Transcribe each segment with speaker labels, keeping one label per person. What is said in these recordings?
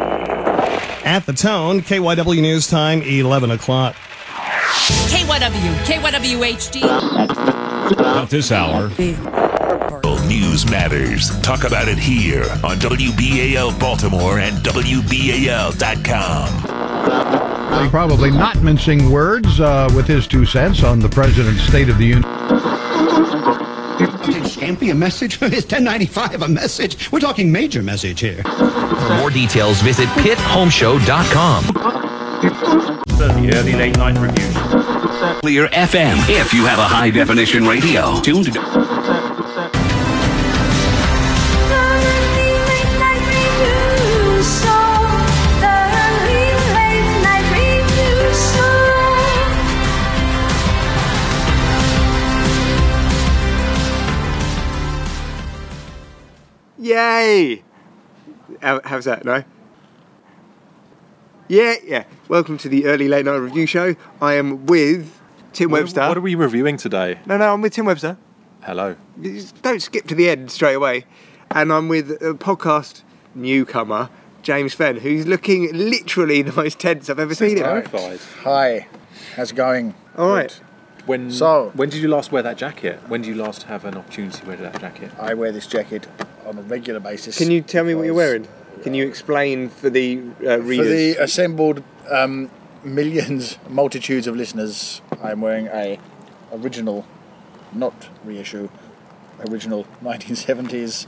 Speaker 1: At the tone, KYW News Time, 11 o'clock.
Speaker 2: KYW, KYWHD.
Speaker 3: About this hour.
Speaker 4: News matters. Talk about it here on WBAL Baltimore and WBAL.com.
Speaker 5: Probably not mincing words uh, with his two cents on the president's State of the Union.
Speaker 6: Can't be a message. It's 1095 a message. We're talking major message here.
Speaker 7: For more details, visit pithomeshow.com.
Speaker 8: The early late night reviews.
Speaker 9: Clear FM. If you have a high definition radio, tune to
Speaker 10: Yay! How, how's that? No. Yeah, yeah. Welcome to the early late night review show. I am with Tim Webster.
Speaker 8: What are we reviewing today?
Speaker 10: no, no, I'm with Tim Webster.
Speaker 8: Hello.
Speaker 10: You just Don't skip to the end straight away. And I'm with a podcast newcomer, James Fenn, who's looking literally the most tense I've ever seen him.
Speaker 8: Terrified.
Speaker 11: Hi, how's it going?
Speaker 10: All right.
Speaker 8: When
Speaker 11: So-
Speaker 8: when did you last wear that jacket? When did you last have an opportunity to wear that jacket?
Speaker 11: I wear this jacket on a regular basis.
Speaker 10: Can you tell me what you're
Speaker 11: because-
Speaker 10: wearing? Can you explain for the uh,
Speaker 11: For
Speaker 10: readers?
Speaker 11: the assembled um, millions, multitudes of listeners, I'm wearing a original, not reissue, original 1970s.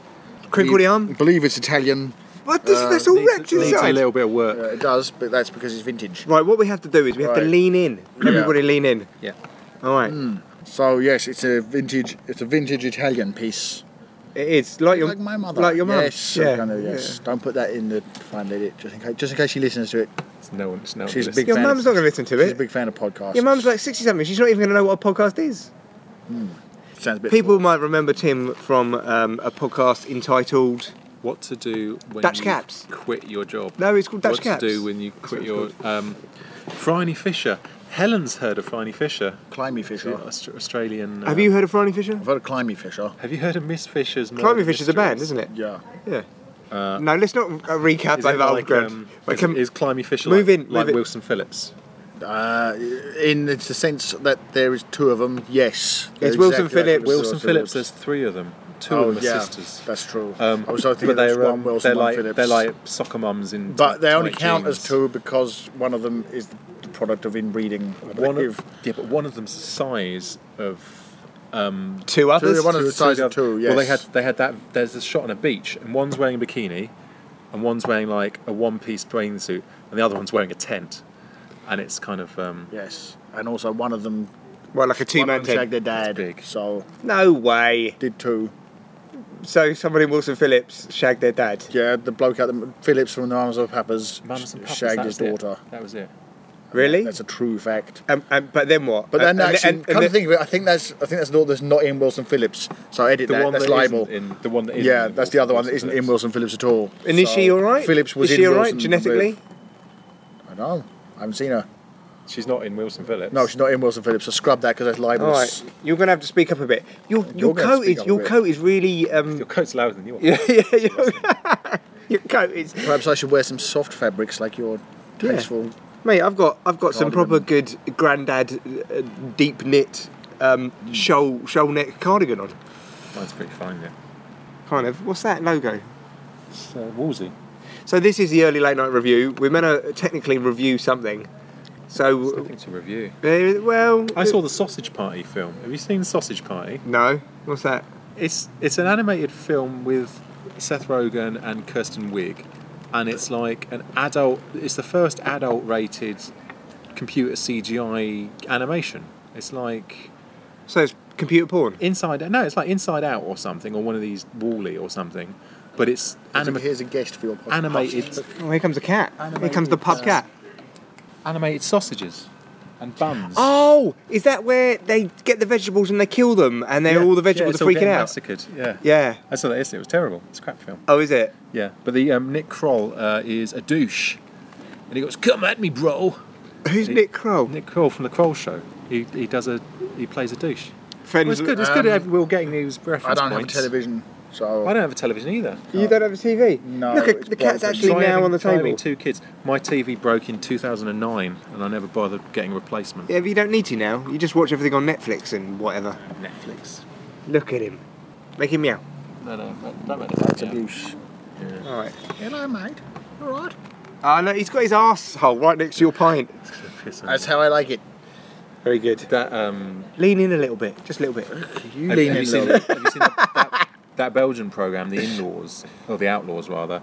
Speaker 10: Crinkly arm?
Speaker 11: believe it's Italian.
Speaker 10: What? This, that's all wrapped
Speaker 8: Uh, Needs a
Speaker 10: inside.
Speaker 8: little bit of work.
Speaker 11: Uh, it does, but that's because it's vintage.
Speaker 10: Right, what we have to do is we have to
Speaker 11: Right. Hmm.
Speaker 10: lean in. Everybody lean in.
Speaker 8: Yeah.
Speaker 10: All right.
Speaker 11: So yes, it's a vintage. It's a vintage Italian piece.
Speaker 10: It is like your
Speaker 11: like my mother.
Speaker 10: Like your mum.
Speaker 11: Yes.
Speaker 10: Yeah.
Speaker 11: kind of, yes. Don't put that in the fine edit, just in case. Just in case she listens to it.
Speaker 8: It's no one. It's no one.
Speaker 11: She's a
Speaker 8: listening.
Speaker 11: big
Speaker 10: Your
Speaker 11: fan.
Speaker 10: mum's not gonna listen to
Speaker 11: She's
Speaker 10: it.
Speaker 11: a big fan of podcasts.
Speaker 10: Your mum's like 60 something. She's not even going to know what a podcast is.
Speaker 11: Sounds a bit
Speaker 10: People
Speaker 11: full.
Speaker 10: might remember Tim from um, a podcast entitled.
Speaker 8: What to do when
Speaker 10: Dutch
Speaker 8: you
Speaker 10: caps.
Speaker 8: quit your job?
Speaker 10: No, it's called Dutch
Speaker 8: what
Speaker 10: caps.
Speaker 8: to do when you quit
Speaker 10: what
Speaker 8: your
Speaker 10: it's
Speaker 8: um, Franny Fisher. Helen's heard of Franny Fisher,
Speaker 11: Climby Fisher.
Speaker 8: Aus- Australian.
Speaker 10: Have
Speaker 8: um,
Speaker 10: you heard of Franny Fisher?
Speaker 11: I've heard of Climby Fisher.
Speaker 8: Have you heard of Miss Fisher's?
Speaker 10: Climby Fisher's a band, isn't it?
Speaker 11: Yeah.
Speaker 10: Yeah. no, let's not uh, recap
Speaker 8: Is
Speaker 10: over
Speaker 8: it
Speaker 10: old
Speaker 8: like,
Speaker 10: ground.
Speaker 8: um,
Speaker 10: But
Speaker 8: is,
Speaker 10: can-
Speaker 8: is Climby Fisher
Speaker 10: Move
Speaker 8: like,
Speaker 10: in,
Speaker 8: like
Speaker 10: move in.
Speaker 8: Wilson Phillips?
Speaker 11: Uh, in the sense that there is two of them, yes. They're
Speaker 10: It's Wilson
Speaker 11: exactly like
Speaker 10: Phillips.
Speaker 11: the
Speaker 8: Wilson
Speaker 11: sort of Phillips.
Speaker 8: Phillips. There's three of them. Two
Speaker 11: Oh,
Speaker 8: of them are
Speaker 11: yeah,
Speaker 8: sisters.
Speaker 11: That's true.
Speaker 8: Um,
Speaker 11: I was also thinking
Speaker 8: but
Speaker 11: there's
Speaker 8: they're,
Speaker 11: one
Speaker 8: um,
Speaker 11: Wilson,
Speaker 8: they're
Speaker 11: one
Speaker 8: like
Speaker 11: Phillips.
Speaker 8: they're like soccer mums in.
Speaker 11: But they only
Speaker 8: tight
Speaker 11: count as
Speaker 8: jeans.
Speaker 11: two because one of them is the product of inbreeding. I
Speaker 8: One
Speaker 11: believe.
Speaker 8: of, yeah, but one of them's the size of um,
Speaker 10: two others?
Speaker 11: one of the
Speaker 8: Two-
Speaker 11: size of
Speaker 8: the other-
Speaker 11: two,
Speaker 8: Well, they had
Speaker 11: yes.
Speaker 8: they had that. There's a shot on a beach, and one's wearing a bikini, and one's wearing like a one-piece bathing suit, and the other one's wearing a tent, and it's kind of um,
Speaker 11: Yes. And also one of them,
Speaker 10: well, like a two
Speaker 11: one
Speaker 10: man
Speaker 11: of them shagged
Speaker 10: team.
Speaker 11: their dad.
Speaker 8: big.
Speaker 11: So
Speaker 10: No way.
Speaker 11: did two.
Speaker 10: So somebody in Wilson Phillips shagged their dad.
Speaker 11: Yeah, the bloke out the Phillips from the Mums of Papas,
Speaker 8: mums and papas,
Speaker 11: shagged
Speaker 8: that
Speaker 11: his
Speaker 8: was it.
Speaker 11: daughter.
Speaker 8: That was it.
Speaker 10: Really?
Speaker 11: That's a true fact.
Speaker 10: Um, um, but then what?
Speaker 11: But then,
Speaker 10: And- and-
Speaker 11: actually,
Speaker 10: and- and
Speaker 11: come
Speaker 10: the-
Speaker 11: to think of it, I think that's I think that's the one that's not in Wilson Phillips. So I edit
Speaker 8: The
Speaker 11: that.
Speaker 8: one
Speaker 11: that's
Speaker 8: that isn't
Speaker 11: libel.
Speaker 8: in- the one that isn't
Speaker 11: Yeah,
Speaker 8: in
Speaker 11: that's the other one that isn't
Speaker 8: Wilson
Speaker 11: in
Speaker 8: Phillips.
Speaker 11: Wilson Phillips at all.
Speaker 10: And is
Speaker 11: So
Speaker 10: she all right?
Speaker 11: Phillips was
Speaker 10: is
Speaker 11: in
Speaker 10: she all right
Speaker 11: Wilson
Speaker 10: genetically?
Speaker 11: with- I don't know. I haven't seen her.
Speaker 8: She's not in Wilson Phillips.
Speaker 11: No, she's not in Wilson Phillips. So scrub that because that's
Speaker 10: All
Speaker 11: libelous.
Speaker 10: right, you're going to have to speak up a bit. Your your
Speaker 11: You're gonna
Speaker 10: coat
Speaker 11: speak
Speaker 10: is
Speaker 11: up a
Speaker 10: your
Speaker 11: bit.
Speaker 10: coat is really um.
Speaker 8: Your coat's louder than yours.
Speaker 10: yeah, yeah, your, your coat is.
Speaker 11: Perhaps I should wear some soft fabrics like your tasteful.
Speaker 10: Mate, I've got I've got some proper
Speaker 11: Cardigan.
Speaker 10: good grandad uh, deep knit um, shoal shoal neck cardigan on.
Speaker 8: Hmm. Mine's pretty fine. Yeah.
Speaker 10: Kind of. What's that logo?
Speaker 8: It's uh, Woolsey.
Speaker 10: So this is the early late night review. We're meant to technically review something.
Speaker 8: There's
Speaker 10: So
Speaker 8: nothing to review.
Speaker 10: uh, well,
Speaker 8: I saw the Sausage Party film. Have you seen Sausage Party?
Speaker 10: No, what's that?
Speaker 8: It's it's an animated film with Seth Rogen and Kirsten Wig, and it's like an adult. It's the first adult-rated computer CGI animation. It's like
Speaker 10: So it's computer porn.
Speaker 8: Inside. No, it's like Inside Out or something, or one of these Wall-E or something. But it's anima-
Speaker 11: Here's a guest for your podcast.
Speaker 8: animated
Speaker 10: Oh, here comes the cat. Here comes the
Speaker 11: Animated,
Speaker 10: pub
Speaker 11: uh,
Speaker 10: cat.
Speaker 8: animated sausages and buns.
Speaker 10: Oh, is that where they get the vegetables and they kill them and they're
Speaker 8: Yeah,
Speaker 10: all the
Speaker 8: yeah,
Speaker 10: vegetables
Speaker 8: it's all
Speaker 10: are freaking
Speaker 8: getting
Speaker 10: out?
Speaker 8: Massacred. Yeah.
Speaker 10: Yeah.
Speaker 8: I saw that yesterday. It was terrible. It's a crap film.
Speaker 10: Oh, is it?
Speaker 8: Yeah, but the um, Nick Kroll uh, is a douche, and he goes, "Come at me, bro."
Speaker 10: Who's
Speaker 8: He-
Speaker 10: Nick Kroll?
Speaker 8: Nick Kroll from the Kroll Show. He, he does a he plays a douche.
Speaker 10: Friends.
Speaker 8: Well, it's good. It's good. We're getting these reference
Speaker 11: I don't have a
Speaker 8: points.
Speaker 11: television. So
Speaker 8: Um, I don't have a television either.
Speaker 10: You don't have a TV?
Speaker 11: No.
Speaker 10: Look,
Speaker 11: it's
Speaker 10: the cat's
Speaker 11: broken.
Speaker 10: actually
Speaker 8: Try
Speaker 10: now
Speaker 8: having-
Speaker 10: on the
Speaker 8: try having
Speaker 10: table.
Speaker 8: two kids. My TV broke in 2009, and I never bothered getting a replacement.
Speaker 10: Yeah, but you don't need to now. You just watch everything on Netflix and whatever.
Speaker 8: Netflix.
Speaker 10: Look at him. Make him meow.
Speaker 8: No, no, that, that meant
Speaker 11: That's abuse.
Speaker 10: All right.
Speaker 11: Hello, mate. All right.
Speaker 10: Ah, no, he's got his asshole right next to your pint.
Speaker 11: That's how I like it.
Speaker 10: Very good.
Speaker 8: That um,
Speaker 10: Lean in a little bit, just a little bit.
Speaker 11: You
Speaker 8: have,
Speaker 11: lean
Speaker 8: have
Speaker 11: in
Speaker 8: you
Speaker 11: a
Speaker 8: seen,
Speaker 11: little
Speaker 8: that, have you seen that, that, that Belgian program, The Inlaws or The Outlaws rather?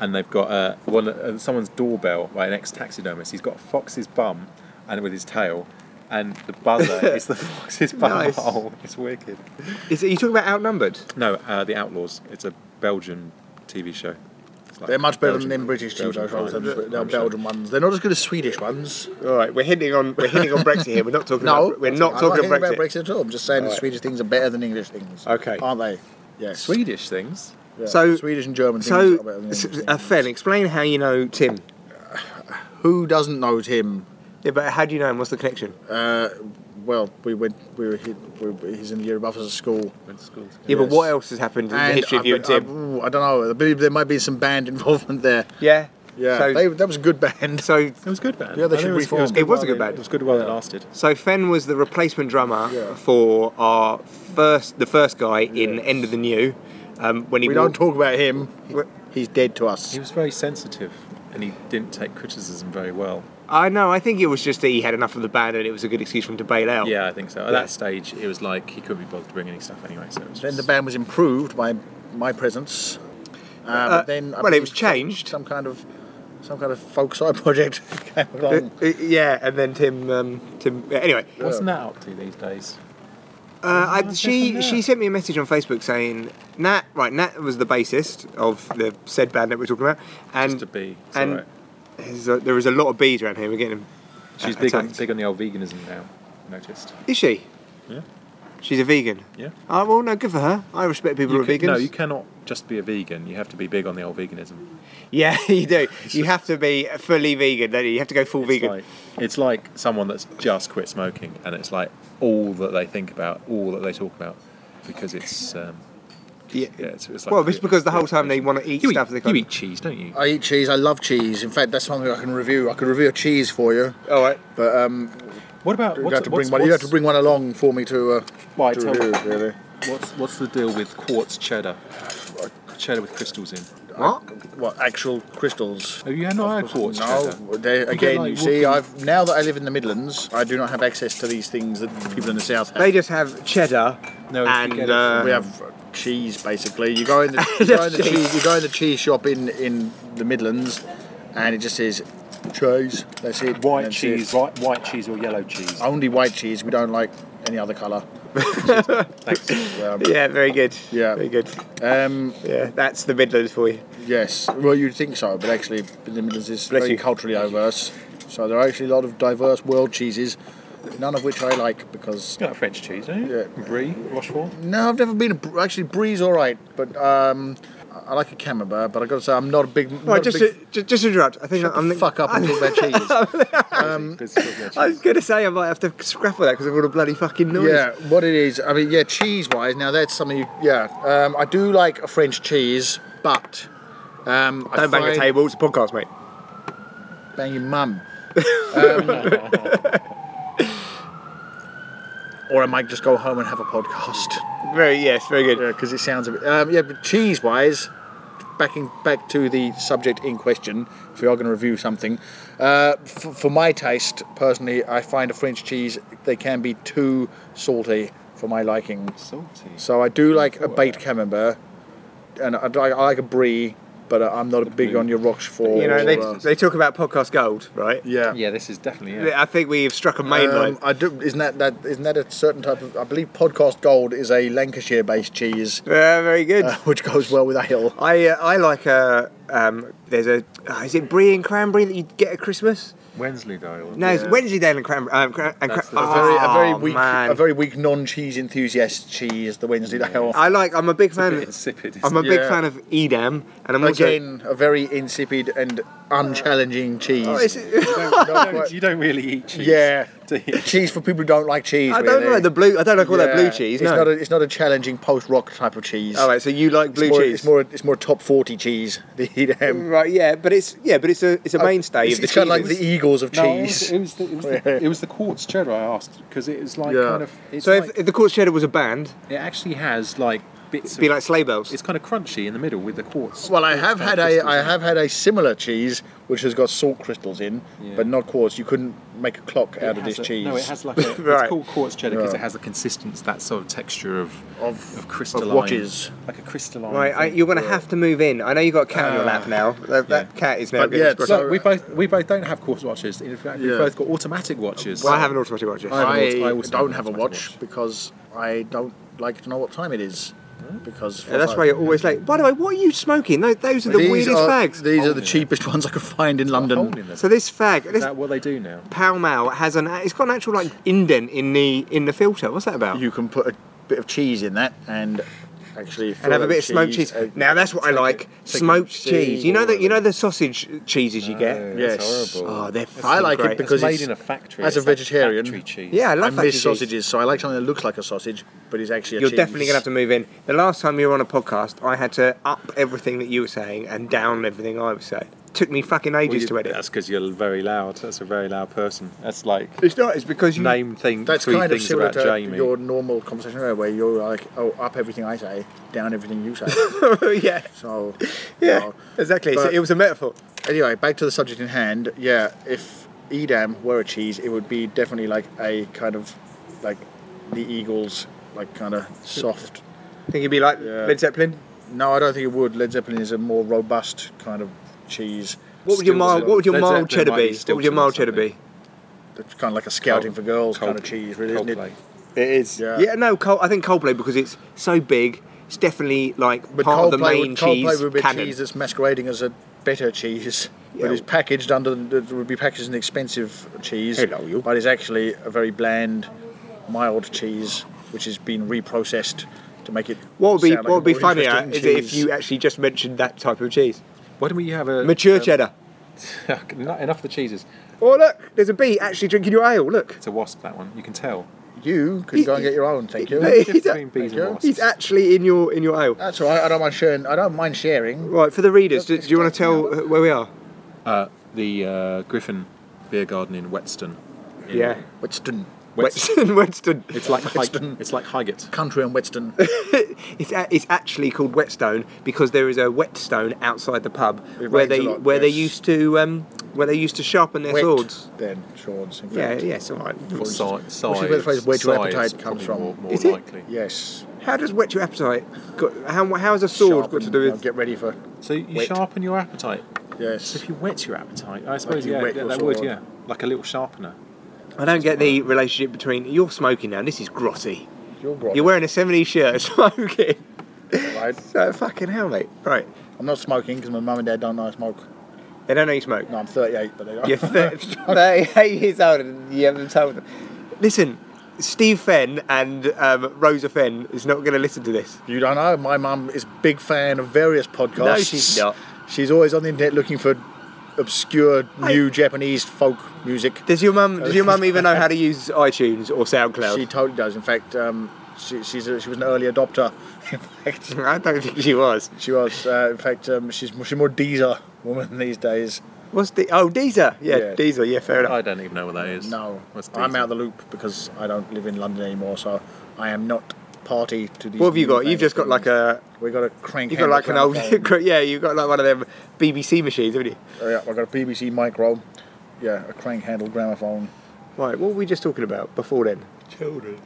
Speaker 8: And they've got uh, one uh, someone's doorbell, right? An ex-taxidermist. He's got a fox's bum, and with his tail, and the buzzer is the fox's bum
Speaker 10: Nice.
Speaker 8: hole. It's wicked.
Speaker 10: Is it, you talking about outnumbered?
Speaker 8: No, uh, The Outlaws. It's a Belgian TV show. It's like
Speaker 11: They're much better than
Speaker 8: Belgian-
Speaker 11: them British TV
Speaker 8: Belgian
Speaker 11: shows. rather than the-
Speaker 8: crime
Speaker 11: the
Speaker 8: show.
Speaker 11: Belgian ones. They're not as good as Swedish ones.
Speaker 10: All right, we're hitting on we're hitting on Brexit here. We're not talking.
Speaker 11: No,
Speaker 10: about, we're not
Speaker 11: I'm
Speaker 10: talking about
Speaker 11: not
Speaker 10: Brexit.
Speaker 11: hitting about Brexit at all. I'm just saying the
Speaker 10: Alright.
Speaker 11: Swedish things are better than English things.
Speaker 10: Okay.
Speaker 11: aren't they? Yes.
Speaker 8: Swedish things.
Speaker 11: Yeah.
Speaker 10: So-
Speaker 11: Swedish and German things are better
Speaker 10: So,
Speaker 11: than
Speaker 10: s-
Speaker 11: English
Speaker 10: uh,
Speaker 11: things.
Speaker 10: Fen, explain how you know Tim.
Speaker 11: Who doesn't know Tim?
Speaker 10: Yeah, but how do you know him? What's the connection?
Speaker 11: Uh, well, we went. We were. Hit, we were he's in the year above us at school.
Speaker 8: Went to school.
Speaker 10: Yeah, but
Speaker 11: Yes.
Speaker 10: what else has happened in the history
Speaker 11: I,
Speaker 10: of you
Speaker 11: be-
Speaker 10: and uh, Tim?
Speaker 11: I, ooh, I don't know. I believe there might be some band involvement there.
Speaker 10: yeah,
Speaker 11: Yeah,
Speaker 10: So,
Speaker 11: they, that was a good band.
Speaker 10: so,
Speaker 8: It was good, man.
Speaker 11: Yeah, they
Speaker 8: I
Speaker 11: should
Speaker 8: think
Speaker 11: reform.
Speaker 10: It was a
Speaker 8: while
Speaker 10: good
Speaker 8: they-
Speaker 10: band.
Speaker 8: It was good while it lasted.
Speaker 10: so Fen was the replacement drummer
Speaker 11: Yeah.
Speaker 10: for our first, the first guy in End of the New. Um, when he
Speaker 11: We
Speaker 10: walked-
Speaker 11: don't talk about him. He-
Speaker 10: What?
Speaker 11: He's dead to us.
Speaker 8: He was very sensitive, and he didn't take criticism very well.
Speaker 10: I know. I think it was just that he had enough of the band, and it was a good excuse for him to bail out.
Speaker 8: Yeah, I think so. At
Speaker 10: Oh. Yeah.
Speaker 8: that stage, it was like he couldn't be bothered to bring any stuff anyway. So it was
Speaker 11: Then the
Speaker 8: just-
Speaker 11: band was improved by my presence. Uh, but then I
Speaker 10: well, it was
Speaker 11: believe
Speaker 10: changed.
Speaker 11: Some kind of some kind of folk side project came
Speaker 10: Uh,
Speaker 11: along.
Speaker 10: uh, yeah, and then Tim. Um, Tim. yeah, Anyway,
Speaker 8: What's Nat up to these days?
Speaker 10: Uh, I, she she sent me a message on Facebook saying Nat right Nat was the bassist of the said band that we're talking about, and
Speaker 8: Just a bee. It's all
Speaker 10: and
Speaker 8: right.
Speaker 10: there's a, there is a lot of bees around here. We're getting them.
Speaker 8: She's
Speaker 10: uh,
Speaker 8: big on,
Speaker 10: attacked.
Speaker 8: big on the old veganism now. I Noticed.
Speaker 10: Is she?
Speaker 8: Yeah.
Speaker 10: She's a vegan.
Speaker 8: Yeah.
Speaker 10: Oh well, no, good for her. I respect people
Speaker 8: You
Speaker 10: who are
Speaker 8: can-
Speaker 10: vegans.
Speaker 8: no, you cannot just be a vegan. You have to be big on the old veganism.
Speaker 10: Yeah, you do. You have to be fully vegan. Don't you? you have to go full
Speaker 8: It's
Speaker 10: vegan.
Speaker 8: like, it's like someone that's just quit smoking, and it's like all that they think about, all that they talk about, because it's. Um,
Speaker 10: Yeah.
Speaker 8: yeah, it's, it's like
Speaker 10: Well, it's because the whole
Speaker 8: yeah,
Speaker 10: time they
Speaker 8: it's-
Speaker 10: want to eat
Speaker 8: you
Speaker 10: stuff.
Speaker 8: Eat,
Speaker 10: they
Speaker 8: you
Speaker 10: can't-
Speaker 8: eat cheese, don't you?
Speaker 11: I eat cheese. I love cheese. In fact, that's something I can review. I could review a cheese for you.
Speaker 10: All right.
Speaker 11: But um,
Speaker 8: What about
Speaker 11: you'd
Speaker 8: what's,
Speaker 11: have to bring
Speaker 8: what's,
Speaker 11: one. You'd have to
Speaker 8: what's,
Speaker 11: bring one along for me to, uh,
Speaker 8: Right,
Speaker 11: to
Speaker 8: tell
Speaker 11: review.
Speaker 8: me.
Speaker 11: Really.
Speaker 8: what's what's the deal with quartz cheddar? Cheddar with crystals in.
Speaker 11: uh,
Speaker 10: What?
Speaker 11: What actual crystals?
Speaker 8: Have you had not had quartz
Speaker 11: No,
Speaker 8: cheddar?
Speaker 11: they, again,
Speaker 8: like
Speaker 11: you see,
Speaker 8: walking-
Speaker 11: I've now that I live in the Midlands, I do not have access to these things that people in the south have.
Speaker 10: They just have cheddar
Speaker 8: No,
Speaker 10: and
Speaker 8: forget it.
Speaker 10: uh,
Speaker 11: we have cheese basically. You go in the, you go in the cheese, you go in the cheese shop in in the Midlands, and it just says cheese. That's it.
Speaker 8: White
Speaker 11: That's
Speaker 8: cheese,
Speaker 11: it.
Speaker 8: white, white cheese or yellow cheese.
Speaker 11: Only white cheese. We don't like any other colour.
Speaker 8: Thanks.
Speaker 11: Um,
Speaker 10: yeah, very good.
Speaker 11: Yeah.
Speaker 10: very good.
Speaker 11: um,
Speaker 10: Yeah, that's the Midlands for you.
Speaker 11: yes. Well, you'd think so, but actually, the Midlands is
Speaker 10: Bless
Speaker 11: very
Speaker 10: you.
Speaker 11: culturally diverse. So there are actually a lot of diverse world cheeses, none of which I like because
Speaker 8: You like French cheese, don't you?
Speaker 11: Yeah.
Speaker 8: Brie, Rochefort.
Speaker 11: No, I've never been. A, Br- actually, Brie's all right, but um, I- I like a camembert. But I got to say, I'm not a big.
Speaker 10: All
Speaker 11: not
Speaker 10: right,
Speaker 11: a
Speaker 10: just,
Speaker 11: big
Speaker 10: to, ju- just to interrupt. I think
Speaker 11: shut
Speaker 10: I'm
Speaker 11: the fuck up and talk about cheese.
Speaker 8: It's got their
Speaker 10: I
Speaker 8: cheese.
Speaker 10: was going to say I might have to scrap all that because of all the bloody fucking noise.
Speaker 11: Yeah, what it is. I mean, yeah, cheese-wise. Now that's something. You, yeah, um, I do like a French cheese, but um, I
Speaker 10: Don't bang the
Speaker 11: find-
Speaker 10: table. It's a podcast, mate.
Speaker 11: Bang your mum. Um, or I might just go home and have a podcast.
Speaker 10: Very yes, very good.
Speaker 11: because it sounds a bit. Um, yeah, but cheese wise, backing back to the subject in question, if we are going to review something, uh, f- for my taste personally, I find a French cheese they can be too salty for my liking.
Speaker 8: Salty.
Speaker 11: So I do like a baked camembert, and I, I like a brie, but I'm not a big on your Rochefort.
Speaker 10: You know they,
Speaker 11: or, uh,
Speaker 10: they talk about podcast gold, right?
Speaker 11: yeah.
Speaker 8: Yeah, this is definitely it.
Speaker 10: I think we've struck a main line.
Speaker 11: Um, I do, isn't that, that isn't that a certain type of? I believe Podcast Gold is a Lancashire-based cheese,
Speaker 10: Yeah, very good.
Speaker 11: uh, which goes well with ale.
Speaker 10: I uh, I like a um, there's a uh, is it brie and cranberry that you get at Christmas?
Speaker 8: Wednesday though.
Speaker 10: No, it's Wednesdaydale and cranberry. Um, cran- and cran-
Speaker 8: That's the-
Speaker 11: A very, a very
Speaker 10: Oh,
Speaker 11: weak,
Speaker 10: man.
Speaker 11: a very weak non-cheese enthusiast cheese. The Wednesday Dale.
Speaker 10: I like. I'm a big
Speaker 8: a
Speaker 10: fan.
Speaker 8: bit insipid,
Speaker 10: I'm a
Speaker 11: isn't it?
Speaker 10: big
Speaker 11: Yeah.
Speaker 10: fan of Edam, and I'm also
Speaker 11: Again, a very insipid and unchallenging cheese.
Speaker 10: Oh, is it-
Speaker 11: Not quite-
Speaker 8: You don't really eat cheese.
Speaker 11: yeah, cheese for people who don't like cheese.
Speaker 10: I don't
Speaker 11: really.
Speaker 10: like the blue- I don't like all that blue cheese,
Speaker 11: It's
Speaker 10: no. Oh,
Speaker 11: not a, it's not a challenging post rock type of cheese.
Speaker 10: All right, so you like blue
Speaker 11: it's more,
Speaker 10: cheese? Mm,
Speaker 11: It's more it's more top forty cheese. The EDM.
Speaker 10: Right, yeah, but it's yeah, but it's a it's a
Speaker 11: Oh,
Speaker 10: mainstay
Speaker 11: it's-
Speaker 10: of the
Speaker 11: it's kinda like
Speaker 10: cheeses.
Speaker 11: the E Eagles of
Speaker 8: No, it was- it was the- it was the- it was the quartz cheddar I asked because it is like
Speaker 10: Yeah.
Speaker 8: kind of. It's
Speaker 10: So if-
Speaker 8: like,
Speaker 10: if the quartz cheddar was a band,
Speaker 8: it actually has like bits.
Speaker 10: be
Speaker 8: of,
Speaker 10: like sleigh bells.
Speaker 8: It's kind of crunchy in the middle with the quartz.
Speaker 11: Well, I
Speaker 8: quartz
Speaker 11: have
Speaker 8: type
Speaker 11: had a
Speaker 8: crystals
Speaker 11: I
Speaker 8: in it.
Speaker 11: have had a similar cheese which has got salt crystals in, but not quartz. You couldn't make a clock out of
Speaker 8: has
Speaker 11: this
Speaker 8: a-
Speaker 11: cheese.
Speaker 8: No, it has like a. It's
Speaker 11: Right.
Speaker 8: called quartz cheddar because
Speaker 11: Yeah.
Speaker 8: it has the consistence, that sort of texture of
Speaker 11: of,
Speaker 8: crystalline
Speaker 11: watches.
Speaker 8: like a crystalline.
Speaker 10: Right, I,
Speaker 8: thing.
Speaker 10: you're going to have to move in. I know you've got a cat on your
Speaker 8: Ah,
Speaker 10: lap now. That, that cat is now
Speaker 11: But
Speaker 10: getting
Speaker 11: yeah,
Speaker 10: scratched.
Speaker 11: so-
Speaker 8: we both we both don't have quartz watches. In fact, we've
Speaker 11: Yeah.
Speaker 8: both got automatic watches.
Speaker 10: Well, I have an automatic watch. yes.
Speaker 8: I have an
Speaker 11: I,
Speaker 8: auto- I also have
Speaker 11: don't
Speaker 8: an
Speaker 11: have a
Speaker 8: automatic
Speaker 11: watch, because I don't like to know what time it is. Because
Speaker 10: Yeah, that's why you're always late. By the way, what are you smoking? Tho- Those are the
Speaker 11: These
Speaker 10: weirdest
Speaker 11: are-
Speaker 10: fags. Oh,
Speaker 11: These
Speaker 8: Oh,
Speaker 11: are the cheapest ones I could find in
Speaker 8: Hole
Speaker 11: London.
Speaker 8: in them.
Speaker 10: So this fag,
Speaker 8: is
Speaker 10: this
Speaker 8: that what they do now?
Speaker 10: Pall Mall has an. It's got an actual like indent in the in the filter. What's that about?
Speaker 11: You can put a bit of cheese in that and actually
Speaker 10: and have a
Speaker 11: fill
Speaker 10: bit of smoked
Speaker 11: cheese
Speaker 10: cheese.
Speaker 11: out.
Speaker 10: Now that's what I
Speaker 11: Take a-
Speaker 10: like.
Speaker 11: take a
Speaker 10: Smoked
Speaker 11: cheese
Speaker 10: cheese. You know
Speaker 11: or
Speaker 10: that you know the sausage cheeses you
Speaker 8: Oh,
Speaker 10: get.
Speaker 11: Yes.
Speaker 8: That's horrible.
Speaker 10: Oh, they're
Speaker 11: I like
Speaker 10: great.
Speaker 11: it because
Speaker 8: it's made
Speaker 11: it's-
Speaker 8: in a factory.
Speaker 11: as a
Speaker 8: It's like
Speaker 11: vegetarian,
Speaker 8: factory cheese.
Speaker 10: Yeah, I love
Speaker 11: I miss
Speaker 10: factory cheese.
Speaker 11: sausages, so I like something that looks like a sausage, but is actually a
Speaker 10: You're
Speaker 11: cheese.
Speaker 10: definitely gonna have to move in. The last time you were on a podcast, I had to up everything that you were saying and down everything I was saying. Took me fucking
Speaker 8: Well,
Speaker 10: ages
Speaker 8: you-
Speaker 10: to edit.
Speaker 8: That's because you're very loud. That's a very loud person. That's like
Speaker 10: It's not. It's because you.
Speaker 8: name thing.
Speaker 11: That's
Speaker 8: three
Speaker 11: kind of
Speaker 8: things
Speaker 11: similar
Speaker 8: about
Speaker 11: to
Speaker 8: Jamie.
Speaker 11: your normal conversation area where you're like, oh, up everything I say, down everything you say.
Speaker 10: yeah.
Speaker 11: so,
Speaker 10: Yeah.
Speaker 11: you know.
Speaker 10: exactly. So
Speaker 11: But-
Speaker 10: it was a metaphor.
Speaker 11: Anyway, back to the subject in hand. Yeah, if Edam were a cheese, it would be definitely like a kind of like the Eagles, like kind of soft.
Speaker 10: Think you'd be like
Speaker 11: Yeah.
Speaker 10: Led Zeppelin.
Speaker 11: No, I don't think it would. Led Zeppelin is a more robust kind of cheese.
Speaker 10: What would your
Speaker 8: Still
Speaker 10: mild?
Speaker 8: similar.
Speaker 10: What would your
Speaker 8: Led
Speaker 10: mild
Speaker 8: Zeppelin
Speaker 10: cheddar
Speaker 8: might
Speaker 10: be?
Speaker 8: be
Speaker 10: What
Speaker 8: still
Speaker 10: would your mild cheddar
Speaker 8: similar
Speaker 10: be?
Speaker 11: It's kind of like a scouting for girls kind of cheese, really, isn't it?
Speaker 8: Coldplay.
Speaker 11: It is.
Speaker 10: Yeah, no. Col- I think Coldplay because it's so big. It's definitely like
Speaker 11: But
Speaker 10: part
Speaker 11: Coldplay,
Speaker 10: of the main
Speaker 11: would,
Speaker 10: cheese
Speaker 11: Coldplay would be a
Speaker 10: canon.
Speaker 11: cheese that's masquerading as a better cheese,
Speaker 10: Yeah.
Speaker 11: but is packaged under that would be packaged as an expensive cheese.
Speaker 10: Hello, you.
Speaker 11: But is actually a very bland, mild cheese which has been reprocessed to make it.
Speaker 10: What would be
Speaker 11: sound like
Speaker 10: what would
Speaker 11: a more
Speaker 10: be funnier
Speaker 11: interesting
Speaker 10: is if
Speaker 11: cheese.
Speaker 10: you actually just mentioned that type of cheese,
Speaker 8: Why don't we have a
Speaker 10: mature
Speaker 8: a-
Speaker 10: cheddar.
Speaker 8: Not enough of the cheeses.
Speaker 10: Oh look, there's a bee actually drinking your ale. Look,
Speaker 8: It's a wasp. That one you can tell.
Speaker 11: you could go and get your own. Thank you.
Speaker 10: Hey.
Speaker 8: Difference
Speaker 10: a-
Speaker 8: between bees
Speaker 11: Thank you.
Speaker 8: and wasps.
Speaker 10: he's actually in your in your ale.
Speaker 11: That's all right. I don't mind sharing. I don't mind sharing.
Speaker 10: Right for the readers, do, do you want to tell uh, where we are?
Speaker 8: Uh, the uh, Griffin Beer Garden in Whetstone. in
Speaker 10: Yeah,
Speaker 11: Whetstone,
Speaker 10: Weston. Weston.
Speaker 8: It's like Highgate.
Speaker 11: Whetstone.
Speaker 8: It's like Highgate.
Speaker 11: country and Whetstone.
Speaker 10: It's, a, it's actually called Whetstone because there is a whetstone outside the pub
Speaker 11: It
Speaker 10: where
Speaker 11: rains
Speaker 10: they
Speaker 11: a lot,
Speaker 10: where they
Speaker 11: yes.
Speaker 10: used to um, where they used to sharpen their
Speaker 11: Wet,
Speaker 10: swords.
Speaker 11: Then swords. In
Speaker 10: Yeah,
Speaker 11: fact.
Speaker 10: yeah, it's all right.
Speaker 8: Side, side,
Speaker 11: Which is where the phrase "where to
Speaker 8: side
Speaker 11: appetite"
Speaker 8: is
Speaker 11: comes
Speaker 8: probably
Speaker 11: from.
Speaker 8: More, more
Speaker 10: Is it?
Speaker 8: likely.
Speaker 11: Yes.
Speaker 10: How does whet your appetite? Got, how how has a sword got to
Speaker 11: Sharpen,
Speaker 10: do
Speaker 11: uh,
Speaker 10: with?
Speaker 11: Get ready for.
Speaker 8: So you
Speaker 11: Wet.
Speaker 8: sharpen your appetite. So
Speaker 11: Yes.
Speaker 8: if you whet your appetite, I suppose
Speaker 11: you
Speaker 8: yeah,
Speaker 11: wet
Speaker 8: yeah,
Speaker 11: your
Speaker 8: that would
Speaker 11: sword.
Speaker 8: yeah, like a little sharpener.
Speaker 10: I don't get the relationship between you're smoking now. This is grotty.
Speaker 11: You're right.
Speaker 10: You're wearing a 70s shirt smoking.
Speaker 11: Right.
Speaker 10: So fucking hell, mate. Right.
Speaker 11: I'm not smoking because my mum and dad don't know I smoke.
Speaker 10: They don't know you smoke.
Speaker 11: No, I'm 38, but they don't.
Speaker 10: You're thir- 38 years old and you haven't told them. Listen, Steve Fenn and um, Rosa Fenn is not going to listen to this.
Speaker 11: you don't know. My mum is a big fan of various podcasts.
Speaker 10: No, she's not.
Speaker 11: She's always on the internet looking for obscure new Japanese folk music.
Speaker 10: Does your mum? Does your mum even know how to use iTunes or SoundCloud?
Speaker 11: She totally does. In fact, um, she, she's a, she was an early adopter. In fact,
Speaker 10: I don't think she was.
Speaker 11: she was. Uh, in fact, um, she's she's more Deezer woman these days.
Speaker 10: What's the? Oh, Deezer. Yeah,
Speaker 11: Yeah.
Speaker 10: Deezer. Yeah, fair enough.
Speaker 8: I don't even know what that is.
Speaker 11: No,
Speaker 8: What's
Speaker 11: I'm
Speaker 8: decent?
Speaker 11: out of the loop because I don't live in London anymore, so I am not party to these.
Speaker 10: What have you
Speaker 11: new
Speaker 10: got? You've
Speaker 11: famous
Speaker 10: just got like
Speaker 11: things.
Speaker 10: a.
Speaker 11: We got a crank.
Speaker 10: You've got like an
Speaker 11: handle
Speaker 10: old.
Speaker 11: gramophone.
Speaker 10: yeah, you've got like one of them BBC machines, haven't you?
Speaker 11: Oh, yeah, I got a BBC micro. Yeah, a crank handle gramophone.
Speaker 10: Right, what were we just talking about before then? Children.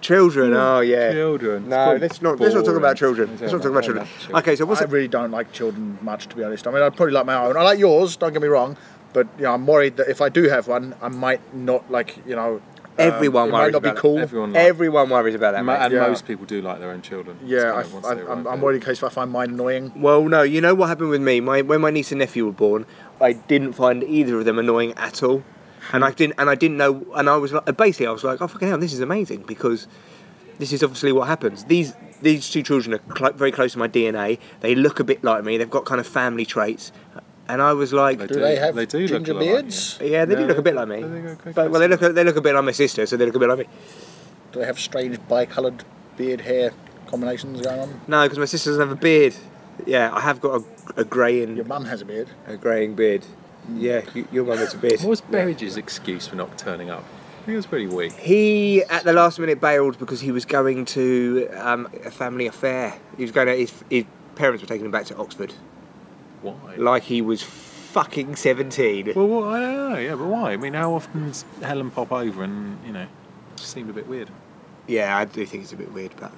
Speaker 10: Children, oh yeah.
Speaker 8: Children. It's
Speaker 10: No,
Speaker 8: probably
Speaker 10: let's not, let's not talk
Speaker 8: boring.
Speaker 10: about children.
Speaker 8: Let's
Speaker 10: Let's not
Speaker 8: not
Speaker 10: talk about
Speaker 8: talk
Speaker 10: children.
Speaker 8: about children.
Speaker 10: Okay, so what's
Speaker 11: I
Speaker 10: it?
Speaker 11: really don't like children much, to be honest. I mean, I'd probably like my own. I like yours. Don't get me wrong, but you know, I'm worried that if I do have one, I might not like you know. um,
Speaker 10: Everyone
Speaker 11: it might
Speaker 10: worries
Speaker 11: not be
Speaker 10: about it.
Speaker 11: cool.
Speaker 8: Everyone likes-
Speaker 10: Everyone worries about that,
Speaker 8: And,
Speaker 10: mate.
Speaker 8: and
Speaker 11: yeah.
Speaker 8: most people do like their own children. It's
Speaker 11: Yeah,
Speaker 8: kind of
Speaker 11: I,
Speaker 8: once they
Speaker 11: am
Speaker 8: arrive
Speaker 11: I'm
Speaker 8: there.
Speaker 11: worried in case I find mine annoying.
Speaker 10: Well, no, you know what happened with me? My, when my niece and nephew were born, I didn't find either of them annoying at all. And I didn't, and I didn't know, and I was like, basically, I was like, oh fucking hell, this is amazing because this is obviously what happens. These these two children are cl- very close to my DNA. They look a bit like me. They've got kind of family traits, And I was like,
Speaker 11: They Do do- they have they do look ginger a lot like beards? you.
Speaker 10: Yeah, they do
Speaker 11: No,
Speaker 10: look a bit
Speaker 11: they-
Speaker 10: like me.
Speaker 11: they look quite
Speaker 10: But well, they look a- they look a bit like my sister, so they look a bit like me.
Speaker 11: Do they have strange bicoloured beard hair combinations going on?
Speaker 10: No, because my sister doesn't have a beard. Yeah, I have got a, a greying. Your
Speaker 11: mum has a beard.
Speaker 10: A greying beard. Yeah, you, your mum has a beard.
Speaker 8: What was Berridge's excuse for not turning up? He was pretty weak.
Speaker 10: He at the last minute bailed because he was going to um, a family affair. He was going to his, his parents were taking him back to Oxford.
Speaker 8: Why?
Speaker 10: Like he was fucking seventeen.
Speaker 8: Well, well, I don't know. Yeah, but why? I mean, how often does Helen pop over and you know? it just Seemed a bit weird.
Speaker 10: Yeah, I do think it's a bit weird, but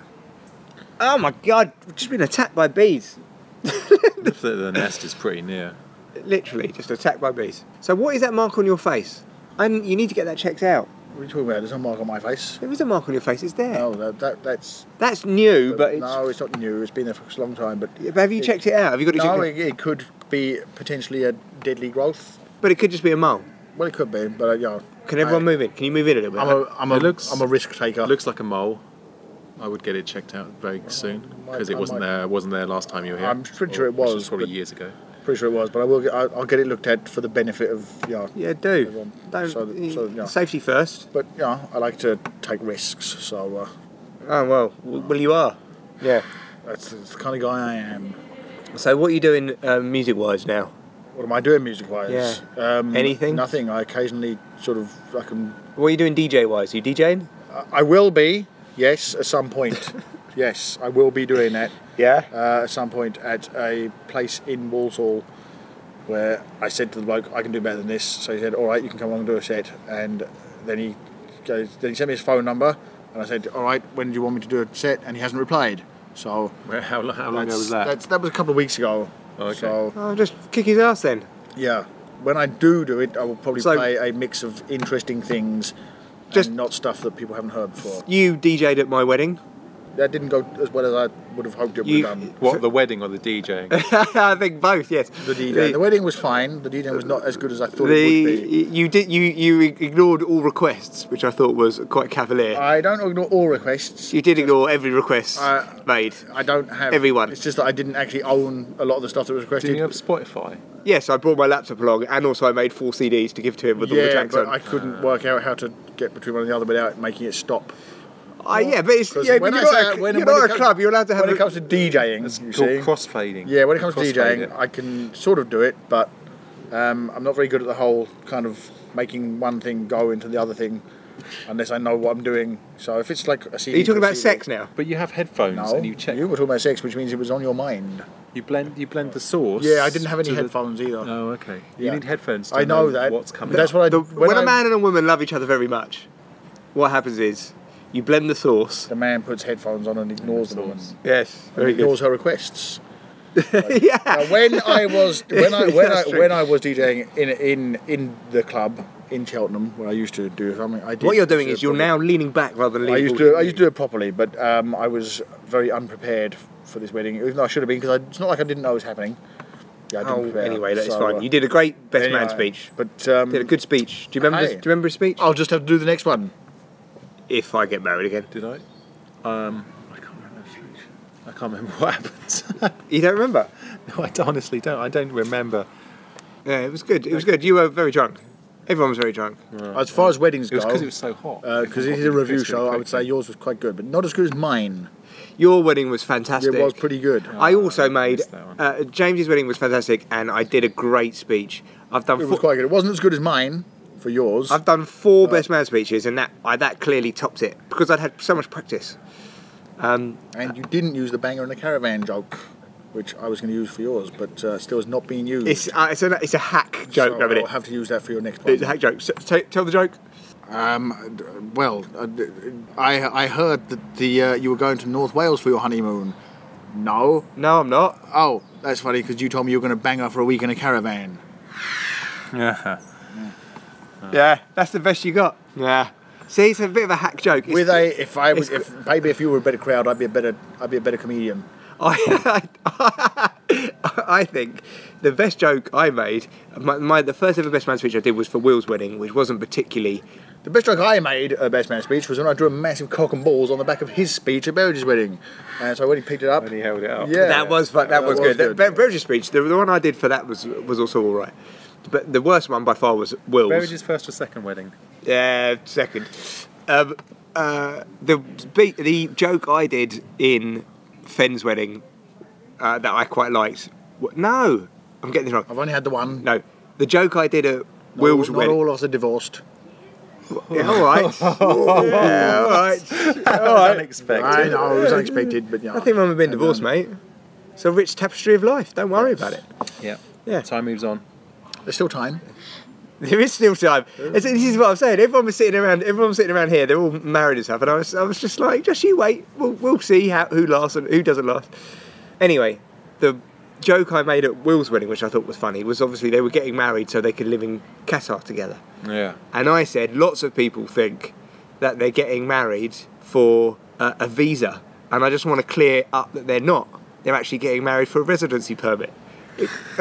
Speaker 10: oh my god, we've just been attacked by bees.
Speaker 8: the, the nest is pretty near.
Speaker 10: Literally, just attacked by bees. So what is that mark on your face? And you need to get that checked out.
Speaker 11: What are you talking about? There's no mark on my face.
Speaker 10: There is a mark on your face. It's there.
Speaker 11: No, that, that that's
Speaker 10: that's new, but it's-
Speaker 11: no, it's not new. It's been there for a long time. But,
Speaker 10: but have you checked it out? Have you got it
Speaker 11: No,
Speaker 10: checked
Speaker 11: it, it could be potentially a deadly growth.
Speaker 10: But it could just be a mole.
Speaker 11: Well, it could be, but uh, yeah.
Speaker 10: Can everyone move in? Can you move in a little bit?
Speaker 11: I'm a, I'm a,
Speaker 8: It looks-
Speaker 11: am a risk taker.
Speaker 8: Looks like a mole. I would get it checked out very soon because it
Speaker 11: I
Speaker 8: wasn't
Speaker 11: might-
Speaker 8: there. Wasn't there last time you were here?
Speaker 11: I'm pretty sure
Speaker 8: Or-
Speaker 11: it
Speaker 8: which
Speaker 11: was,
Speaker 8: probably
Speaker 11: but-
Speaker 8: years ago.
Speaker 11: Pretty sure it was, but I will get. I, I'll get it looked at for the benefit of yeah.
Speaker 10: Yeah, do.
Speaker 11: everyone.
Speaker 10: Don't-
Speaker 11: So, that- so, yeah.
Speaker 10: Safety first.
Speaker 11: But yeah, I like to take risks. So. Uh,
Speaker 10: oh well, w- well you are. Yeah.
Speaker 11: That's, that's the kind of guy I am.
Speaker 10: So what are you doing um, music-wise now?
Speaker 11: What am I doing music-wise? Um,
Speaker 10: Yeah. Anything?
Speaker 11: Nothing. I occasionally sort of I can.
Speaker 10: What are you doing DJ-wise? Are you DJing?
Speaker 11: I will be. Yes, at some point. yes, I will be doing that.
Speaker 10: Yeah.
Speaker 11: Uh, at some point at a place in Walsall, where I said to the bloke, "I can do better than this." So he said, "All right, you can come along and do a set." And then he goes. Then he sent me his phone number, and I said, "All right, when do you want me to do a set?" And he hasn't replied. So
Speaker 8: Where, how, lo- how long ago
Speaker 11: That's-
Speaker 8: was that?
Speaker 11: That's, that was a couple of weeks ago.
Speaker 8: okay.
Speaker 11: So
Speaker 10: Oh, just kick his ass then.
Speaker 11: yeah, when I do do it, I will probably
Speaker 10: So-
Speaker 11: play a mix of interesting things, and not stuff that people haven't heard before.
Speaker 10: You DJ'd at my wedding.
Speaker 11: That didn't go as well as I would have hoped it would
Speaker 10: You-
Speaker 11: have done.
Speaker 8: What the wedding or the DJing?
Speaker 10: I think both. Yes.
Speaker 11: The DJ, the wedding was fine. The DJ was not as good as I thought it would
Speaker 10: The
Speaker 11: be.
Speaker 10: you did you you ignored all requests, which I thought was quite cavalier.
Speaker 11: I don't ignore all requests.
Speaker 10: you did ignore every request
Speaker 11: I-
Speaker 10: made.
Speaker 11: I don't have
Speaker 10: Everyone.
Speaker 11: It's just that I didn't actually own a lot of the stuff that was
Speaker 8: Do
Speaker 11: requested.
Speaker 8: you have Spotify?
Speaker 11: Mm,
Speaker 10: Yes, I brought my laptop along, and also I made four CDs to give to him with all the
Speaker 11: yeah,
Speaker 10: tracks
Speaker 11: but
Speaker 10: on.
Speaker 11: I couldn't work out how to get between one and the other without making it stop.
Speaker 10: I, Uh, yeah, but it's
Speaker 11: 'Cause
Speaker 10: yeah,
Speaker 11: when
Speaker 10: but
Speaker 11: I
Speaker 10: you're
Speaker 11: say-
Speaker 10: not a,
Speaker 11: when-
Speaker 10: you're
Speaker 11: when
Speaker 10: not
Speaker 11: it
Speaker 10: a
Speaker 11: comes-
Speaker 10: club. You're allowed to have.
Speaker 11: When it
Speaker 10: a-
Speaker 11: comes to DJing, you
Speaker 8: called
Speaker 11: see,
Speaker 8: crossfading.
Speaker 11: Yeah, when it comes to
Speaker 8: Crossfade
Speaker 11: DJing,
Speaker 8: it.
Speaker 11: I can sort of do it, but um, I'm not very good at the whole kind of making one thing go into the other thing, unless I know what I'm doing. So if it's like a
Speaker 10: Are
Speaker 11: CD,
Speaker 10: you talking
Speaker 11: to a
Speaker 10: about
Speaker 11: CD
Speaker 10: sex now?
Speaker 8: But you have headphones
Speaker 11: No,
Speaker 8: and you check.
Speaker 11: were talking about sex, which means it was on your mind.
Speaker 8: You blend. You blend the source.
Speaker 11: Yeah, I didn't have
Speaker 8: to
Speaker 11: any
Speaker 8: the-
Speaker 11: headphones either.
Speaker 8: Oh, okay. You
Speaker 11: Yeah.
Speaker 8: need headphones. To
Speaker 11: I know that.
Speaker 8: What's coming?
Speaker 11: That's
Speaker 8: up.
Speaker 11: what I
Speaker 10: The- when,
Speaker 11: when
Speaker 10: a
Speaker 11: I-
Speaker 10: man and a woman love each other very much, what happens is you blend the sauce.
Speaker 11: The man puts headphones on and ignores the woman.
Speaker 10: Yes,
Speaker 11: And
Speaker 10: very
Speaker 11: ignores
Speaker 10: good.
Speaker 11: her requests.
Speaker 10: yeah.
Speaker 11: Now, Uh, when I was when I when I
Speaker 10: That's true.
Speaker 11: when I was DJing in in in the club in Cheltenham where I used to do something, I did.
Speaker 10: What you're doing
Speaker 11: do
Speaker 10: is you're
Speaker 11: properly.
Speaker 10: now leaning back rather than
Speaker 11: I
Speaker 10: leaning.
Speaker 11: used to
Speaker 10: forward.
Speaker 11: I used to do it properly, but um, I was very unprepared for this wedding, even though I should have been because it's not like I didn't know it was happening. Yeah, I didn't
Speaker 10: Oh,
Speaker 11: prepare,
Speaker 10: anyway, that's
Speaker 11: so, uh,
Speaker 10: fine. You did a great best
Speaker 11: anyway,
Speaker 10: man speech.
Speaker 11: but um,
Speaker 10: Did a good speech. Do you
Speaker 11: Hey. Oh.
Speaker 10: remember? His, do you remember his speech?
Speaker 11: I'll just have to do the next one.
Speaker 10: If I get married again,
Speaker 8: Did I? Um, I can't remember. I can't remember what happened.
Speaker 10: you don't remember?
Speaker 8: no, I honestly don't. I don't remember.
Speaker 10: Yeah, it was good. It was good. You were very drunk. Everyone was very drunk.
Speaker 11: As far as weddings
Speaker 8: It was
Speaker 11: go,
Speaker 8: because Uh, it was so hot.
Speaker 11: because it is a review show, I would say yours was quite good, but not as good as mine.
Speaker 10: Your wedding was fantastic.
Speaker 11: It was pretty good.
Speaker 10: I also made
Speaker 8: that one.
Speaker 10: uh, James's wedding was fantastic, and I did a great speech. I've done
Speaker 11: It
Speaker 10: four,
Speaker 11: was quite good. It wasn't as good as mine for yours.
Speaker 10: I've done four best man speeches, and that I, that clearly topped it because I'd had so much practice.
Speaker 11: and you didn't use the banger in the caravan joke, which I was going to use for yours, but uh, still is not being used.
Speaker 10: It's uh, it's a it's a hack joke,
Speaker 11: so
Speaker 10: no,
Speaker 11: I'll
Speaker 10: it?
Speaker 11: have to use that for your next one.
Speaker 10: It's a hack joke. So, t- tell the joke.
Speaker 11: Um, d- well, uh, d- I I heard that the uh, you were going to North Wales for your honeymoon. No.
Speaker 10: No, I'm not.
Speaker 11: Oh, that's funny because you told me you were going to bang her for a week in a caravan.
Speaker 8: Yeah.
Speaker 10: yeah, that's the best you got. Yeah. See, it's a bit of a hack joke. It's-
Speaker 11: With a, if I was,
Speaker 10: it's-
Speaker 11: if maybe if you were a better crowd, I'd be a better, I'd be a better comedian.
Speaker 10: I, I, I think the best joke I made, my, my the first ever best man speech I did was for Will's wedding, which wasn't particularly
Speaker 11: The best joke I made at Best Man speech was when I drew a massive cock and balls on the back of his speech at Berge's wedding. And so when he picked it up, and he held it up. Yeah, Uh,
Speaker 10: that was fun. That, was, good. That That Berger's speech, the, the one I did for that was was also all right. But the worst one by far was Will's.
Speaker 8: Berge's first or second wedding?
Speaker 10: Yeah, second. Um, uh, the be- the joke I did in Fenn's wedding uh, that I quite liked. w- No, I'm getting this wrong. I've
Speaker 11: only had the one.
Speaker 10: No, the joke I did at Will's
Speaker 11: not
Speaker 10: wedding.
Speaker 11: all lots are divorced.
Speaker 10: Yeah, all right. yeah, all right. All right.
Speaker 8: Unexpected.
Speaker 11: I know it was unexpected, but yeah.
Speaker 10: Nothing wrong with being divorced, mate. It's a rich tapestry of life. Don't worry about it.
Speaker 8: Yeah.
Speaker 10: Yeah.
Speaker 8: Time moves on.
Speaker 11: There's still time.
Speaker 10: There is still time. It's- This is what I'm saying. Everyone was sitting around. Everyone was sitting around here. They're all married and stuff. And I was, I was just like, just you wait. We'll, we'll see how, who lasts and who doesn't last. Anyway, the joke I made at Will's wedding, which I thought was funny, was obviously they were getting married so they could live in Qatar together.
Speaker 8: Yeah.
Speaker 10: And I said, lots of people think that they're getting married for uh, a visa. And I just want to clear up that they're not. They're actually getting married for a residency permit.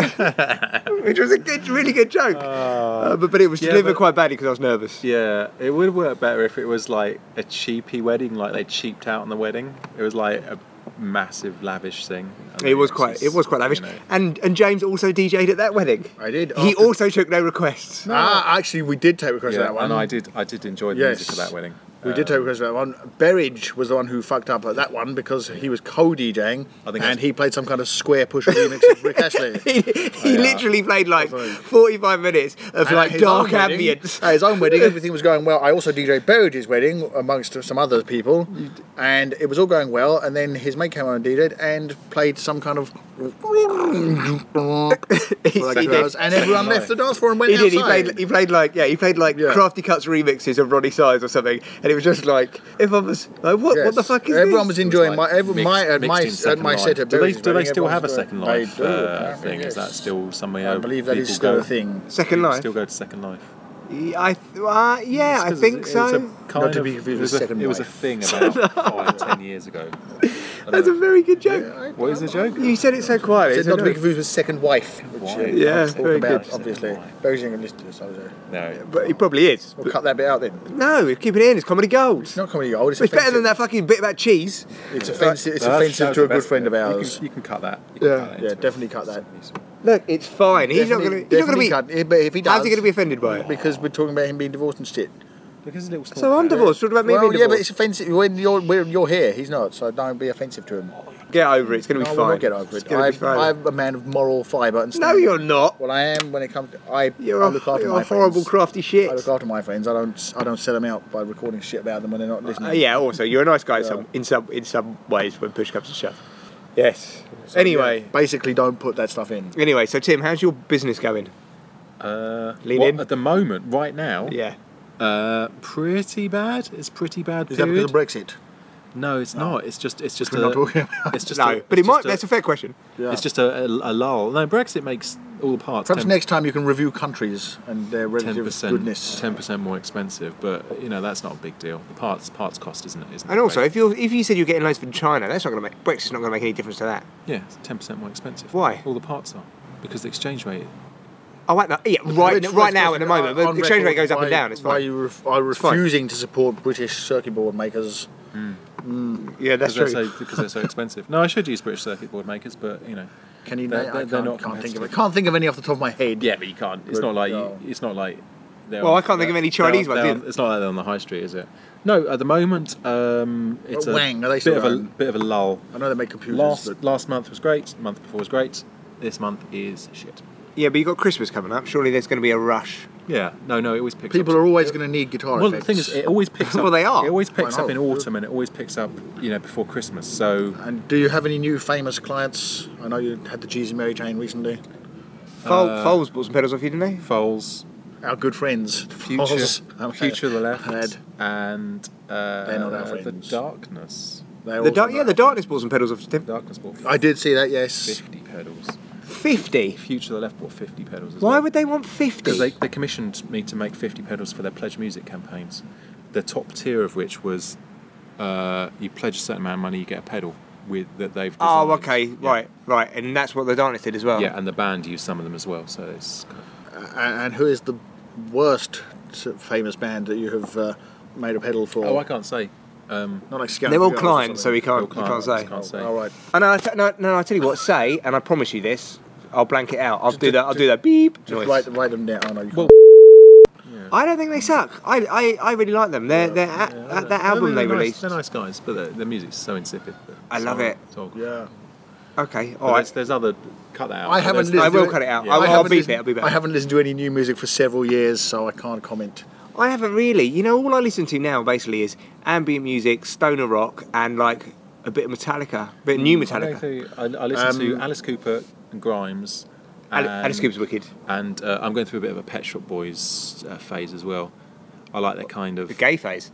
Speaker 10: Which was a good, really good joke.
Speaker 11: Ah.
Speaker 10: Uh, but, but it was
Speaker 8: yeah,
Speaker 10: delivered
Speaker 8: but-
Speaker 10: quite badly because I was nervous.
Speaker 8: Yeah, it would work better if it was like a cheapy wedding, like they cheaped out on the wedding. It was like a massive lavish thing. I
Speaker 10: It
Speaker 8: mean,
Speaker 10: was
Speaker 8: it's
Speaker 10: quite,
Speaker 8: just,
Speaker 10: it was quite lavish,
Speaker 8: you know.
Speaker 10: and and James also DJ'd at that wedding.
Speaker 11: I did.
Speaker 10: He
Speaker 11: after-
Speaker 10: also took no requests.
Speaker 11: Ah, actually, we did take requests for
Speaker 8: Yeah,
Speaker 11: that one.
Speaker 8: and I did, uh, I did enjoy the music of that wedding.
Speaker 11: We did take requests for that one. Berridge was the one who fucked up at that one because he was co-DJing
Speaker 8: I think
Speaker 11: and
Speaker 8: that's-
Speaker 11: he played some kind of square push remix of Rick Astley.
Speaker 10: he he literally played like 45 minutes
Speaker 11: And
Speaker 10: of
Speaker 11: at
Speaker 10: like
Speaker 11: his
Speaker 10: dark
Speaker 11: own wedding-
Speaker 10: ambience.
Speaker 11: At his own wedding, everything was going well. I also DJed Berridge's wedding amongst some other people, and it was all going well. And then his mate came on and DJed and played some kind of
Speaker 10: He-
Speaker 11: for like
Speaker 10: he
Speaker 11: two
Speaker 10: did.
Speaker 11: hours, and everyone left the dance floor and went
Speaker 10: He did. He
Speaker 11: outside.
Speaker 10: played. He played like yeah. He played like
Speaker 11: Yeah.
Speaker 10: crafty cuts remixes of Ronnie Size or something, and it was just like everyone was like, "What? What the
Speaker 11: Yes.
Speaker 10: fuck is
Speaker 11: Everyone
Speaker 10: this?
Speaker 11: was enjoying
Speaker 8: like
Speaker 11: my every
Speaker 8: mixed-
Speaker 11: my at my,
Speaker 8: mixed in
Speaker 11: at
Speaker 8: Second
Speaker 11: my
Speaker 8: Life.
Speaker 11: set at
Speaker 8: Do they,
Speaker 11: Berridge's
Speaker 8: do they
Speaker 11: wedding,
Speaker 8: still
Speaker 11: everyone
Speaker 8: have a
Speaker 11: was
Speaker 8: second
Speaker 11: doing-
Speaker 8: life
Speaker 11: They do,
Speaker 8: uh,
Speaker 11: apparently,
Speaker 8: thing? Is that
Speaker 11: yes.
Speaker 8: still somewhere?
Speaker 11: I believe that
Speaker 8: people
Speaker 11: is still
Speaker 8: go-
Speaker 11: a thing.
Speaker 10: Second
Speaker 8: people
Speaker 10: Life.
Speaker 8: Still go to Second Life.
Speaker 10: I th- uh, yeah,
Speaker 8: It's
Speaker 10: I
Speaker 8: 'cause
Speaker 10: think
Speaker 8: it's- it's a
Speaker 10: so.
Speaker 8: kind
Speaker 11: Not to
Speaker 8: of-
Speaker 11: be confused
Speaker 8: it
Speaker 11: with
Speaker 8: was a-
Speaker 11: Second
Speaker 8: It was a
Speaker 11: Life.
Speaker 8: thing about five, ten years ago. I
Speaker 10: That's a
Speaker 8: don't know.
Speaker 10: very good joke.
Speaker 8: What is the joke?
Speaker 10: You said it so quietly.
Speaker 11: It's
Speaker 10: so
Speaker 11: not to be
Speaker 10: no-
Speaker 11: confused with Second Wife, which
Speaker 8: Wife.
Speaker 11: uh,
Speaker 10: Yeah,
Speaker 11: I've talked
Speaker 10: very
Speaker 11: about,
Speaker 8: good.
Speaker 11: obviously.
Speaker 8: Second Wife.
Speaker 11: Berridge English, so
Speaker 8: No.
Speaker 10: but it probably is.
Speaker 11: we'll cut that bit out then.
Speaker 10: No, keep it in. It's comedy gold.
Speaker 11: It's not comedy gold. It's,
Speaker 10: It's better than
Speaker 11: offensive.
Speaker 10: that fucking bit about cheese. Uh,
Speaker 11: It's offensive. It's
Speaker 8: That's-
Speaker 11: offensive
Speaker 8: that's
Speaker 11: to
Speaker 8: the
Speaker 11: a good
Speaker 8: best
Speaker 11: friend of
Speaker 8: bit.
Speaker 11: ours.
Speaker 8: You can, you can cut that.
Speaker 10: Yeah.
Speaker 11: Yeah, definitely cut that.
Speaker 10: Look, it's fine. He's not gonna.
Speaker 11: Definitely-
Speaker 10: He's not gonna
Speaker 11: definitely
Speaker 10: be.
Speaker 11: cut it, but if he does,
Speaker 10: How's he gonna be offended by it?
Speaker 11: Because we're talking about him being divorced and shit.
Speaker 8: Because it's a little small.
Speaker 10: So I'm
Speaker 8: cat.
Speaker 10: divorced. What about me
Speaker 11: well,
Speaker 10: being
Speaker 11: yeah, but it's
Speaker 10: divorced?
Speaker 11: offensive when you're when you're here. He's not, so don't be offensive to him.
Speaker 10: Get over it. It's gonna be
Speaker 11: I will
Speaker 10: fine.
Speaker 11: not get over
Speaker 10: It's
Speaker 11: it.
Speaker 10: gonna be
Speaker 11: I've,
Speaker 10: fine.
Speaker 11: I'm a man of moral fibre and.
Speaker 10: No,
Speaker 11: standards.
Speaker 10: you're not.
Speaker 11: Well, I am when it comes. To, I,
Speaker 10: You're
Speaker 11: I
Speaker 10: a,
Speaker 11: look after
Speaker 10: you're
Speaker 11: my
Speaker 10: a horrible
Speaker 11: friends.
Speaker 10: crafty shit.
Speaker 11: I look after my friends. I don't. I don't set them out by recording shit about them when they're not listening.
Speaker 10: Uh, yeah. Also, you're a nice guy in some in some in some ways when push comes to shove. Yes.
Speaker 11: So,
Speaker 10: anyway.
Speaker 11: yeah, basically, don't put that stuff in.
Speaker 10: Anyway. So Tim, how's your business going?
Speaker 8: Uh,
Speaker 10: Lean
Speaker 8: what-
Speaker 10: in.
Speaker 8: At the moment, right now,
Speaker 10: Yeah.
Speaker 8: uh, pretty bad. It's pretty bad.
Speaker 11: Is that
Speaker 8: period.
Speaker 11: because of Brexit?
Speaker 8: no, it's not. It's just. It's just.
Speaker 11: We're not
Speaker 8: a-
Speaker 11: talking about-
Speaker 8: It's just.
Speaker 10: no,
Speaker 8: a,
Speaker 10: but
Speaker 8: it's
Speaker 10: it might.
Speaker 8: just a-
Speaker 10: that's a fair question.
Speaker 11: Yeah.
Speaker 8: It's just a, a, a lull. No, Brexit makes all the parts.
Speaker 11: Perhaps
Speaker 8: temp-
Speaker 11: next time you can review countries and their relative goodness.
Speaker 8: ten percent more expensive, but you know that's not a big deal. The parts parts cost isn't it? Isn't
Speaker 10: And
Speaker 8: it
Speaker 10: also,
Speaker 8: great?
Speaker 10: if you if you said you're getting loads from China, that's not going to make Brexit's not going to make any difference to that.
Speaker 8: yeah, it's ten percent more expensive.
Speaker 10: Why?
Speaker 8: All the parts are because the exchange rate.
Speaker 10: Oh, wait, no, yeah, right, right now at the moment, but
Speaker 11: On
Speaker 10: the exchange rate
Speaker 11: record,
Speaker 10: goes up
Speaker 11: why-
Speaker 10: and down. It's
Speaker 11: Why
Speaker 10: fine.
Speaker 11: you ref- are
Speaker 10: fine.
Speaker 11: refusing to support British circuit board makers?
Speaker 10: yeah,
Speaker 8: Because
Speaker 10: that's
Speaker 8: they're,
Speaker 10: true.
Speaker 8: so, because they're so expensive. No, I should use British circuit board makers, but you know.
Speaker 11: Can you?
Speaker 8: They're-
Speaker 11: name-
Speaker 8: they're-
Speaker 11: I
Speaker 8: they're
Speaker 11: can't,
Speaker 8: not
Speaker 11: can't think of it.
Speaker 8: competitive.
Speaker 11: Can't think of any off the top of my head.
Speaker 8: Yeah, but you can't. It's
Speaker 11: Good
Speaker 8: not like you,
Speaker 11: God.
Speaker 8: it's not like. they're
Speaker 10: Well,
Speaker 8: on-
Speaker 10: I can't think of any
Speaker 8: they're on-
Speaker 10: Chinese ones
Speaker 8: they're
Speaker 10: either.
Speaker 8: on- It's not like they're on the high street, is it? No, at the moment, um, it's
Speaker 11: But
Speaker 8: a
Speaker 11: Wang, are they
Speaker 8: bit
Speaker 11: still
Speaker 8: of a
Speaker 11: going?
Speaker 8: bit of a lull.
Speaker 11: I know they make computers.
Speaker 8: Last
Speaker 11: but
Speaker 8: last month was great. Month before was great. This month is shit.
Speaker 10: Yeah, but you've got Christmas coming up. Surely there's going to be a rush.
Speaker 8: Yeah. No, no. It always picks.
Speaker 11: people
Speaker 8: up.
Speaker 11: are always going to need guitar
Speaker 8: Well,
Speaker 11: effects.
Speaker 8: the thing is, it always picks up.
Speaker 10: Well, they are.
Speaker 8: It always picks
Speaker 11: Why
Speaker 8: up in
Speaker 11: not?
Speaker 8: autumn, and it always picks up, you know, before Christmas. So
Speaker 11: and do you have any new famous clients? I know you had the Cheesy Mary Jane recently.
Speaker 10: Fol-
Speaker 11: Uh,
Speaker 10: Foles bought some pedals off you, didn't they?
Speaker 8: Foles,
Speaker 11: Our good friends, the
Speaker 8: Future,
Speaker 11: Falls. Okay.
Speaker 8: Future of the Left,
Speaker 11: Had-
Speaker 8: and uh,
Speaker 11: They're not our
Speaker 8: the
Speaker 11: friends.
Speaker 8: Darkness.
Speaker 11: they
Speaker 10: The
Speaker 11: also
Speaker 10: dark, yeah,
Speaker 11: know.
Speaker 10: the darkness bought some pedals off you, Tim.
Speaker 8: Darkness bought
Speaker 11: I did see that. Yes.
Speaker 8: fifty pedals.
Speaker 10: Fifty.
Speaker 8: Future of the Left bought fifty pedals. As
Speaker 10: Why
Speaker 8: well.
Speaker 10: would they want fifty?
Speaker 8: Because they, they commissioned me to make 50 pedals for their pledge music campaigns. The top tier of which was uh, you pledge a certain amount of money, you get a pedal with that they've.
Speaker 10: Oh,
Speaker 8: designed.
Speaker 10: okay,
Speaker 8: Yeah.
Speaker 10: right, right, and that's what the darkness did as well.
Speaker 8: Yeah, and the band used some of them as well, so it's.
Speaker 11: And, and who is the worst sort of famous band that you have uh, made a pedal for?
Speaker 8: Oh, I can't say. Um,
Speaker 11: Not like Scout
Speaker 10: They're all
Speaker 11: Girls or
Speaker 10: clients, so
Speaker 11: something.
Speaker 10: we can't,
Speaker 11: All
Speaker 10: we can't
Speaker 11: clients,
Speaker 10: say.
Speaker 11: can't say. All right.
Speaker 10: And I t- no, no, I tell you what, say, and I promise you this, I'll blank it out. I'll do that. I'll do that. Beep.
Speaker 11: Just
Speaker 10: noise.
Speaker 11: write, write them down. I know you can't.
Speaker 10: I don't think they suck. I, I, I really like them. They're, they're, that, that album
Speaker 8: they're
Speaker 10: they
Speaker 8: nice,
Speaker 10: released.
Speaker 8: They're nice guys, but their- their music's so insipid. but
Speaker 10: I
Speaker 8: it's
Speaker 10: love
Speaker 8: all-
Speaker 10: it.
Speaker 8: it's all-
Speaker 11: Yeah.
Speaker 10: Okay,
Speaker 8: But
Speaker 10: all
Speaker 8: there's,
Speaker 10: right.
Speaker 8: there's other. Cut that out.
Speaker 11: I haven't.
Speaker 8: There's-
Speaker 10: I
Speaker 11: listened
Speaker 10: will
Speaker 11: to
Speaker 10: cut it out.
Speaker 8: Yeah.
Speaker 10: I'll,
Speaker 11: I
Speaker 10: I'll
Speaker 11: haven't
Speaker 10: beep
Speaker 11: listened-
Speaker 10: it. I'll be back.
Speaker 11: I haven't listened to any new music for several years, so I can't comment.
Speaker 10: I haven't really. You know, all I listen to now basically is ambient music, stoner rock, and like a bit of Metallica, a bit of new
Speaker 8: Mm, I, don't
Speaker 10: Metallica.
Speaker 8: think- I, I listened to
Speaker 11: Um,
Speaker 8: Alice Cooper and Grimes.
Speaker 10: Ali-
Speaker 8: and-
Speaker 10: Alice Cooper's wicked.
Speaker 8: And uh, I'm going through a bit of a Pet Shop Boys uh, phase as well. I like that kind of.
Speaker 10: The gay phase.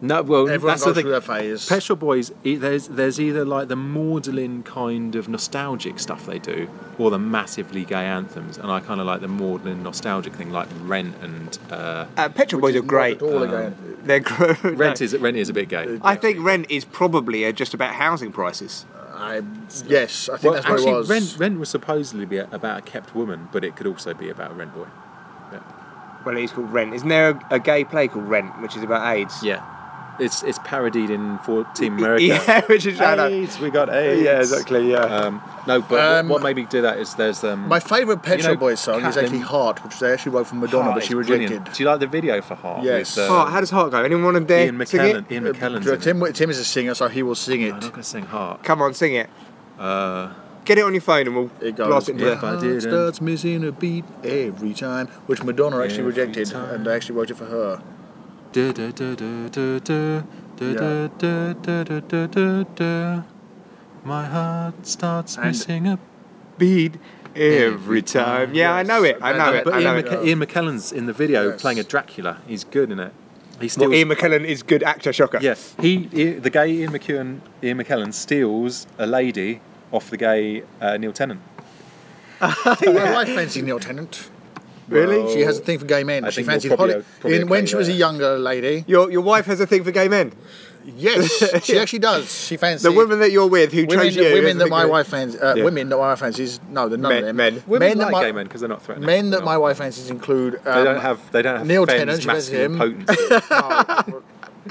Speaker 8: No, well,
Speaker 11: Everyone
Speaker 8: that's
Speaker 11: goes
Speaker 8: the
Speaker 11: through
Speaker 8: thing.
Speaker 11: that phase.
Speaker 8: Pet Shop Boys, e- there's there's either like the maudlin kind of nostalgic stuff they do, or the massively gay anthems, and I kind of like the maudlin nostalgic thing, like Rent and uh,
Speaker 10: Uh, Petrol Boys are great. Um,
Speaker 11: All again.
Speaker 10: They're great.
Speaker 8: Rent is Rent is a bit gay.
Speaker 10: I think rent is probably uh, just about housing prices.
Speaker 11: I, yes, I think
Speaker 8: well,
Speaker 11: that's what
Speaker 8: actually,
Speaker 11: it was.
Speaker 8: Rent Rent was supposedly be about a kept woman, but it could also be about a rent boy.
Speaker 10: Well, it's called Rent. Isn't there a, a gay play called Rent, which is about AIDS?
Speaker 8: Yeah, it's it's parodied in for Team America.
Speaker 10: Yeah, which is I know.
Speaker 8: AIDS, we got AIDS.
Speaker 10: Yeah, exactly, yeah.
Speaker 8: Um, no, but what-
Speaker 11: Um,
Speaker 8: what made me do that is there's um,
Speaker 11: My favourite Pet
Speaker 8: You
Speaker 11: Shop
Speaker 8: know,
Speaker 11: Boys song is
Speaker 8: Captain-
Speaker 11: actually Heart, which they actually wrote for Madonna,
Speaker 8: Heart
Speaker 11: but
Speaker 8: is
Speaker 11: she
Speaker 8: brilliant.
Speaker 11: rejected.
Speaker 8: Do you like the video for Heart?
Speaker 11: Yes.
Speaker 8: with, uh,
Speaker 10: Heart, how does Heart go? Anyone want to dare
Speaker 8: Ian
Speaker 10: sing Oh, it?
Speaker 8: McKellen. Ian
Speaker 11: Uh,
Speaker 8: McKellen's. in it.
Speaker 11: Tim, Tim is a singer, so he will sing
Speaker 8: I'm not
Speaker 11: it.
Speaker 8: gonna sing Heart.
Speaker 10: Come on, sing it. Get it on your phone and we'll
Speaker 11: It goes.
Speaker 10: blast it into
Speaker 8: Yeah.
Speaker 10: the-
Speaker 8: I
Speaker 11: Heart
Speaker 8: didn't-
Speaker 11: starts missing a beat every time, which Madonna actually
Speaker 8: Every
Speaker 11: rejected,
Speaker 8: time.
Speaker 11: and they actually wrote it for her.
Speaker 8: Du- du- du- du- du- du- du-
Speaker 11: Yeah.
Speaker 8: du- du- du- du- du- du. My heart starts
Speaker 11: And-
Speaker 8: missing a
Speaker 10: beat every time. Yeah, I know it. I know it.
Speaker 8: But
Speaker 10: I know
Speaker 8: Ian,
Speaker 10: it.
Speaker 8: McK- Ian McKellen's in the video
Speaker 11: Yes.
Speaker 8: playing a Dracula. He's good in it. He steals.
Speaker 10: Well, Ian McKellen is good actor, shocker.
Speaker 8: yeah, he, he- the gay Ian McKellen, Ian McKellen steals a lady off the gay uh, Neil Tennant.
Speaker 11: Well, I fancy Neil Tennant.
Speaker 10: Really?
Speaker 11: She has a thing for gay men.
Speaker 8: I
Speaker 11: she
Speaker 8: think you're
Speaker 11: fancied
Speaker 8: probably
Speaker 11: Holly.
Speaker 8: o- probably
Speaker 11: in- when
Speaker 8: okay
Speaker 11: she was a
Speaker 8: there.
Speaker 11: younger lady.
Speaker 10: Your, your wife has a thing for gay men.
Speaker 11: Yes, she actually does. She fancies
Speaker 10: The women that you're with who
Speaker 11: women,
Speaker 10: chose you. has
Speaker 11: women
Speaker 10: a
Speaker 11: that
Speaker 10: thing
Speaker 11: my
Speaker 10: for-
Speaker 11: wife fancies. Uh,
Speaker 10: Yeah.
Speaker 11: Women that my wife fancies. No, they're none
Speaker 10: Men-
Speaker 11: of them.
Speaker 10: men.
Speaker 8: Women
Speaker 11: that
Speaker 8: like
Speaker 11: my,
Speaker 8: gay men because they're not threatening.
Speaker 11: Men that
Speaker 8: No.
Speaker 11: my wife fancies include. Um,
Speaker 8: they don't have they don't have
Speaker 11: Neil
Speaker 8: Fenn's
Speaker 11: Tennant, she does
Speaker 8: masculine
Speaker 11: him.
Speaker 8: potency.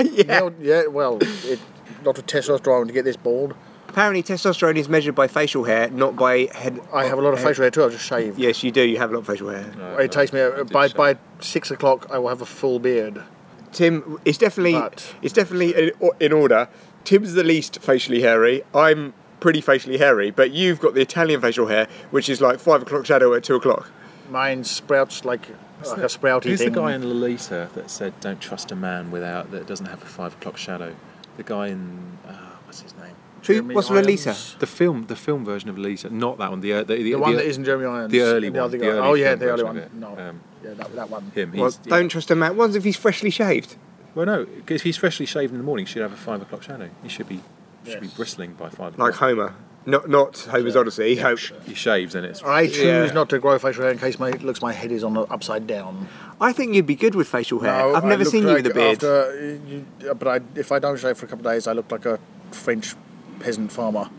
Speaker 10: Yeah.
Speaker 11: Neil- yeah, well, it, lot of testosterone to get this bald.
Speaker 10: Apparently, testosterone is measured by facial hair, not by head.
Speaker 11: I have a lot of facial hair too. I've just shaved.
Speaker 10: Yes, you do. You have a lot of facial hair.
Speaker 11: It takes me uh,
Speaker 8: did
Speaker 11: by
Speaker 8: shave.
Speaker 11: by six o'clock. I will have a full beard.
Speaker 10: Tim, it's definitely
Speaker 11: But-
Speaker 10: it's definitely in, in order. Tim's the least facially hairy. I'm pretty facially hairy, but you've got the Italian facial hair, which is like five o'clock shadow at two o'clock.
Speaker 11: Mine sprouts like, like a sprouty
Speaker 8: Who's
Speaker 11: thing.
Speaker 8: the guy in Lolita that said, "Don't trust a man without that doesn't have a five o'clock shadow"? The guy in uh, what's his name?
Speaker 10: True.
Speaker 11: Jeremy
Speaker 10: What's Lolita?
Speaker 11: Irons.
Speaker 8: The film, the film version of Lolita, not that one. The uh, the,
Speaker 11: The, one that isn't Jeremy Irons.
Speaker 8: the early
Speaker 11: and
Speaker 8: one,
Speaker 11: other
Speaker 8: the
Speaker 11: guy.
Speaker 8: early
Speaker 11: oh yeah,
Speaker 8: film
Speaker 11: the early
Speaker 8: version
Speaker 11: one.
Speaker 8: of
Speaker 11: No.
Speaker 8: it. Um,
Speaker 11: yeah, that, that one.
Speaker 8: Him.
Speaker 10: Well,
Speaker 8: he's- yeah.
Speaker 10: don't trust a man. One's if he's freshly shaved.
Speaker 8: Well, no, because if he's freshly shaved in the morning, he should have a five o'clock shadow. He should be should be
Speaker 11: Yes.
Speaker 8: bristling by five.
Speaker 10: like
Speaker 8: o'clock.
Speaker 10: Homer. Not not Homer's Odyssey. Hope.
Speaker 8: he shaves and it's.
Speaker 11: I choose
Speaker 10: Yeah.
Speaker 11: not to grow facial hair in case my it looks my head is on the upside down.
Speaker 10: I think you'd be good with facial hair. I've
Speaker 11: I
Speaker 10: never
Speaker 11: look
Speaker 10: seen you
Speaker 11: like
Speaker 10: with a beard.
Speaker 11: After, uh, you, but I, if I don't shave for a couple of days, I look like a French peasant farmer.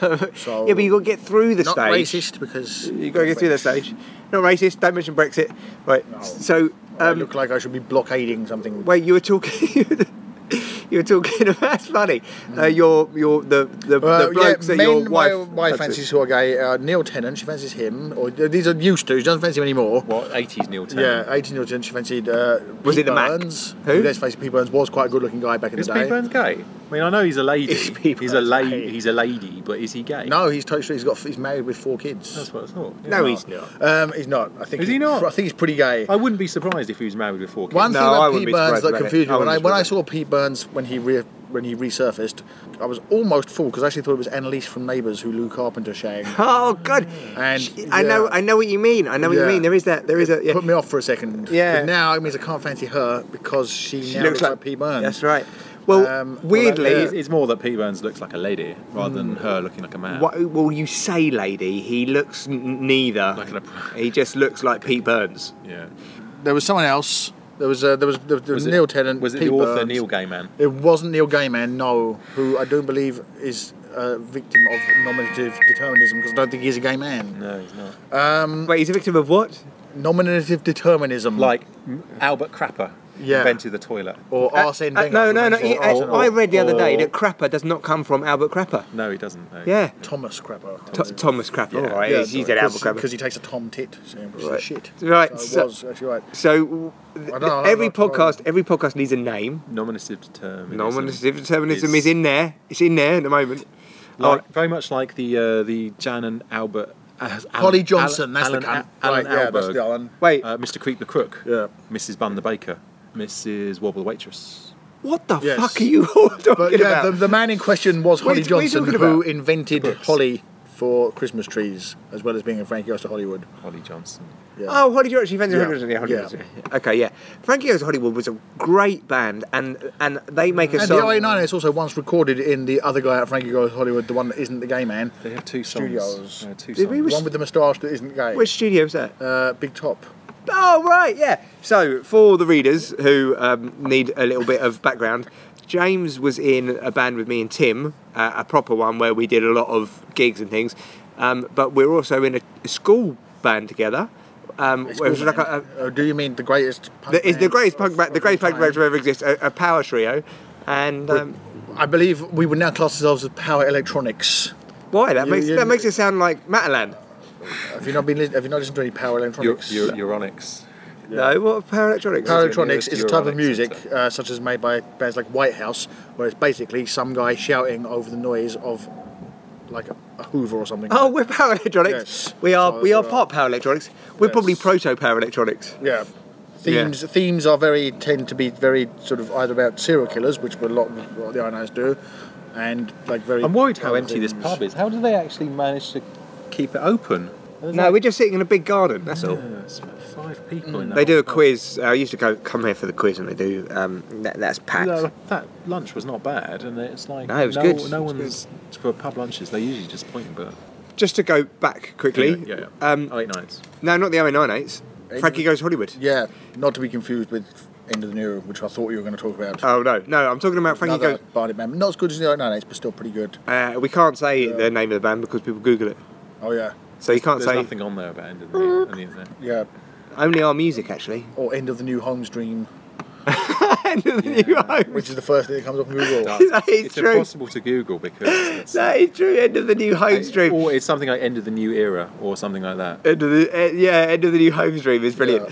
Speaker 11: So
Speaker 10: yeah, but you got to get through the
Speaker 11: not
Speaker 10: stage.
Speaker 11: racist because
Speaker 10: You got to get through the stage. Not racist. Don't mention Brexit. Right. So,
Speaker 11: I
Speaker 10: um,
Speaker 11: look like I should be blockading something.
Speaker 10: wait. You were talking. you were talking about. That's funny. Uh, your your the the,
Speaker 11: Mm. Well,
Speaker 10: the blokes that your wife.
Speaker 11: Uh, my, my
Speaker 10: that's
Speaker 11: fancies
Speaker 10: it.
Speaker 11: who are gay. Uh, Neil Tennant, she fancies him. Or these are used to. She doesn't fancy him anymore.
Speaker 8: What eighties Neil
Speaker 11: Yeah,
Speaker 8: Tennant?
Speaker 11: 18 year old she fancied. Uh,
Speaker 10: Was
Speaker 11: Pete
Speaker 10: it the Mac?
Speaker 11: Burns?
Speaker 10: Who?
Speaker 11: Let's face it, Pete Burns was quite a good looking guy back in
Speaker 8: Is
Speaker 11: the day.
Speaker 8: Pete Burns gay? I mean, I know he's a lady.
Speaker 11: Is Pete
Speaker 8: He's a
Speaker 11: Burns
Speaker 8: lady.
Speaker 11: gay?
Speaker 8: He's a lady, but is he gay?
Speaker 11: No, he's totally. He's got. He's married with four kids.
Speaker 8: that's what I thought. yeah.
Speaker 10: No, he's not.
Speaker 11: Um, he's not. I think.
Speaker 8: Is
Speaker 11: he's-
Speaker 8: he not?
Speaker 11: I think he's pretty gay.
Speaker 8: I wouldn't be surprised if he was married with four kids.
Speaker 11: One
Speaker 10: No,
Speaker 11: thing
Speaker 10: I
Speaker 11: about
Speaker 10: wouldn't
Speaker 11: Pete
Speaker 10: be
Speaker 11: Burns
Speaker 10: surprised
Speaker 11: that
Speaker 10: about
Speaker 11: confused
Speaker 10: it.
Speaker 11: me
Speaker 10: I
Speaker 11: when I
Speaker 10: wouldn't be
Speaker 11: when I
Speaker 10: surprised.
Speaker 11: saw Pete Burns when he re- when he resurfaced, I was almost fooled because I actually thought it was Annalise from Neighbours who Lou Carpenter shagged.
Speaker 10: Oh God.
Speaker 11: Mm. And,
Speaker 10: Sh- I know.
Speaker 11: yeah.
Speaker 10: I know what you mean. I know what you
Speaker 11: Yeah.
Speaker 10: mean. There is that. There is a. Yeah.
Speaker 11: Put me off for a second.
Speaker 10: Yeah.
Speaker 11: But now it means I can't fancy her because she,
Speaker 10: She
Speaker 11: now looks, like, Pete Burns.
Speaker 10: That's right. Well,
Speaker 11: Um, well, that-
Speaker 10: weirdly,
Speaker 11: yeah.
Speaker 8: It's, it's more that Pete Burns looks like a lady rather than
Speaker 11: Hmm.
Speaker 8: her looking like a man.
Speaker 10: What, well, you say, lady. He looks n- neither.
Speaker 8: Like an appro-
Speaker 10: he just looks like Pete Burns.
Speaker 8: Yeah.
Speaker 11: There was someone else. There was uh, there was there was,
Speaker 8: Was it-
Speaker 11: Neil Tennant.
Speaker 8: Was it
Speaker 11: Pete
Speaker 8: the author
Speaker 11: Burns.
Speaker 8: Neil Gaiman?
Speaker 11: It wasn't Neil Gaiman, no, who I don't believe is a victim of nominative determinism because I don't think he's a gay man.
Speaker 8: No, he's not.
Speaker 10: Wait, he's a victim of what?
Speaker 11: nominative determinism.
Speaker 8: Like Albert Crapper
Speaker 11: Yeah.
Speaker 8: invented the toilet.
Speaker 11: Or
Speaker 10: Uh,
Speaker 11: Oh, Arsene
Speaker 10: uh,
Speaker 11: Wenger. Oh.
Speaker 10: no, no, no. he- uh,
Speaker 11: Or Arsene-
Speaker 10: I read the other day
Speaker 11: or-
Speaker 10: that Crapper does not come from Albert Crapper.
Speaker 8: No, he doesn't. No.
Speaker 10: Yeah.
Speaker 11: Thomas Crapper.
Speaker 10: T- Thomas Crapper, all right. he's, he's
Speaker 11: sorry,
Speaker 10: at Albert
Speaker 11: 'cause-
Speaker 10: Crapper.
Speaker 11: Because he takes a Tom Tit, so which is
Speaker 10: Right.
Speaker 11: shit.
Speaker 10: Right,
Speaker 11: So it
Speaker 10: so-
Speaker 11: was, actually right.
Speaker 10: So w- th-
Speaker 11: I don't know, I
Speaker 10: every
Speaker 11: don't know.
Speaker 10: podcast, every podcast needs a name.
Speaker 8: Nominative determinism.
Speaker 10: Nominative determinism
Speaker 8: is-
Speaker 10: is in there. It's in there at the moment.
Speaker 8: Like, Very much like the uh, the Jan and Albert. as- Alan-
Speaker 11: Holly Johnson,
Speaker 8: Alan-
Speaker 11: that's the cunt.
Speaker 8: Alan, Alan
Speaker 11: right, yeah, that's
Speaker 8: Alberg,
Speaker 11: the Alan.
Speaker 10: Wait,
Speaker 8: uh, Mr. Creep the Crook.
Speaker 11: Yeah.
Speaker 8: Mrs. Bun the Baker. Mrs. Wobble the Waitress.
Speaker 10: what the
Speaker 11: yes.
Speaker 10: fuck are you all talking
Speaker 11: But yeah,
Speaker 10: about?
Speaker 11: the, the man in question was
Speaker 10: What are
Speaker 11: Holly
Speaker 10: you- what are you
Speaker 11: Johnson,
Speaker 10: talking
Speaker 11: who
Speaker 10: about?
Speaker 11: invented holly for Christmas trees, as well as being a Frankie Goes to Hollywood.
Speaker 8: Holly Johnson.
Speaker 11: Yeah.
Speaker 10: Oh, Holly Johnson, she Fancy
Speaker 11: Yeah.
Speaker 10: Hollywood. Yeah, Holly
Speaker 11: Yeah.
Speaker 10: Johnson. Okay, yeah. Frankie Goes to Hollywood was a great band, and and they make a
Speaker 11: and the
Speaker 10: song.
Speaker 11: OA9 is also once recorded in the other guy at Frankie Goes to Hollywood, the one that isn't the gay man.
Speaker 8: They have two songs.
Speaker 11: Studios.
Speaker 8: Yeah, two
Speaker 10: Did we-
Speaker 11: The
Speaker 8: songs.
Speaker 11: one with the moustache that isn't gay.
Speaker 10: Which studio was that?
Speaker 11: uh, Big Top.
Speaker 10: Oh, right, yeah. So, for the readers who um, need a little bit of background, James was in a band with me and Tim, uh, a proper one where we did a lot of gigs and things. Um, but we're also in a, a school band together. Um,
Speaker 11: It's
Speaker 10: where it was
Speaker 11: called
Speaker 10: like a,
Speaker 11: that. Oh, do you mean the greatest?
Speaker 10: a,
Speaker 11: Punk
Speaker 10: the, it's the
Speaker 11: band
Speaker 10: greatest punk
Speaker 11: of-
Speaker 10: band, the
Speaker 11: of
Speaker 10: greatest
Speaker 11: all
Speaker 10: punk band
Speaker 11: time?
Speaker 10: to ever exist, a, a power trio. And um,
Speaker 11: I believe we would now class ourselves as power electronics.
Speaker 10: why that
Speaker 11: you-
Speaker 10: makes
Speaker 11: you-
Speaker 10: that makes it sound like Matalan?
Speaker 11: Have you not been? lis- Have you not listened to any power
Speaker 8: Eu-
Speaker 11: electronics?
Speaker 8: Eu- Euronics.
Speaker 10: No, what are power electronics?
Speaker 11: Power electronics is a type of
Speaker 8: Euronics,
Speaker 11: music,
Speaker 8: isn't
Speaker 11: uh, such as made by bands like White House, where it's basically some guy shouting over the noise of, like a, a Hoover or something.
Speaker 10: Oh, we're power electronics.
Speaker 11: Yes.
Speaker 10: We are
Speaker 11: So
Speaker 10: we are
Speaker 11: there are-
Speaker 10: part power electronics. We're
Speaker 11: Yes.
Speaker 10: probably proto power electronics.
Speaker 11: yeah. Themes themes are very tend to be very sort of either about serial killers, which were a lot of what the Ironers do, and like very.
Speaker 8: I'm worried how
Speaker 11: other
Speaker 8: empty this
Speaker 11: things.
Speaker 8: pub is. How do they actually manage to keep it open?
Speaker 10: No, we're just sitting in a big garden. That's all.
Speaker 8: There's about five people in that.
Speaker 10: They do a
Speaker 8: whole pub.
Speaker 10: quiz. Uh, I used to go come here for the quiz, and they do. Um, that, that's packed.
Speaker 8: No, that lunch was not bad, and it's like
Speaker 10: No, it was
Speaker 8: no,
Speaker 10: good.
Speaker 8: no
Speaker 10: It was
Speaker 8: one's for pub lunches. They're usually disappointing, but
Speaker 10: Just to go back quickly.
Speaker 8: Anyway, yeah, yeah.
Speaker 10: Um,
Speaker 8: Oh, eight nights.
Speaker 10: no, not the OA98s. Frankie goes Hollywood.
Speaker 11: Yeah, not to be confused with End of the New, which I thought you were going to talk about.
Speaker 10: Oh no, no, I'm talking about Frankie
Speaker 11: Another
Speaker 10: goes.
Speaker 11: Barney Bam. Not as good as the 098, but still pretty good.
Speaker 10: Uh, we can't say the name of the band because people Google it,
Speaker 11: Oh yeah,
Speaker 10: so you can't
Speaker 8: There's
Speaker 10: say Mm.
Speaker 8: nothing on there about end of the, on the internet.
Speaker 11: yeah.
Speaker 10: only our music actually.
Speaker 11: Or End of the New Holmes Dream,
Speaker 10: End of the new home.
Speaker 11: which is the first thing that comes up on Google.
Speaker 10: That is
Speaker 8: it's
Speaker 10: true.
Speaker 8: impossible to Google because it's,
Speaker 10: That is true. End of the new home stream.
Speaker 8: or it's something like end of the new era or something like that.
Speaker 10: End of the eh, yeah, end of the new home stream is brilliant.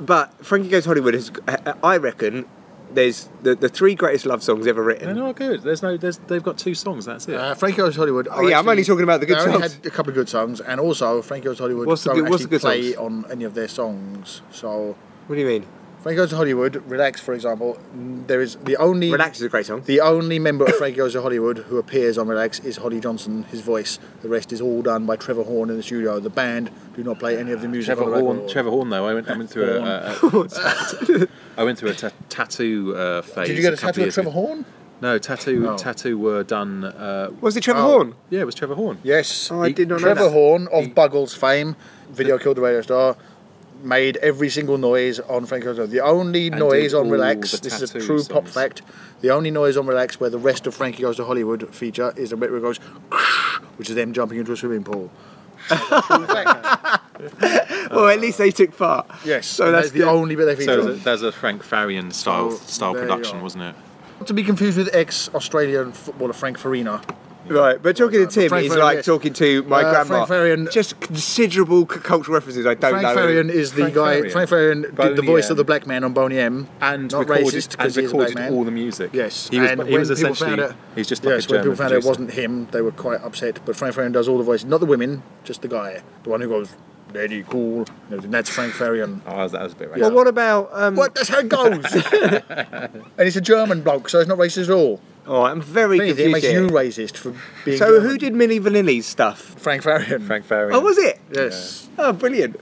Speaker 10: But Frankie Goes to Hollywood is, I- I reckon, there's the, the three greatest love songs ever
Speaker 8: They're
Speaker 10: written.
Speaker 8: not good. There's no. There's, they've got two songs. That's it.
Speaker 11: Uh, Frankie Goes to Hollywood. are
Speaker 10: Oh, yeah, I'm only talking about the good
Speaker 11: they only
Speaker 10: songs.
Speaker 11: had a couple of good songs, and also Frankie Goes to Hollywood
Speaker 10: What's the
Speaker 11: don't
Speaker 10: good- what's the
Speaker 11: actually
Speaker 10: good
Speaker 11: play on any of their songs. So
Speaker 10: What do you mean?
Speaker 11: Frankie Goes to Hollywood, Relax, for example, there is the only
Speaker 10: Relax is a great song.
Speaker 11: The only member of Frankie Goes to Hollywood who appears on Relax is Holly Johnson, his voice. The rest is all done by Trevor Horn in the studio. The band do not play any of the music.
Speaker 8: Trevor
Speaker 11: on the
Speaker 8: Horn.
Speaker 11: record.
Speaker 8: Trevor Horn, though, I went. I went through a. a- a- I went through a ta- tattoo uh, phase.
Speaker 11: Did you get a
Speaker 8: couple
Speaker 11: tattoo of
Speaker 8: years
Speaker 11: Trevor
Speaker 8: ago.
Speaker 11: Horn?
Speaker 8: No, tattoo.
Speaker 11: Oh.
Speaker 8: Tattoo were done. Uh,
Speaker 10: Was it Trevor
Speaker 11: Oh.
Speaker 10: Horn?
Speaker 8: yeah, it was Trevor Horn.
Speaker 11: Yes.
Speaker 10: Oh, I
Speaker 11: He-
Speaker 10: did not know
Speaker 11: Trevor
Speaker 10: that.
Speaker 11: Horn of Buggles fame, Video Killed the Radio Star, made every single noise on Frankie Goes to Hollywood. The only
Speaker 8: And
Speaker 11: noise
Speaker 8: did
Speaker 11: on
Speaker 8: all
Speaker 11: Relax,
Speaker 8: the
Speaker 11: this is a
Speaker 8: tattoo
Speaker 11: true pop
Speaker 8: songs.
Speaker 11: fact, the only noise on Relax where the rest of Frankie Goes to Hollywood feature is the bit where it goes, which is them jumping into a swimming pool.
Speaker 10: Well, at least they took part.
Speaker 11: Yes,
Speaker 10: So
Speaker 11: and
Speaker 10: that's
Speaker 11: the only bit they feature.
Speaker 8: So there's a Frank Farian
Speaker 11: Oh,
Speaker 8: style style
Speaker 11: there you
Speaker 8: production,
Speaker 11: are.
Speaker 8: wasn't it?
Speaker 11: Not to be confused with ex-Australian footballer Frank Farina.
Speaker 10: Right, but talking to Tim
Speaker 11: Uh, Frank
Speaker 10: is
Speaker 11: Farian-
Speaker 10: like talking to my
Speaker 11: Uh,
Speaker 10: grandma.
Speaker 11: Frank Farian-
Speaker 10: Just considerable c- cultural references I don't
Speaker 11: Frank
Speaker 10: know.
Speaker 11: Farian is the
Speaker 8: Frank
Speaker 11: guy.
Speaker 8: Farian.
Speaker 11: Frank Farian did the
Speaker 8: Boney
Speaker 11: voice of
Speaker 8: M.
Speaker 11: the black man on Boney M.
Speaker 8: And
Speaker 11: not
Speaker 8: recorded,
Speaker 11: racist
Speaker 8: and
Speaker 11: because he's a black
Speaker 8: recorded
Speaker 11: man.
Speaker 8: all the music.
Speaker 11: Yes,
Speaker 8: he was.
Speaker 11: and
Speaker 8: he was
Speaker 11: when people
Speaker 8: essentially.
Speaker 11: found out-
Speaker 8: he's just like
Speaker 11: yes, when
Speaker 8: a German
Speaker 11: people found out it
Speaker 8: producer.
Speaker 11: wasn't him, they were quite upset. But Frank Farian does all the voices, not the women, just the guy, the one who goes, "Lady, cool." And that's Frank Farian.
Speaker 8: Oh, that was, that was a bit racist.
Speaker 10: Well, what about. Um,
Speaker 11: What? That's how it goes. and it's a German bloke, so it's not racist at all.
Speaker 10: Oh, I'm very
Speaker 11: If anything, it
Speaker 10: confused.
Speaker 11: makes you
Speaker 10: here.
Speaker 11: racist for being.
Speaker 10: So,
Speaker 11: German.
Speaker 10: who did Millie Vanilli's stuff?
Speaker 11: Frank Farian?
Speaker 8: Frank Farian.
Speaker 10: Oh, was it?
Speaker 11: Yes.
Speaker 10: Oh, brilliant.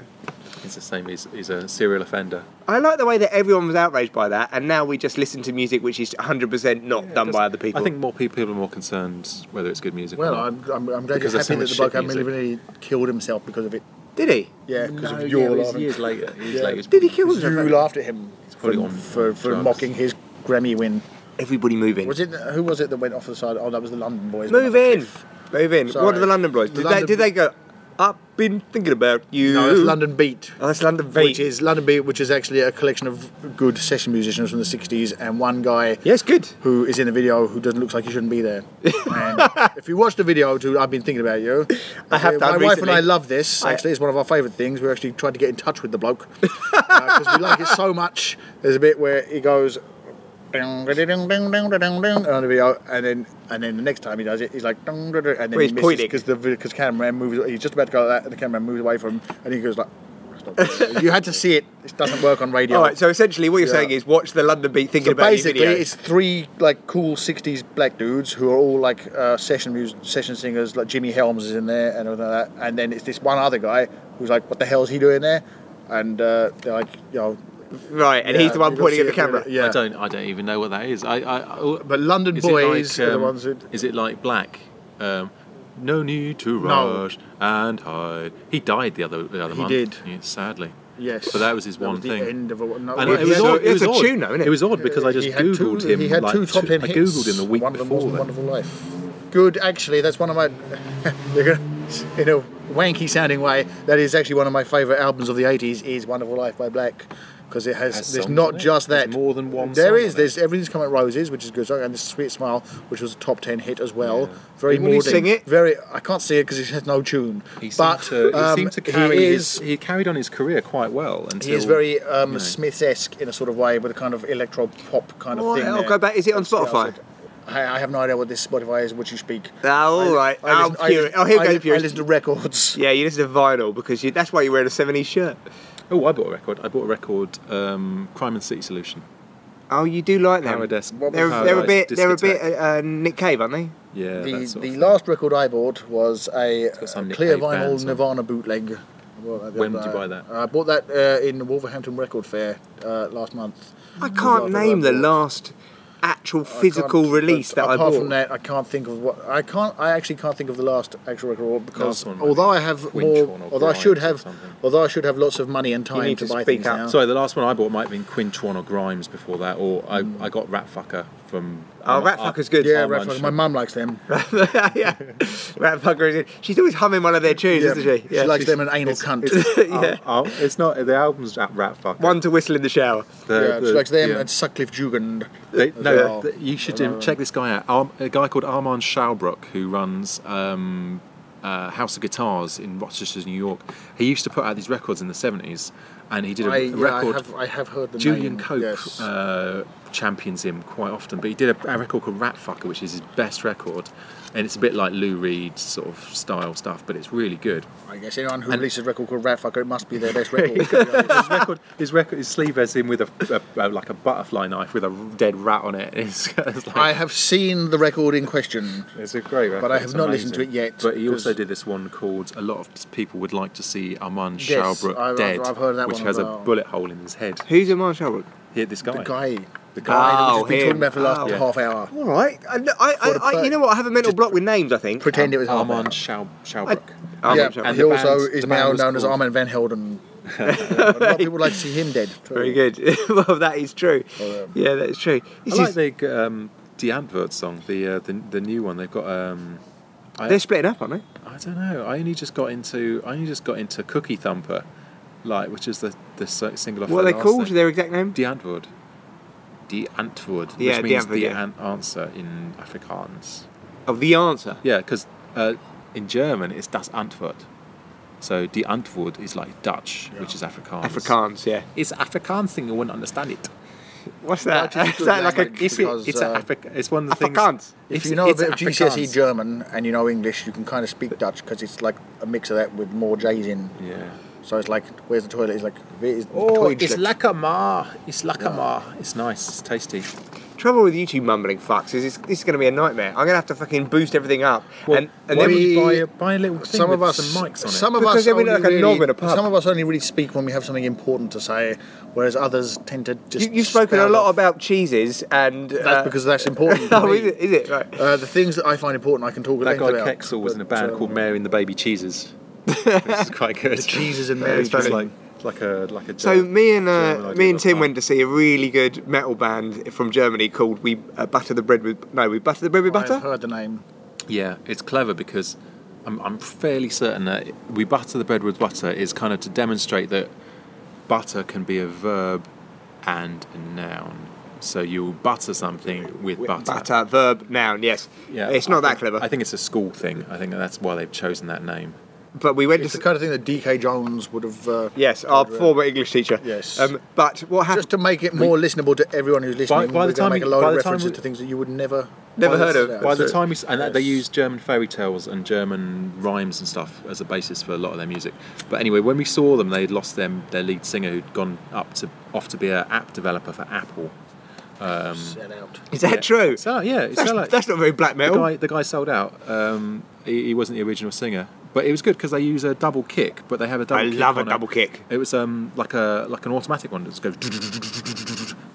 Speaker 8: It's the same. He's, he's a serial offender.
Speaker 10: I like the way that everyone was outraged by that, and now we just listen to music which is 100% not done by other people.
Speaker 8: I think more people are more concerned whether it's good music.
Speaker 11: Well,
Speaker 8: or not.
Speaker 11: I'm, I'm, I'm glad
Speaker 8: Mm. Because
Speaker 11: you're
Speaker 8: there's so
Speaker 11: happy that
Speaker 8: much
Speaker 11: the bloke
Speaker 8: shit
Speaker 11: I Milli Vanilli killed himself because of it.
Speaker 10: Did he?
Speaker 11: Yeah, because
Speaker 8: No,
Speaker 11: of
Speaker 8: yeah,
Speaker 11: your
Speaker 8: it was
Speaker 11: laughing.
Speaker 8: years later. Years
Speaker 11: Yeah.
Speaker 8: later. it's
Speaker 10: Did he
Speaker 8: probably-
Speaker 10: kill himself?
Speaker 11: You laughed at him for,
Speaker 8: probably on
Speaker 11: for, for
Speaker 8: drugs.
Speaker 11: mocking his Grammy win.
Speaker 10: Everybody move in.
Speaker 11: Was it who was it that went off the side? Oh, that was the London boys.
Speaker 10: Move in. Move in. What
Speaker 11: Sorry.
Speaker 10: are the London boys?
Speaker 11: The
Speaker 10: Did, they,
Speaker 11: London-
Speaker 10: did they go, I've been thinking about you.
Speaker 11: No, it's London Beat.
Speaker 10: Oh, that's London Beat.
Speaker 11: Which is London Beat, which is actually a collection of good session musicians from the '60s, and one guy.
Speaker 10: Yes, good.
Speaker 11: Who is in the video? Who doesn't look like he shouldn't be there? And if you watch the video, to I've been thinking about you.
Speaker 10: I have
Speaker 11: Uh,
Speaker 10: done
Speaker 11: My wife and
Speaker 10: recently.
Speaker 11: I love this.
Speaker 10: I-
Speaker 11: Actually, it's one of our favourite things. We actually tried to get in touch with the bloke because we like it so much. There's a bit where he goes. "Ding, da-ding, ding, ding, da-ding, ding," On the video, and then and then the next time he does it, he's like, "Ding, da-da," and then
Speaker 10: Well, he's
Speaker 11: he misses
Speaker 10: pointing.
Speaker 11: because the because cameraman moves. He's just about to go like that, and the cameraman moves away from him, and he goes like, you had to see it. It doesn't work on radio.
Speaker 10: All right. So essentially, what you're
Speaker 11: Yeah.
Speaker 10: saying is watch the London Beat thinking
Speaker 11: So
Speaker 10: about
Speaker 11: basically,
Speaker 10: you video.
Speaker 11: it's three like cool '60s black dudes who are all like uh, session mus- session singers. Like Jimmy Helms is in there, and everything like that. And then it's this one other guy who's like, "What the hell is he doing there?" And uh, they're like, "You know,
Speaker 10: right, and he's
Speaker 11: yeah,
Speaker 10: the one
Speaker 11: you can
Speaker 10: pointing at
Speaker 11: see it,
Speaker 10: the camera.
Speaker 11: yeah.
Speaker 8: I don't. I don't even know what that is. I. I, I
Speaker 11: But London
Speaker 8: is it
Speaker 11: boys
Speaker 8: like,
Speaker 11: are the
Speaker 8: um,
Speaker 11: ones who-
Speaker 8: Is it like Black? Um, no need to
Speaker 11: No.
Speaker 8: rush and hide. He died the other the other
Speaker 11: He
Speaker 8: month.
Speaker 11: did.
Speaker 8: Yeah, sadly.
Speaker 11: Yes.
Speaker 8: But that was his one
Speaker 11: was
Speaker 8: thing.
Speaker 11: The end of a, no,
Speaker 8: And
Speaker 11: well,
Speaker 8: it
Speaker 11: he
Speaker 8: was
Speaker 11: had-
Speaker 10: a-
Speaker 8: odd, it
Speaker 10: it's
Speaker 8: was
Speaker 10: a
Speaker 8: odd.
Speaker 10: tune, though, isn't it?
Speaker 8: It was odd because I just
Speaker 11: Uh, he had two-
Speaker 8: googled him.
Speaker 11: He had
Speaker 8: like,
Speaker 11: two top
Speaker 8: two-
Speaker 11: ten
Speaker 8: I
Speaker 11: hits.
Speaker 8: googled him the week
Speaker 11: one
Speaker 8: before.
Speaker 11: Of them
Speaker 8: then.
Speaker 11: was Wonderful Life. Good, actually. That's one of my. You're gonna, in a wanky sounding way, that is actually one of my favourite albums of the '80s. Is Wonderful Life by Black. Because it has,
Speaker 8: Has
Speaker 11: there's
Speaker 8: songs
Speaker 11: not
Speaker 8: on it?
Speaker 11: just that.
Speaker 8: There's more than one
Speaker 11: There
Speaker 8: song
Speaker 11: is.
Speaker 8: on it.
Speaker 11: There's everything's come at roses, which is a good song, and this sweet smile, which was a top ten hit as well. Very
Speaker 10: Will he
Speaker 11: maudlin.
Speaker 10: sing it?
Speaker 11: Very. I can't see it because it has no tune.
Speaker 8: He
Speaker 11: but
Speaker 8: seemed to,
Speaker 11: um,
Speaker 8: he seemed to carry
Speaker 11: he
Speaker 8: his.
Speaker 11: is-
Speaker 8: He carried on his career quite well until.
Speaker 11: he is very um,
Speaker 8: you know.
Speaker 11: Smith-esque in a sort of way, with a kind of electro pop kind of
Speaker 10: Well,
Speaker 11: thing.
Speaker 10: I'll
Speaker 11: there.
Speaker 10: go back. Is it on
Speaker 11: Yeah, so-
Speaker 10: Spotify?
Speaker 11: I, I have no idea what this Spotify is, which you speak.
Speaker 10: Ah, all
Speaker 11: I-
Speaker 10: right.
Speaker 11: I
Speaker 10: I'm
Speaker 11: listen- I
Speaker 10: curious.
Speaker 11: listen-
Speaker 10: Oh, here
Speaker 11: I
Speaker 10: goes
Speaker 11: li- I
Speaker 10: purist.
Speaker 11: listen to records.
Speaker 10: Yeah, you listen to vinyl because you, that's why you're wearing a '70s shirt.
Speaker 8: Oh, I bought a record. I bought a record. Um, Crime and City Solution.
Speaker 10: Oh, you do like them.
Speaker 8: Paradise-
Speaker 10: They're,
Speaker 8: What was
Speaker 10: they're a bit.
Speaker 8: Paradise
Speaker 10: They're a bit
Speaker 8: Discotheque?
Speaker 10: uh, uh, Nick Cave, aren't they?
Speaker 8: Yeah.
Speaker 11: the
Speaker 8: that sort
Speaker 11: the
Speaker 8: of thing.
Speaker 11: last record I bought was a,
Speaker 8: got some
Speaker 11: uh,
Speaker 8: Nick
Speaker 11: clear
Speaker 8: Cave
Speaker 11: vinyl
Speaker 8: bands on.
Speaker 11: Nirvana bootleg. I bought that the
Speaker 8: When
Speaker 11: other
Speaker 8: did you
Speaker 11: day.
Speaker 8: buy that?
Speaker 11: I bought that uh, in the Wolverhampton Record Fair uh, last month.
Speaker 10: I
Speaker 11: It was
Speaker 10: can't
Speaker 11: last
Speaker 10: name the
Speaker 11: record I bought.
Speaker 10: last actual
Speaker 11: I
Speaker 10: physical
Speaker 11: can't-
Speaker 10: release
Speaker 11: but
Speaker 10: that I
Speaker 11: apart
Speaker 10: bought.
Speaker 11: from that, I can't think of what I can't. I actually can't think of the last actual record I bought because
Speaker 8: Last one might
Speaker 11: although
Speaker 8: be
Speaker 11: I have
Speaker 8: Quinch
Speaker 11: more,
Speaker 8: one or
Speaker 11: although I
Speaker 8: Grimes
Speaker 11: should
Speaker 8: or
Speaker 11: have,
Speaker 8: something.
Speaker 11: although I should have lots of money and time
Speaker 10: need
Speaker 11: to,
Speaker 10: to
Speaker 11: buy
Speaker 10: speak
Speaker 11: things
Speaker 10: up.
Speaker 11: now.
Speaker 8: Sorry, the last one I bought might have been Quinch One or Grimes before that, or I, I got Ratfucker from.
Speaker 10: Oh,
Speaker 8: um,
Speaker 10: Ratfucker's
Speaker 8: uh,
Speaker 10: good.
Speaker 11: yeah,
Speaker 8: Arm
Speaker 11: Mm. Rat Fucker.
Speaker 8: Lunch.
Speaker 11: my mum likes them.
Speaker 10: yeah, Rat Fucker is in. She's always humming one of their tunes,
Speaker 11: Yeah,
Speaker 10: isn't she?
Speaker 11: She likes them an anal cunt.
Speaker 10: yeah.
Speaker 8: Oh, oh, it's not the album's at Ratfucker.
Speaker 10: One to whistle in the shower.
Speaker 8: The-
Speaker 11: yeah, she
Speaker 8: the-
Speaker 11: likes them
Speaker 8: yeah.
Speaker 11: and Sutcliffe Jugend.
Speaker 8: They,
Speaker 11: as
Speaker 8: no,
Speaker 11: well.
Speaker 8: th- you should um, check this guy out. Arm, a guy called Armand Schaubrook who runs um, uh, House of Guitars in Rochester, New York. He used to put out these records in the seventies, and he did a
Speaker 11: I, yeah, I
Speaker 8: record.
Speaker 11: have, I have heard the
Speaker 8: Julian
Speaker 11: name,
Speaker 8: Cope
Speaker 11: yes.
Speaker 8: uh, champions him quite often, but he did a, a record called Ratfucker, which is his best record, and it's a bit like Lou Reed sort of style stuff, but it's really good.
Speaker 11: I guess anyone who
Speaker 8: and-
Speaker 11: releases a record called Ratfucker, it must be their best record.
Speaker 8: his record, his record, his sleeve has him with a, a, a like a butterfly knife with a dead rat on it. It's, it's like,
Speaker 11: I have seen the record in question.
Speaker 8: It's a great record.
Speaker 11: But I have
Speaker 8: it's
Speaker 11: not listened to it yet,
Speaker 8: But he
Speaker 11: 'cause-
Speaker 8: also did this one called A Lot of People Would Like to See Armand
Speaker 11: Yes,
Speaker 8: Schaubrook
Speaker 11: I've- I've-
Speaker 8: Dead,
Speaker 11: I've heard that
Speaker 8: which
Speaker 11: one
Speaker 8: has
Speaker 11: as well.
Speaker 8: a bullet hole in his head.
Speaker 10: Who's in my shower?
Speaker 8: Here, this guy.
Speaker 11: The guy, the
Speaker 10: Oh,
Speaker 11: guy that we've been
Speaker 10: him.
Speaker 11: talking about for the last
Speaker 10: Oh.
Speaker 11: half hour.
Speaker 10: All right. I, I,
Speaker 11: For the
Speaker 10: I, I, you
Speaker 11: play.
Speaker 10: know what? I have a mental block with names. I think.
Speaker 11: Pretend it was half
Speaker 8: Armand
Speaker 11: hour.
Speaker 8: Schau- Schaubrook.
Speaker 10: Armand
Speaker 11: yeah,
Speaker 10: Schaubrook.
Speaker 11: and
Speaker 8: And
Speaker 11: he
Speaker 8: the
Speaker 11: also
Speaker 8: band-
Speaker 11: is
Speaker 8: the band
Speaker 11: now known
Speaker 8: was
Speaker 11: as
Speaker 8: called-
Speaker 11: Armin Van Helden. a lot of people like to see him dead.
Speaker 10: Very good. well, that is true. yeah. that is true. This
Speaker 8: I like
Speaker 10: is-
Speaker 8: the um, Die Antwoord song, the, uh, the the new one. They've got. Um, I,
Speaker 10: They're splitting up, aren't they?
Speaker 8: I don't know. I only just got into. I only just got into Cookie Thumper, like which is the the s- single off.
Speaker 10: What are
Speaker 8: their
Speaker 10: they
Speaker 8: last
Speaker 10: called?
Speaker 8: thing.
Speaker 10: Their exact name?
Speaker 8: Die Antwoord. Die Antwoord,
Speaker 10: Yeah, Die
Speaker 8: which means
Speaker 10: Antwoord,
Speaker 8: the
Speaker 10: yeah.
Speaker 8: an- answer in Afrikaans.
Speaker 10: Of the answer.
Speaker 8: Yeah, because uh, in German it's das Antwort. So die Antwort is like Dutch, which is Afrikaans.
Speaker 10: Afrikaans. Yeah.
Speaker 8: It's Afrikaans thing. I wouldn't understand it.
Speaker 10: What's
Speaker 11: I
Speaker 10: that?
Speaker 11: actually
Speaker 10: Is
Speaker 11: do
Speaker 10: that like a?
Speaker 11: language.
Speaker 8: It's, it-
Speaker 11: Because,
Speaker 8: it's a
Speaker 11: uh,
Speaker 8: Africa. It's one of the
Speaker 10: Afrikaans.
Speaker 8: things.
Speaker 11: If
Speaker 8: it's-
Speaker 11: you know a
Speaker 8: it's
Speaker 11: bit of GCSE
Speaker 8: Afrikaans.
Speaker 11: E
Speaker 10: E
Speaker 11: German and you know English, you can kind of speak Dutch because it's like a mix of that with more J's in.
Speaker 8: Yeah.
Speaker 11: So it's like, where's the toilet? It's like, where's the toilet?
Speaker 8: lekker ma. It's lekker ma. It's nice. It's tasty.
Speaker 10: Trouble with you two mumbling fucks is it's, this is going to be a nightmare. I'm going to have to fucking boost everything up.
Speaker 8: Well,
Speaker 10: and and
Speaker 8: why would
Speaker 10: then we,
Speaker 8: you buy a, buy a little thing
Speaker 11: some of
Speaker 8: with
Speaker 11: us,
Speaker 8: some mics on it?
Speaker 11: some of
Speaker 10: Because
Speaker 11: us
Speaker 10: they've been
Speaker 11: only
Speaker 10: like a
Speaker 11: really-
Speaker 10: knob in a pub.
Speaker 11: Some of us only really speak when we have something important to say, whereas others tend to just.
Speaker 10: you, you've spoken a
Speaker 11: spout
Speaker 10: lot
Speaker 11: off.
Speaker 10: about cheeses and.
Speaker 11: That's
Speaker 10: uh,
Speaker 11: because that's important. to
Speaker 10: oh,
Speaker 11: me.
Speaker 10: is it? Is it? Right.
Speaker 11: Uh, the things that I find important, I can talk at length
Speaker 8: that guy
Speaker 11: about.
Speaker 8: Kexel was in a
Speaker 11: but,
Speaker 8: band
Speaker 11: uh,
Speaker 10: um,
Speaker 8: called Mary and the Baby Cheeses. which is quite good.
Speaker 11: The Cheeses and
Speaker 8: Yeah,
Speaker 11: Mary
Speaker 8: it's just
Speaker 11: Cheeses.
Speaker 8: like like a like a.
Speaker 10: So me and uh,
Speaker 8: German
Speaker 10: me
Speaker 8: idea
Speaker 10: and
Speaker 8: of
Speaker 10: Tim
Speaker 8: that.
Speaker 10: went to see a really good metal band from Germany called We uh, Butter the Bread with No, We Butter the Bread with
Speaker 11: I've
Speaker 10: Butter.
Speaker 11: heard the name.
Speaker 8: Yeah, it's clever because I'm, I'm fairly certain that we butter the bread with butter is kind of to demonstrate that butter can be a verb and a noun. So you butter something with butter.
Speaker 10: Butter, verb, noun, yes.
Speaker 8: Yeah,
Speaker 10: It's not
Speaker 8: I
Speaker 10: that
Speaker 8: think-
Speaker 10: clever.
Speaker 8: I think it's a school thing. I think that's why they've chosen that name.
Speaker 10: But we went
Speaker 11: It's
Speaker 10: to.
Speaker 11: the kind of thing that DK Jones would have. Uh,
Speaker 10: Yes, our
Speaker 11: told you.
Speaker 10: former English teacher.
Speaker 11: Yes.
Speaker 10: Um, but what happened?
Speaker 11: Just to make it more listenable to everyone who's listening,
Speaker 8: by
Speaker 11: we're
Speaker 8: the
Speaker 11: going
Speaker 8: time
Speaker 11: to make a
Speaker 8: you-
Speaker 11: lot
Speaker 8: by
Speaker 11: of
Speaker 8: the time
Speaker 11: references
Speaker 8: we-
Speaker 11: to things that you would never. by
Speaker 10: Never
Speaker 11: the-
Speaker 10: heard of.
Speaker 11: yeah,
Speaker 8: By the
Speaker 11: so-
Speaker 8: time we, s- and that they
Speaker 11: Yes.
Speaker 8: use German fairy tales and German rhymes and stuff as a basis for a lot of their music. But anyway, when we saw them, they'd lost their their lead singer who'd gone up to off to be an app developer for Apple.
Speaker 11: Set out.
Speaker 10: Is that true?
Speaker 8: So yeah, it's
Speaker 10: That's,
Speaker 8: so like
Speaker 10: that's not very black
Speaker 8: the
Speaker 10: metal.
Speaker 8: guy the guy sold out. Um, he, he wasn't the original singer, but it was good because they use a double kick, but they have a double.
Speaker 10: I
Speaker 8: kick
Speaker 10: love a
Speaker 8: on
Speaker 10: double kick.
Speaker 8: It was um like a like an automatic one that just goes.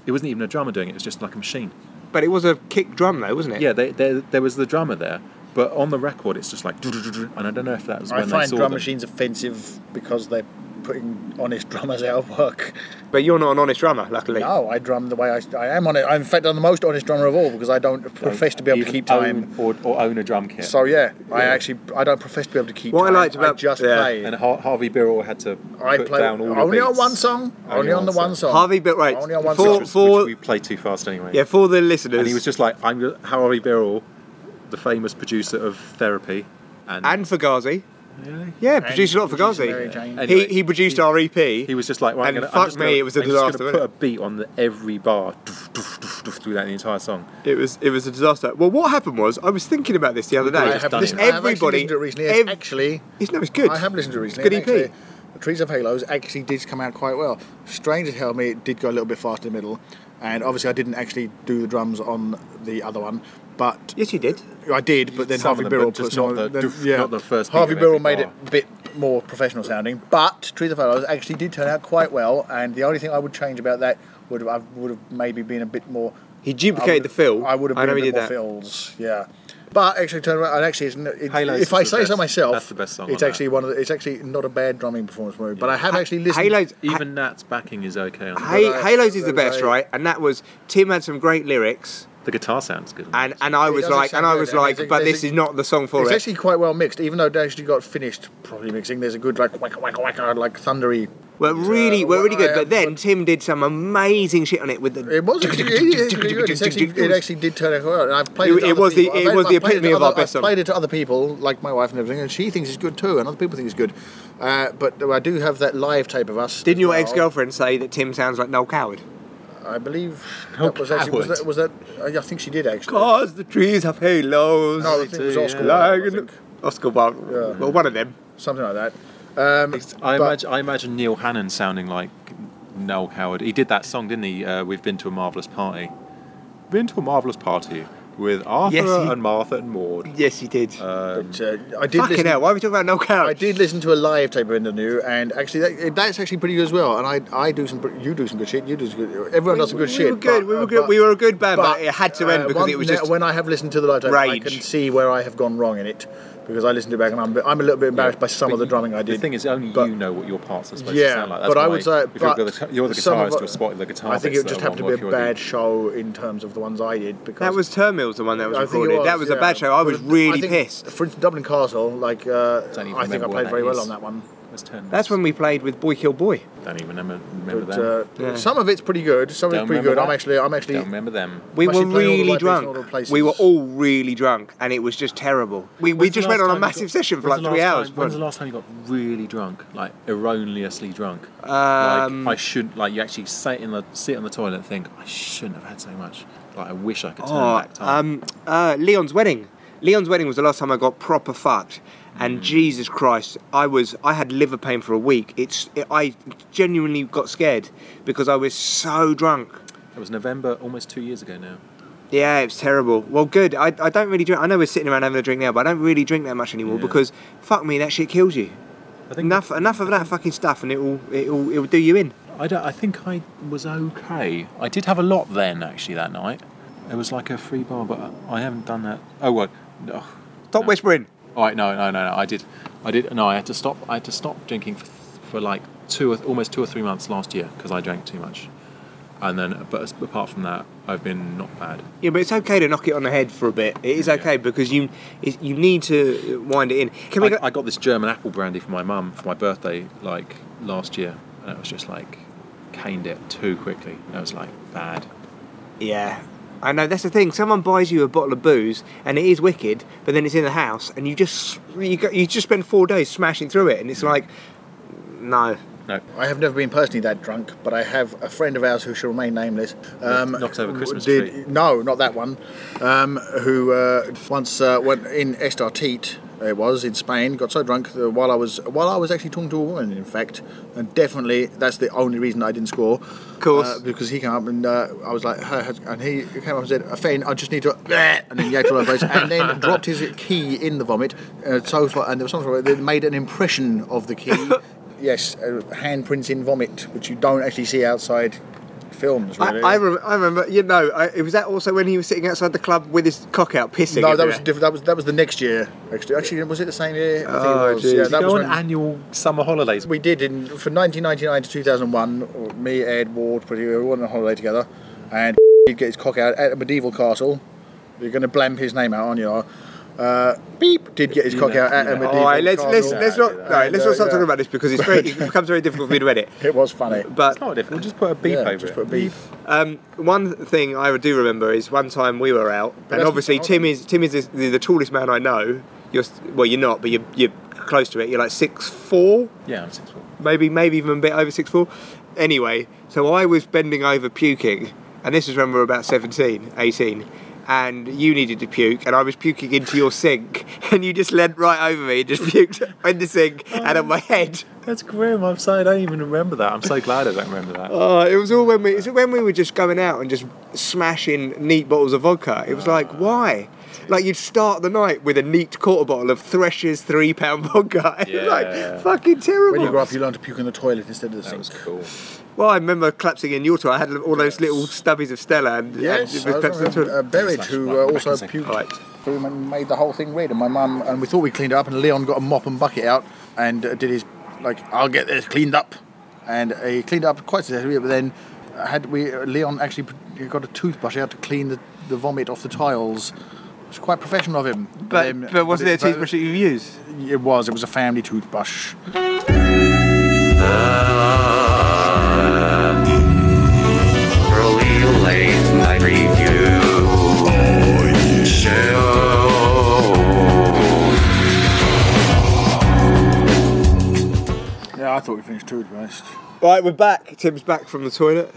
Speaker 8: It wasn't even a drummer doing it; it was just like a machine.
Speaker 10: But it was a kick drum, though, wasn't it?
Speaker 8: Yeah, they, they, there was the drummer there, but on the record it's just like, and I don't know if that was when
Speaker 11: I find
Speaker 8: they saw
Speaker 11: drum
Speaker 8: them.
Speaker 11: machines offensive because they're putting honest drummers out of work.
Speaker 10: But you're not an honest drummer, luckily.
Speaker 11: No, I drum the way I, I am on it. I'm in fact I'm the most honest drummer of all because I don't profess to be able to
Speaker 8: Even
Speaker 11: keep time.
Speaker 8: own or, or own a drum kit.
Speaker 11: So yeah, I actually I don't profess to be able to keep
Speaker 10: What I
Speaker 11: time.
Speaker 10: liked about-
Speaker 11: I just
Speaker 10: yeah.
Speaker 11: play.
Speaker 8: and Har- Harvey Birrell had to
Speaker 11: I
Speaker 8: put
Speaker 11: play
Speaker 8: down all the
Speaker 11: only on
Speaker 8: beats,
Speaker 11: one song. Only, on the one song.
Speaker 10: Harvey, but right.
Speaker 11: Only on one
Speaker 10: for,
Speaker 11: song.
Speaker 8: which
Speaker 10: for,
Speaker 8: we played too fast anyway.
Speaker 10: yeah, for the listeners.
Speaker 8: and he was just like, I'm your- Harvey Birrell, the famous producer of Therapy, and,
Speaker 10: and Fugazi. Yeah, produced a lot of
Speaker 11: produced Mary
Speaker 10: Fugazi.
Speaker 11: Jane.
Speaker 10: He,
Speaker 8: Anyway,
Speaker 10: he produced our E EP.
Speaker 8: he was just like, right,
Speaker 10: And
Speaker 8: I'm gonna,
Speaker 10: fuck
Speaker 8: I'm just gonna,
Speaker 10: me, it was a
Speaker 8: I'm just gonna
Speaker 10: disaster,
Speaker 8: Put
Speaker 10: wasn't
Speaker 8: a beat on the, every bar through that the entire song.
Speaker 10: It was it was a disaster. Well, what happened was I was thinking about this the other day.
Speaker 11: I have,
Speaker 8: done
Speaker 11: listened,
Speaker 8: it.
Speaker 11: I have actually
Speaker 10: Everybody-
Speaker 11: listened to it recently. It's
Speaker 10: ev-
Speaker 11: actually,
Speaker 10: It's- no, it's good.
Speaker 11: I have listened to it recently.
Speaker 10: Good E
Speaker 11: and
Speaker 10: EP.
Speaker 11: actually, the Trees of Halos actually did come out quite well. Strange as hell, me it did go a little bit fast in the middle, and obviously I didn't actually do the drums on the other one, but
Speaker 10: Yes, you did.
Speaker 11: I did. But then
Speaker 8: Some
Speaker 11: Harvey
Speaker 8: of them, but
Speaker 11: Birrell
Speaker 8: just
Speaker 11: put
Speaker 8: not
Speaker 11: some.
Speaker 8: the-
Speaker 11: then-
Speaker 8: doof-
Speaker 11: yeah,
Speaker 8: not the first beat
Speaker 11: Harvey
Speaker 8: of every
Speaker 11: Birrell made it
Speaker 8: bar.
Speaker 11: a bit more professional sounding, but Trees of Halos actually did turn out quite well. And the only thing I would change about that would have, I would have maybe been a bit more
Speaker 10: He
Speaker 11: I
Speaker 10: duplicated
Speaker 11: would-
Speaker 10: the fill.
Speaker 11: I would have
Speaker 10: I
Speaker 11: been
Speaker 10: know
Speaker 11: a
Speaker 10: he
Speaker 11: bit
Speaker 10: did
Speaker 11: more
Speaker 10: that.
Speaker 11: fills, yeah. But actually, turn around and actually, it's, n- it,
Speaker 8: Halos
Speaker 11: if
Speaker 8: is
Speaker 11: I
Speaker 8: the
Speaker 11: say so
Speaker 8: best.
Speaker 11: myself,
Speaker 8: That's the best song
Speaker 11: It's
Speaker 8: on
Speaker 11: actually
Speaker 8: that.
Speaker 11: one of the, it's actually not a bad drumming performance movie, but I have actually listened.
Speaker 10: Halos,
Speaker 8: Even Nat's backing is okay on
Speaker 10: Ha-
Speaker 11: I-
Speaker 10: Halos is the
Speaker 11: but I-
Speaker 10: best, right? And that was Tim had some great lyrics,
Speaker 8: the guitar sounds good.
Speaker 10: and and I
Speaker 11: It
Speaker 10: was
Speaker 11: doesn't
Speaker 10: like, and
Speaker 11: sound
Speaker 10: I
Speaker 11: good,
Speaker 10: was
Speaker 11: and
Speaker 10: like,
Speaker 11: there's a-
Speaker 10: but
Speaker 11: there's
Speaker 10: this
Speaker 11: a-
Speaker 10: is not the song for
Speaker 11: It's
Speaker 10: it.
Speaker 11: actually quite well mixed, even though they actually got finished properly mixing. There's a good like whack whack whack like thundery.
Speaker 10: We're really,
Speaker 11: uh,
Speaker 10: we're really good.
Speaker 11: I-
Speaker 10: But then Tim did some amazing shit on it with the.
Speaker 11: It was actually, it is really good. It's actually, it actually did turn out quite well. And I've played it.
Speaker 10: It-
Speaker 11: to
Speaker 10: it
Speaker 11: other
Speaker 10: was the-
Speaker 11: people. I've
Speaker 10: it was
Speaker 11: played-
Speaker 10: the
Speaker 11: I've played it
Speaker 10: epitome
Speaker 11: to
Speaker 10: of
Speaker 11: other-
Speaker 10: our best
Speaker 11: I've
Speaker 10: song.
Speaker 11: played it to other people, like my wife and everything, and she thinks it's good too, and other people think it's good. Uh, but I do have that live tape of us.
Speaker 10: Didn't
Speaker 11: as
Speaker 10: your
Speaker 11: well.
Speaker 10: ex-girlfriend say that Tim sounds like Noel Coward?
Speaker 11: I believe that was actually was
Speaker 8: coward.
Speaker 11: that, was that I think she did actually.
Speaker 10: Cause the trees have halos.
Speaker 11: No, I think it was Oscar
Speaker 10: Like
Speaker 11: Wilde, I
Speaker 10: an- Oscar Wilde. Well, one of them.
Speaker 11: something like that. Um,
Speaker 8: I
Speaker 11: but-
Speaker 8: imagine, I imagine Neil Hannon sounding like Noel Coward. He did that song, didn't he? Uh, We've been to a marvelous party. Been to a marvelous party with Arthur
Speaker 10: Yes, he-
Speaker 8: and Martha and Maud.
Speaker 10: Yes, he did.
Speaker 11: but, uh, I did
Speaker 10: Fucking
Speaker 11: listen.
Speaker 10: hell! Why are we talking about Noel Coward?
Speaker 11: I did listen to a live tape of New, and actually that, that's actually pretty good as well. And I, I do some, pre- you do some good shit. You do some good. Everyone does some good
Speaker 10: we
Speaker 11: shit.
Speaker 10: were
Speaker 11: but-
Speaker 10: good, we were
Speaker 11: uh,
Speaker 10: good-
Speaker 11: but- uh,
Speaker 10: we were a good band, but it had to end because
Speaker 11: one-
Speaker 10: it was
Speaker 11: now-
Speaker 10: just
Speaker 11: when I have listened to the live tape, I
Speaker 10: rage.
Speaker 11: can see where I have gone wrong in it because I listened to it back, and I'm, I'm a little bit embarrassed by some
Speaker 8: But
Speaker 11: of the
Speaker 8: you-
Speaker 11: drumming I did.
Speaker 8: The thing is, only
Speaker 11: but-
Speaker 8: you know what your parts are supposed
Speaker 11: yeah,
Speaker 8: to sound like.
Speaker 11: but I
Speaker 8: why
Speaker 11: would say,
Speaker 8: if
Speaker 11: but
Speaker 8: you're the, guita- you're the
Speaker 11: some of
Speaker 8: guitarist,
Speaker 11: it-
Speaker 8: you'll spot the guitar.
Speaker 11: I think
Speaker 8: bits
Speaker 11: it just
Speaker 8: that are
Speaker 11: happened
Speaker 8: wrong,
Speaker 11: to
Speaker 8: if
Speaker 11: be
Speaker 8: you're
Speaker 11: a
Speaker 8: the-
Speaker 11: bad show in terms of the ones I did because
Speaker 10: That was Termills, the one that was
Speaker 11: I think it
Speaker 10: recorded. that was a
Speaker 11: yeah.
Speaker 10: bad show. I was
Speaker 11: But
Speaker 10: really
Speaker 11: I think,
Speaker 10: pissed.
Speaker 11: For instance, Dublin Castle, like uh, I
Speaker 8: Don't even
Speaker 11: think I
Speaker 8: remember what
Speaker 11: played
Speaker 8: that
Speaker 11: very well
Speaker 8: is.
Speaker 11: on that one.
Speaker 8: Let's turn
Speaker 10: That's
Speaker 8: this.
Speaker 10: when we played with Boy Kill Boy.
Speaker 8: Don't even remember, remember
Speaker 11: But
Speaker 8: them.
Speaker 11: uh, some of it's pretty good. Some of
Speaker 8: Don't
Speaker 11: it's pretty
Speaker 8: remember
Speaker 11: good. I'm
Speaker 8: that.
Speaker 11: actually, I'm actually.
Speaker 8: Don't remember them.
Speaker 10: We
Speaker 11: I
Speaker 10: were
Speaker 11: should play all the
Speaker 10: really
Speaker 11: live bits in all the
Speaker 10: drunk.
Speaker 11: places.
Speaker 10: We were all really drunk, and it was just terrible. We, we
Speaker 8: When's the
Speaker 10: just went
Speaker 8: last
Speaker 10: on a
Speaker 8: time you
Speaker 10: massive
Speaker 8: got-
Speaker 10: session for
Speaker 8: when's
Speaker 10: like
Speaker 8: the
Speaker 10: three
Speaker 8: last
Speaker 10: hours.
Speaker 8: Time, when's the last time you got really drunk, like erroneously drunk?
Speaker 10: Um,
Speaker 8: like I should, like you actually sit in the sit on the toilet and think I shouldn't have had so much. Like I wish I could turn
Speaker 10: Oh,
Speaker 8: back time.
Speaker 10: um, uh, Leon's wedding. Leon's wedding was the last time I got proper fucked,
Speaker 8: Mm.
Speaker 10: and Jesus Christ, I was I had liver pain for a week. It's it, I genuinely got scared because I was so drunk.
Speaker 8: it was November, almost two years ago now.
Speaker 10: Yeah, it's terrible. Well, good. I, I don't really drink. I know we're sitting around having a drink now, but I don't really drink that much anymore because fuck me, that shit kills you.
Speaker 8: I think
Speaker 10: Enough enough of that fucking stuff, and it will it will it will do you in.
Speaker 8: I don't. I think I was okay. I did have a lot then actually that night. It was like a free bar, but I haven't done that. Oh well. No.
Speaker 10: Stop
Speaker 8: No.
Speaker 10: whispering.
Speaker 8: All right, no, no, no, no. I did, I did. No, I had to stop. I had to stop drinking for, for like two, or, almost two or three months last year because I drank too much. and then but as- apart from that, I've been not bad.
Speaker 10: Yeah, but it's okay to knock it on the head for a bit. It is okay because you it's, you need to wind it in. Can we
Speaker 8: I,
Speaker 10: go?
Speaker 8: I got this German apple brandy for my mum for my birthday like last year, and it was just like caned it too quickly. And it was like bad.
Speaker 10: yeah, I know that's the thing. Someone buys you a bottle of booze and it is wicked, but then it's in the house and you just you go, you just spend four days smashing through it, and it's like no.
Speaker 8: No.
Speaker 11: I have never been personally that drunk, but I have a friend of ours who shall remain nameless. um,
Speaker 8: Knocked over Christmas
Speaker 11: did,
Speaker 8: tree.
Speaker 11: No, not that one. Um, who uh, once uh, went in Estartit, it was in Spain, got so drunk that while I was while I was actually talking to a woman, in fact, and definitely that's the only reason I didn't score. Of
Speaker 10: course.
Speaker 11: because he came up and uh, I was like, "Huh, has-" and he came up and said, "Fane, I just need to," bleh," and then yanked all over the place, and then dropped his key in the vomit. Uh, so far, and there was something where they made an impression of the key. yes, uh, handprints in vomit, which you don't actually see outside films.
Speaker 10: I,
Speaker 11: Really.
Speaker 10: I, rem- I remember, you know, I, it was that also when he was sitting outside the club with his cock out pissing.
Speaker 11: no, that
Speaker 10: everywhere?
Speaker 11: was different. That was that was the next year. Actually, actually, was it the same year? I think
Speaker 10: Oh,
Speaker 11: it was.
Speaker 10: geez.
Speaker 11: Yeah,
Speaker 10: Did
Speaker 11: that
Speaker 8: you
Speaker 11: was
Speaker 8: go on
Speaker 11: when-
Speaker 8: annual summer holidays?
Speaker 11: We did in from 1999 to 2001. Me, Ed, Ward, pretty we went on holiday together, and he'd get his cock out at a medieval castle. You're going to blamp his name out, aren't you? Uh, beep did get his cock out at a medieval.
Speaker 10: All right, let's let's
Speaker 11: castle.
Speaker 10: let's not no, let's not start talking about this because it's very, it becomes very difficult for me to edit.
Speaker 11: It was funny.
Speaker 10: But
Speaker 8: Not difficult. Just put a beep
Speaker 11: Yeah,
Speaker 8: over
Speaker 11: just
Speaker 8: it.
Speaker 11: put a beep.
Speaker 10: um, one thing I do remember is one time we were out, and
Speaker 11: that's
Speaker 10: obviously
Speaker 11: not-
Speaker 10: Tim is Tim is the- the, the tallest man I know. You're s- well, you're not, but you're you're close to it. You're like six four,
Speaker 8: Yeah, I'm six foot.
Speaker 10: maybe maybe even a bit over six four. Anyway, so I was bending over puking, and this was when we were about 17, 18, and you needed to puke, and I was puking into your sink, and you just leant right over me and just puked in the sink and on my head.
Speaker 8: That's grim. I'm sorry. I don't even remember that. I'm so glad I don't remember that.
Speaker 10: Oh, it was all when we it was when we were just going out and just smashing neat bottles of vodka. It was like why? Like you'd start the night with a neat quarter bottle of Thresher's three pound vodka. It was
Speaker 8: Yeah.
Speaker 10: like fucking
Speaker 11: When
Speaker 10: terrible.
Speaker 11: you grow up, you learn to puke in the toilet instead of the
Speaker 8: that
Speaker 11: sink.
Speaker 8: was cool.
Speaker 10: well, I remember collapsing in your toilet. I had all those little stubbies of Stella and,
Speaker 11: Yes,
Speaker 10: and
Speaker 11: I was
Speaker 10: it was Pepsi
Speaker 11: talking
Speaker 10: and
Speaker 11: about, uh, Berrid, who uh, also puked
Speaker 10: Right.
Speaker 11: through him and made the whole thing red. And my mum and we thought we cleaned it up, and Leon got a mop and bucket out and uh, did his like, I'll get this cleaned up, and he cleaned up quite successfully. But then uh, had we uh, Leon actually pr- got a toothbrush out to clean the, the vomit off the tiles. It was quite professional of him.
Speaker 10: But,
Speaker 11: then-
Speaker 10: but wasn't it a
Speaker 11: but-
Speaker 10: toothbrush that you used?
Speaker 11: It was. It was a family toothbrush.
Speaker 4: Oh,
Speaker 11: Yeah, I thought we finished two, to be honest.
Speaker 10: Right, we're back. Tim's back from the toilet.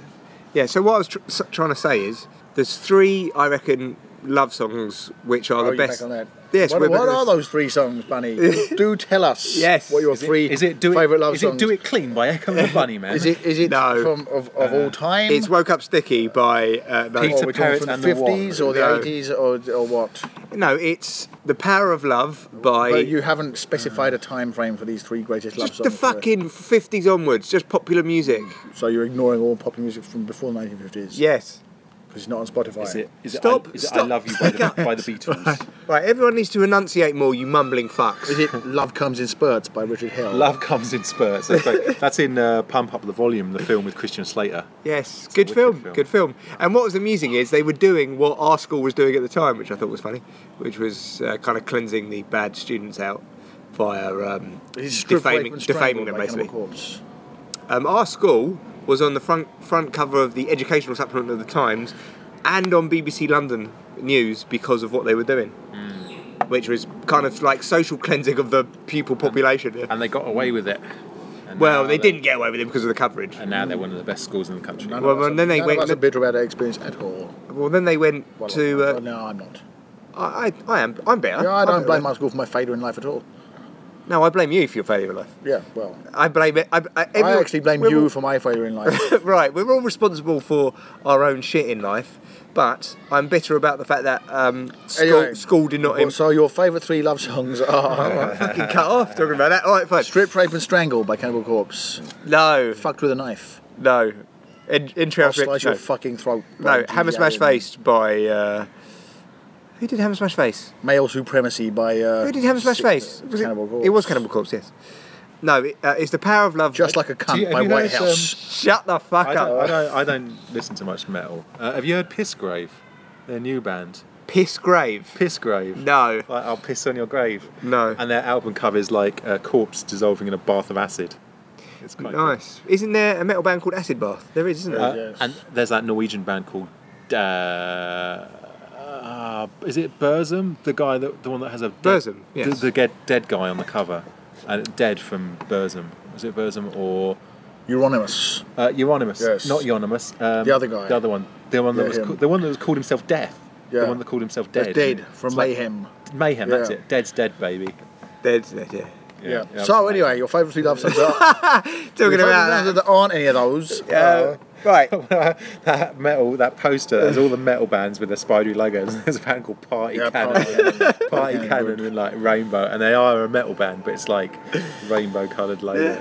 Speaker 10: Yeah, so what I was tr- s- trying to say is there's three, I reckon, love songs which are
Speaker 11: Oh,
Speaker 10: the
Speaker 11: you're
Speaker 10: best.
Speaker 11: back on that.
Speaker 10: Yes,
Speaker 11: What,
Speaker 10: we're back
Speaker 11: what
Speaker 10: on
Speaker 11: are
Speaker 10: this.
Speaker 11: those three songs, Bunny? do tell us.
Speaker 10: Yes.
Speaker 11: What your three favorite love songs?
Speaker 8: Clean by Echo and the Bunny Man?
Speaker 11: Is it? Is it
Speaker 10: No.
Speaker 11: from of, of all time?
Speaker 10: It's Woke Up Sticky by. Uh, no,
Speaker 11: or
Speaker 8: Peter
Speaker 11: we're talking
Speaker 8: Parrott
Speaker 11: from
Speaker 8: and
Speaker 11: the
Speaker 8: the Wand.
Speaker 11: fifties or the
Speaker 10: No.
Speaker 11: eighties or, or what?
Speaker 10: no, it's The Power of Love by.
Speaker 11: But you haven't specified a time frame for these three greatest love
Speaker 10: just
Speaker 11: songs.
Speaker 10: the fucking 50s onwards, just popular music.
Speaker 11: So you're ignoring all popular music from before the 1950s.
Speaker 10: Yes.
Speaker 11: Because it's not on Spotify.
Speaker 8: Is it? Is
Speaker 10: Stop,
Speaker 8: It, I, is it I
Speaker 10: stop.
Speaker 8: love you by the, by the Beatles?
Speaker 10: Right, everyone needs to enunciate more, you mumbling fucks.
Speaker 11: Is it Love Comes in Spurts by Richard Hill?
Speaker 8: Love comes in spurts. That's, like, that's in uh, Pump Up the Volume, the film with Christian Slater.
Speaker 10: Yes,
Speaker 8: It's a
Speaker 10: good
Speaker 8: wicked
Speaker 10: film,
Speaker 8: film.
Speaker 10: good film. And what was amusing is they were doing what our school was doing at the time, which I thought was funny, which was uh, kind of cleansing the bad students out via um,
Speaker 11: Is it
Speaker 10: defaming,
Speaker 11: Strip Wakeman Strangled
Speaker 10: defaming them
Speaker 11: by Cannibal
Speaker 10: basically.
Speaker 11: Corpse?
Speaker 10: Um, our school was on the front front cover of the educational supplement of the Times, and on BBC London News because of what they were doing,
Speaker 11: Hmm.
Speaker 10: which was kind of like social cleansing of the pupil population. yeah.
Speaker 8: And they got away with it. And
Speaker 10: well,
Speaker 8: now
Speaker 10: they
Speaker 8: they're-
Speaker 10: didn't get away with it because of the coverage.
Speaker 8: And now they're one of the best schools in the country.
Speaker 11: None
Speaker 10: Well,
Speaker 11: of us
Speaker 10: and
Speaker 11: are-
Speaker 10: then they
Speaker 11: none
Speaker 10: went-
Speaker 11: of us are bitter about our experience at all.
Speaker 10: Well, then they went
Speaker 11: Well,
Speaker 10: to.
Speaker 11: I-
Speaker 10: Uh,
Speaker 11: no, I'm not.
Speaker 10: I, I, I am. I'm better.
Speaker 11: Yeah, I
Speaker 10: I'm
Speaker 11: don't
Speaker 10: better.
Speaker 11: blame my school for my failure in life at all.
Speaker 10: No, I blame you for your failure in life.
Speaker 11: Yeah, well,
Speaker 10: I blame it. I, I, everyone-
Speaker 11: I actually blame
Speaker 10: we're
Speaker 11: you
Speaker 10: all-
Speaker 11: for my failure in life.
Speaker 10: right, we're all responsible for our own shit in life, but I'm bitter about the fact that um, school,
Speaker 11: Anyway,
Speaker 10: school did not.
Speaker 11: well,
Speaker 10: Im-
Speaker 11: so your favourite three love songs are
Speaker 10: Oh, fucking cut off talking about that. All right, fine.
Speaker 11: "Strip Rape and Strangle" by Cannibal Corpse,
Speaker 10: No,
Speaker 11: "Fucked with a Knife,"
Speaker 10: no. In, in
Speaker 11: "I'll
Speaker 10: Trail
Speaker 11: Slice
Speaker 10: Trip,
Speaker 11: Your
Speaker 10: no.
Speaker 11: Fucking Throat." by
Speaker 10: no, Hammer
Speaker 11: G.A.
Speaker 10: Smash Face by. Uh, who did Hammer Smash Face?
Speaker 11: Male Supremacy by. Uh,
Speaker 10: Who did Hammer Smash
Speaker 11: Si-
Speaker 10: Face? Was
Speaker 11: Uh, Cannibal Corpse.
Speaker 10: It was Cannibal Corpse, yes. No, it, uh, it's the power of love.
Speaker 11: Just like a
Speaker 10: cunt
Speaker 11: Do you- have by you Whitehouse. noticed, um,
Speaker 10: Shut the fuck
Speaker 8: I
Speaker 10: up.
Speaker 8: don't, I, don't, I don't listen to much metal. Uh, have you heard Pissgrave? Their new band.
Speaker 10: Pissgrave?
Speaker 8: Pissgrave.
Speaker 10: No.
Speaker 8: Like, I'll piss on your grave.
Speaker 10: No.
Speaker 8: And their album cover is like a corpse dissolving in a bath of acid. It's quite good.
Speaker 10: Nice. Isn't there a metal band called Acid Bath? There is, isn't there?
Speaker 8: Uh, And there's that Norwegian band called. Uh, uh, is it Burzum? The guy that the one that has a dead,
Speaker 10: Burzum, yes.
Speaker 8: The, the dead, dead guy on the cover, and dead from Burzum. Is it Burzum or
Speaker 11: Euronymous.
Speaker 8: uh, Euronymous?
Speaker 11: Yes.
Speaker 8: Not Euronymous. Um,
Speaker 11: The other guy.
Speaker 8: The other one. The one that
Speaker 11: Yeah,
Speaker 8: was
Speaker 11: him.
Speaker 8: ca- the one that was called himself Death.
Speaker 11: Yeah.
Speaker 8: The one that called himself
Speaker 11: That's
Speaker 8: Dead.
Speaker 11: Dead from
Speaker 8: It's like-
Speaker 11: Mayhem.
Speaker 8: Mayhem. That's
Speaker 11: Yeah.
Speaker 8: it. Dead's dead, baby.
Speaker 10: There's, there's, yeah.
Speaker 11: Yeah.
Speaker 8: yeah,
Speaker 11: so anyway, your favourite three love songs. Talking
Speaker 10: Talking about that.
Speaker 11: There aren't any of those.
Speaker 10: Uh,
Speaker 11: Oh.
Speaker 10: right.
Speaker 8: that metal, that poster, there's all the metal bands with their spidery logos. There's a band called Party
Speaker 11: Yeah,
Speaker 8: Cannon,
Speaker 11: Party
Speaker 8: Party, Cannon, and like Rainbow, and they are a metal band, but it's like rainbow-coloured logo.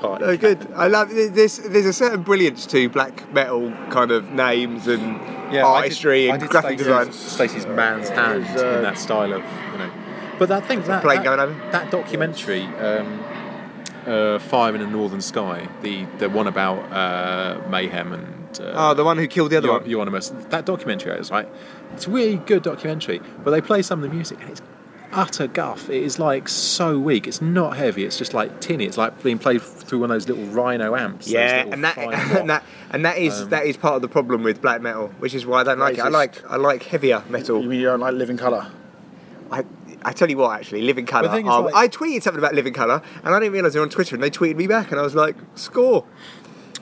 Speaker 8: Party. Cannon.
Speaker 10: Oh, good. I love there's there's a certain brilliance to black metal kind of names and
Speaker 8: I did-
Speaker 10: artistry
Speaker 8: I
Speaker 10: and
Speaker 8: did
Speaker 10: graphic
Speaker 8: Stacey's-
Speaker 10: design. uh,
Speaker 8: Stacey's man's hand in that style of you know. But that thing, that,
Speaker 10: plane
Speaker 8: that,
Speaker 10: going over?
Speaker 8: that documentary, um, uh, Fire in the Northern Sky, the the one about uh, mayhem and. Uh,
Speaker 10: Oh, the one who killed the other one.
Speaker 8: Euronymous. That documentary is like, it's a really good documentary, but they play some of the music and it's utter guff. It is like so weak. It's not heavy. It's just like tinny. It's like being played through one of those little rhino amps. those
Speaker 10: yeah,
Speaker 8: little
Speaker 10: and that,
Speaker 8: fine Um,
Speaker 10: and that and that is that is part of the problem with black metal, which is why I don't like it. I
Speaker 11: Racist.
Speaker 10: like I like heavier
Speaker 11: You
Speaker 10: metal.
Speaker 11: mean you don't like Living Colour?
Speaker 10: I, I tell you what, actually, Living Colour.
Speaker 8: The thing is,
Speaker 10: are-
Speaker 8: like-
Speaker 10: I tweeted something about Living Colour, and I didn't realise they were on Twitter, and they tweeted me back, and I was like, score.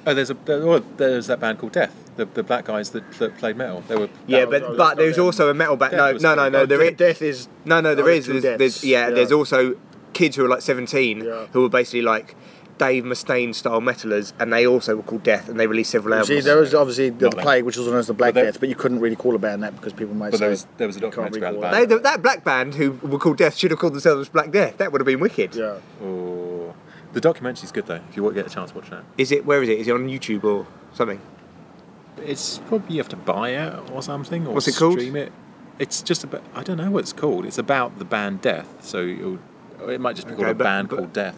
Speaker 8: Oh, there's a there- oh, there's that band called Death. The, the black guys that, that played metal. They were
Speaker 10: Yeah,
Speaker 11: was-
Speaker 10: but
Speaker 11: that was
Speaker 10: but there's
Speaker 11: goddamn-
Speaker 10: also a metal band. No,
Speaker 8: was
Speaker 10: no, no,
Speaker 8: good.
Speaker 10: no.
Speaker 11: Oh,
Speaker 10: There
Speaker 11: De-
Speaker 10: is
Speaker 11: Death is
Speaker 10: no, no. There
Speaker 11: Oh, the
Speaker 10: is.
Speaker 11: two
Speaker 10: There's,
Speaker 11: deaths.
Speaker 10: there's, yeah,
Speaker 11: Yeah.
Speaker 10: there's also kids who are like 17
Speaker 11: Yeah.
Speaker 10: who were basically like Dave Mustaine style metalers, and they also were called Death, and they released several
Speaker 11: You
Speaker 10: albums.
Speaker 11: see, there was obviously the
Speaker 8: that.
Speaker 11: plague, which was known as the Black
Speaker 8: But that-
Speaker 11: Death, but you couldn't really call a band that because people might
Speaker 8: But
Speaker 11: say
Speaker 8: there was- there was a
Speaker 11: you can't
Speaker 8: documentary
Speaker 11: recall
Speaker 8: about
Speaker 11: it.
Speaker 10: They- th- that black band who were called Death should have called themselves Black Death. That would have been wicked.
Speaker 11: Yeah.
Speaker 8: Oh, the documentary's good though. If you want to get a chance, watch that.
Speaker 10: Is it? Where is it? Is it on YouTube or something?
Speaker 8: It's probably you have to buy it or something, or
Speaker 10: What's it called?
Speaker 8: stream it. It's just about I don't know what it's called. It's about the band Death. So it'll, it might just be called
Speaker 10: Okay,
Speaker 8: a
Speaker 10: but-
Speaker 8: band
Speaker 10: but-
Speaker 8: called Death.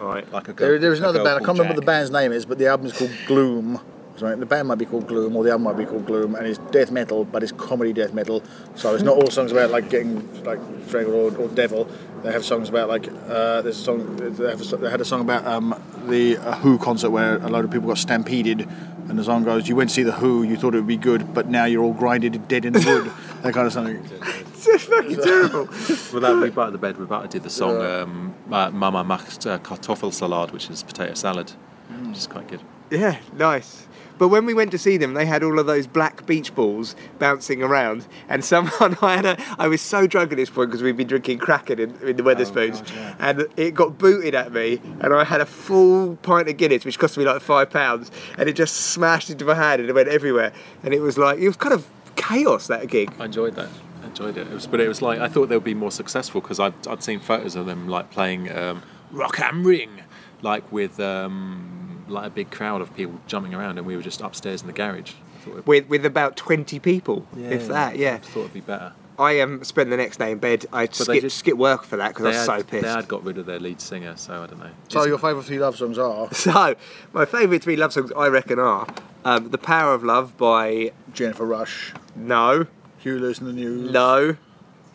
Speaker 10: Alright.
Speaker 8: Like a girl,
Speaker 11: There, there is
Speaker 8: a
Speaker 11: another
Speaker 8: girl
Speaker 11: band. I
Speaker 8: called
Speaker 11: can't remember what the
Speaker 8: Jack.
Speaker 11: band's name is, but the album is called Gloom. Sorry, the band might be called Gloom, or the album might be called Gloom, and it's death metal, but it's comedy death metal. So it's not all songs about like getting like strangled or, or devil. They have songs about like uh, there's a song they, have a, so- they had a song about um, the uh, Who concert where a load of people got stampeded, and the song goes, "You went to see the Who, you thought it would be good, but now you're all grinded dead in the wood." that kind of something.
Speaker 10: It's just fucking terrible.
Speaker 8: Well, that would be part of the bed. We might did the song um, uh, "Mama macht uh, Kartoffelsalat," which is potato salad,
Speaker 11: Mm.
Speaker 8: which is quite good.
Speaker 10: Yeah, nice. But when we went to see them, they had all of those black beach balls bouncing around, and someone I had a, I was so drunk at this point because we'd been drinking Kraken in, in the
Speaker 8: Oh,
Speaker 10: Weatherspoons, and it got booted at me, and I had a full pint of Guinness, which cost me like five pounds, and it just smashed into my hand and it went everywhere, and it was like it was kind of chaos that gig.
Speaker 8: I enjoyed that. I enjoyed it. it was, but it was like I thought they would be more successful because I'd, I'd seen photos of them like playing um, Rock Am Ring, like with um, like a big crowd of people jumping around, and we were just upstairs in the garage. Thought it'd-
Speaker 10: With, with about 20 people, if that, yeah.
Speaker 8: Thought it'd be better.
Speaker 10: I um, spent the next day in bed. I skipped,
Speaker 8: just-
Speaker 10: skipped work for that because I was
Speaker 8: had,
Speaker 10: so pissed.
Speaker 8: They had got rid of their lead singer, so I don't know.
Speaker 11: so your favourite three love songs are
Speaker 10: So, my favourite three love songs, I reckon, are um, "The Power of Love" by
Speaker 11: Jennifer Rush,
Speaker 10: No,
Speaker 11: Hugh Lewis and the News.
Speaker 10: No.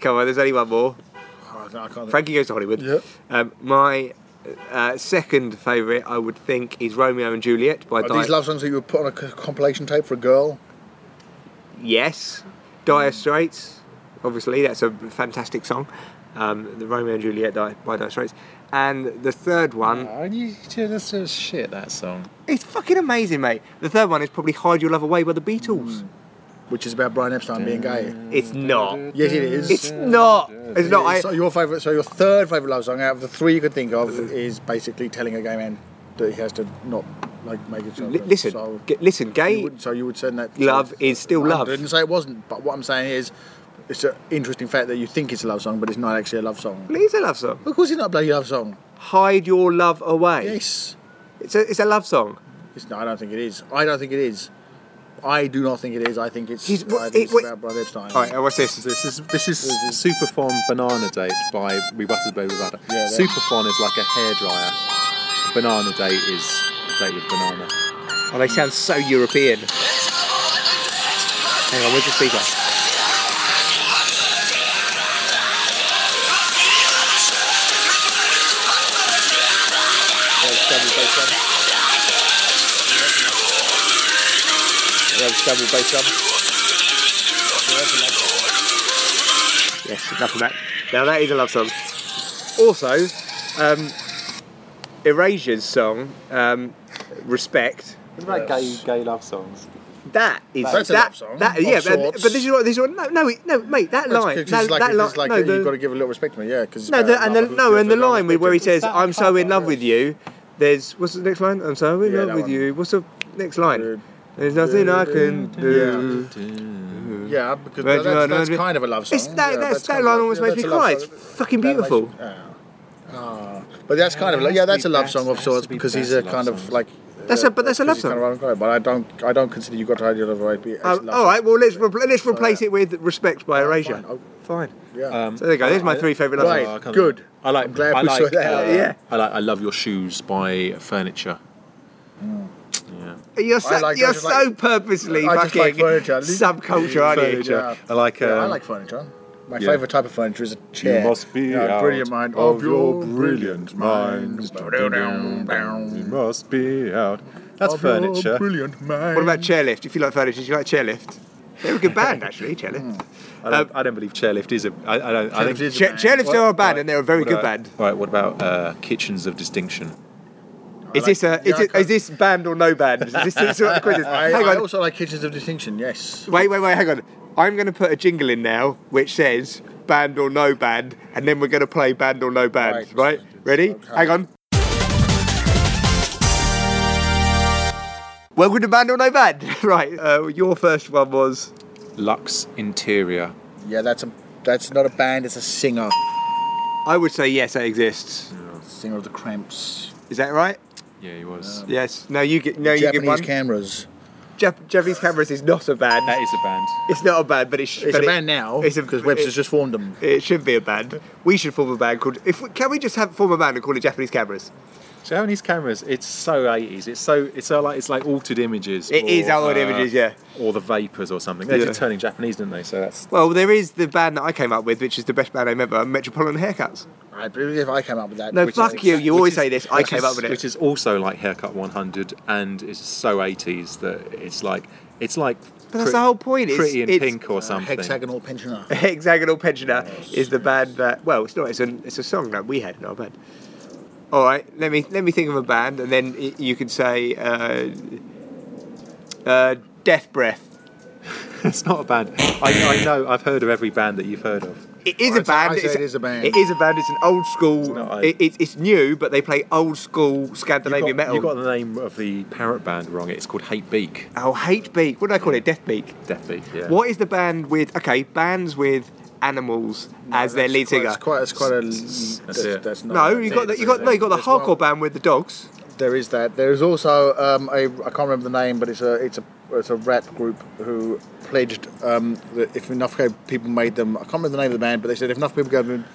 Speaker 10: Come on, there's only one more.
Speaker 11: Oh, no, I can't think.
Speaker 10: Frankie Goes to Hollywood.
Speaker 11: Yep.
Speaker 10: Um, my uh, second favourite, I would think, is "Romeo and Juliet" by
Speaker 11: Are
Speaker 10: Dire.
Speaker 11: these love songs that you would put on a c- compilation tape for a girl?
Speaker 10: yes, Dire Straits. Obviously, that's a fantastic song. Um, the Romeo and Juliet di- by Dire Straits, and the third one,
Speaker 8: Oh, you, that's just shit. That song.
Speaker 10: it's fucking amazing, mate. The third one is probably "Hide Your Love Away" by the Beatles.
Speaker 11: Mm. Which is about Brian Epstein being gay.
Speaker 10: It's not.
Speaker 11: Yes, it is.
Speaker 10: It's not. It's not. I,
Speaker 11: so your favorite, so your third favorite love song out of the three you could think of is basically telling a gay man that he has to not like make a child.
Speaker 10: Li- listen,
Speaker 11: so
Speaker 10: g- listen,
Speaker 11: you
Speaker 10: gay
Speaker 11: would, so you would send that.
Speaker 10: love is still love.
Speaker 11: I didn't say it wasn't, but what I'm saying is, it's an interesting fact that you think it's a love song, but it's not actually a love song.
Speaker 10: It is a love song.
Speaker 11: Of course, it's not a bloody love song.
Speaker 10: Hide your love away.
Speaker 11: Yes,
Speaker 10: It's a, it's a love song.
Speaker 11: it's, no, I don't think it is. I don't think it is. I do not think it is. I think it's,
Speaker 10: He's-
Speaker 11: I think it's
Speaker 10: wait-
Speaker 11: about Brian Epstein.
Speaker 10: All right, uh, what's this?
Speaker 8: This is this is Superfon Banana Date by We Buttered Baby Butter.
Speaker 11: Yeah, that-
Speaker 8: Superfon is like a hairdryer. banana date is a date with banana.
Speaker 10: Oh, they sound so European. Hang on, where's the speaker? That's double bass drum. That's double bass drum. Yes, enough of that. Now that is a love song. Also, um, Erasure's song, um, Respect.
Speaker 8: Isn't that gay, gay love songs?
Speaker 10: That is
Speaker 11: That's a
Speaker 10: that,
Speaker 11: love song,
Speaker 10: that-
Speaker 11: of
Speaker 10: yeah, but,
Speaker 11: sorts.
Speaker 10: but this is what this is what no no it- no mate that
Speaker 11: That's
Speaker 10: line
Speaker 11: 'cause
Speaker 10: that,
Speaker 11: it's like,
Speaker 10: that
Speaker 11: it's
Speaker 10: line
Speaker 11: like
Speaker 10: no
Speaker 11: you've got to
Speaker 10: the,
Speaker 11: give a little respect to me, yeah. Cause it's
Speaker 10: no
Speaker 11: about
Speaker 10: the, and the,
Speaker 11: love,
Speaker 10: no and the
Speaker 11: love,
Speaker 10: line where he
Speaker 11: respect.
Speaker 10: says I'm so in love with you there's what's the next line I'm so in
Speaker 11: Yeah,
Speaker 10: love
Speaker 11: that
Speaker 10: with
Speaker 11: one.
Speaker 10: you what's the next line there's nothing I can do
Speaker 11: Yeah, because
Speaker 10: Virgin
Speaker 11: that's, that's
Speaker 10: Virgin-
Speaker 11: kind of a love song.
Speaker 10: It's- that,
Speaker 11: yeah,
Speaker 10: that's, that
Speaker 11: kind
Speaker 10: line
Speaker 11: of-
Speaker 10: almost
Speaker 11: yeah,
Speaker 10: makes me
Speaker 11: that's a love
Speaker 10: cry it's
Speaker 11: song.
Speaker 10: fucking
Speaker 11: That makes you-
Speaker 10: beautiful
Speaker 11: Ah. But that's kind of like yeah, that's a love song of sorts because he's a kind of like.
Speaker 10: That's a- but that's a
Speaker 11: because
Speaker 10: love
Speaker 11: he's kind of rock and roll, but I don't I don't consider you got to ideal of right. Be
Speaker 10: Uh, all right well let's repl- let's replace it with Respect by Erasure fine
Speaker 11: Yeah.
Speaker 8: Um,
Speaker 10: so there you go there's my three favourite love
Speaker 11: Right,
Speaker 10: songs
Speaker 11: good.
Speaker 8: I like.
Speaker 11: I'm glad
Speaker 8: I
Speaker 11: we
Speaker 8: like,
Speaker 11: saw that.
Speaker 8: uh,
Speaker 10: Yeah.
Speaker 8: I like. I love your shoes by Furniture. Yeah.
Speaker 10: You're
Speaker 11: I
Speaker 10: so,
Speaker 11: like- I
Speaker 10: you're
Speaker 11: just
Speaker 10: so
Speaker 11: like-
Speaker 10: purposely
Speaker 11: I just
Speaker 10: fucking
Speaker 11: like furniture.
Speaker 10: subculture, aren't you?
Speaker 11: Yeah.
Speaker 8: I like. Um,
Speaker 11: Yeah, I like furniture. My
Speaker 8: yeah.
Speaker 11: favourite type of furniture is a chair.
Speaker 8: must be
Speaker 11: Yeah,
Speaker 8: out
Speaker 11: brilliant mind
Speaker 8: of your brilliant minds. You must be out. That's
Speaker 11: Of your
Speaker 8: furniture.
Speaker 11: Brilliant mind.
Speaker 10: What about chairlift? If you like furniture, do you like chairlift? They're a good band, actually, chairlift.
Speaker 8: I don't, I don't believe chairlift is a. I, I don't. I think
Speaker 11: Chairlift is
Speaker 10: Chair, chairlift are a band, and they're a very
Speaker 8: What
Speaker 10: good
Speaker 8: about-
Speaker 10: band.
Speaker 8: All right. What about uh, Kitchens of Distinction?
Speaker 10: Is this a
Speaker 11: yeah, I
Speaker 10: is, it,
Speaker 11: can't-
Speaker 10: is this band or no band? Is this this sort of quiz?
Speaker 11: I,
Speaker 10: hang
Speaker 11: I
Speaker 10: on,
Speaker 11: also like Kitchens of Distinction. Yes.
Speaker 10: wait, wait, wait, hang on. I'm going to put a jingle in now which says band or no band, and then we're going to play band or no band. Right?
Speaker 11: Right.
Speaker 10: Ready?
Speaker 11: Okay.
Speaker 10: Hang on. Welcome to band or no band. right. Uh, your first one was.
Speaker 8: Lux Interior.
Speaker 11: Yeah, that's a that's not a band. It's a singer.
Speaker 10: I would say yes, that exists.
Speaker 11: Singer of the Cramps.
Speaker 10: Is that right?
Speaker 8: Yeah, he was.
Speaker 11: Uh,
Speaker 10: Yes. No, you get. No, you get
Speaker 11: Japanese
Speaker 10: one.
Speaker 11: cameras.
Speaker 10: Jap- Japanese cameras is not a band.
Speaker 8: That is a band.
Speaker 10: It's not a band, but it should.
Speaker 11: It's a band now
Speaker 10: It's a-
Speaker 11: because
Speaker 10: it-
Speaker 11: Webster's just formed them.
Speaker 10: It should be a band. We should form a band called. If we, can we just have form a band and call it Japanese Cameras?
Speaker 8: Japanese cameras. It's so eighties. It's so. It's so like. It's like altered images. uh,
Speaker 10: It is altered images, yeah.
Speaker 8: Or the vapors or something. They
Speaker 10: Yeah.
Speaker 8: did turning Japanese, didn't they? So that's.
Speaker 10: Well, there is the band that I came up with, which is the best band I remember, Metropolitan Haircuts.
Speaker 11: I believe if I came up with that.
Speaker 10: No,
Speaker 11: which
Speaker 10: fuck
Speaker 11: is-
Speaker 10: you. You
Speaker 11: which
Speaker 10: always
Speaker 11: is-
Speaker 10: say this. I
Speaker 8: which
Speaker 10: came
Speaker 8: is-
Speaker 10: up with it.
Speaker 8: Which is also like Haircut 100, and it's so 80s that it's like it's like.
Speaker 10: But that's the whole point, it's-
Speaker 8: Pretty in
Speaker 10: it's-
Speaker 8: pink or something.
Speaker 11: Hexagonal pensioner.
Speaker 10: Hexagonal Pensioner is the band that. Well, it's not. It's a, it's a song that we had in our band. All right, let me let me think of a band, and then y- you can say uh, uh, Death Breath.
Speaker 8: it's not a band. I, I know. I've heard of every band that you've heard of.
Speaker 10: It is
Speaker 11: Well,
Speaker 10: a band.
Speaker 11: I say it is a band.
Speaker 10: It is a band. It's an old school.
Speaker 8: not a-
Speaker 10: it, it's it's new, but they play old school
Speaker 8: You
Speaker 10: Scandinavian
Speaker 8: got,
Speaker 10: metal.
Speaker 8: you got the name of the parrot band wrong. It's called Hate Beak.
Speaker 10: Oh, hate beak. What do I call it? Death beak.
Speaker 8: Death Beak. Yeah.
Speaker 10: What is the band with? Okay, bands with animals as their
Speaker 11: That's
Speaker 10: lead
Speaker 11: quite-
Speaker 10: singer.
Speaker 11: That's quite. That's quite a.
Speaker 8: That's
Speaker 11: That's,
Speaker 8: it.
Speaker 11: that's not
Speaker 10: no, you got the, you got no, you got the
Speaker 11: There's one-
Speaker 10: hardcore band with the dogs.
Speaker 11: There is that. There is also um, a. I can't remember the name, but it's a. It's a. It's a rap group who pledged um, that if enough co- people made them, I can't remember the name of the band, but they said if enough people go and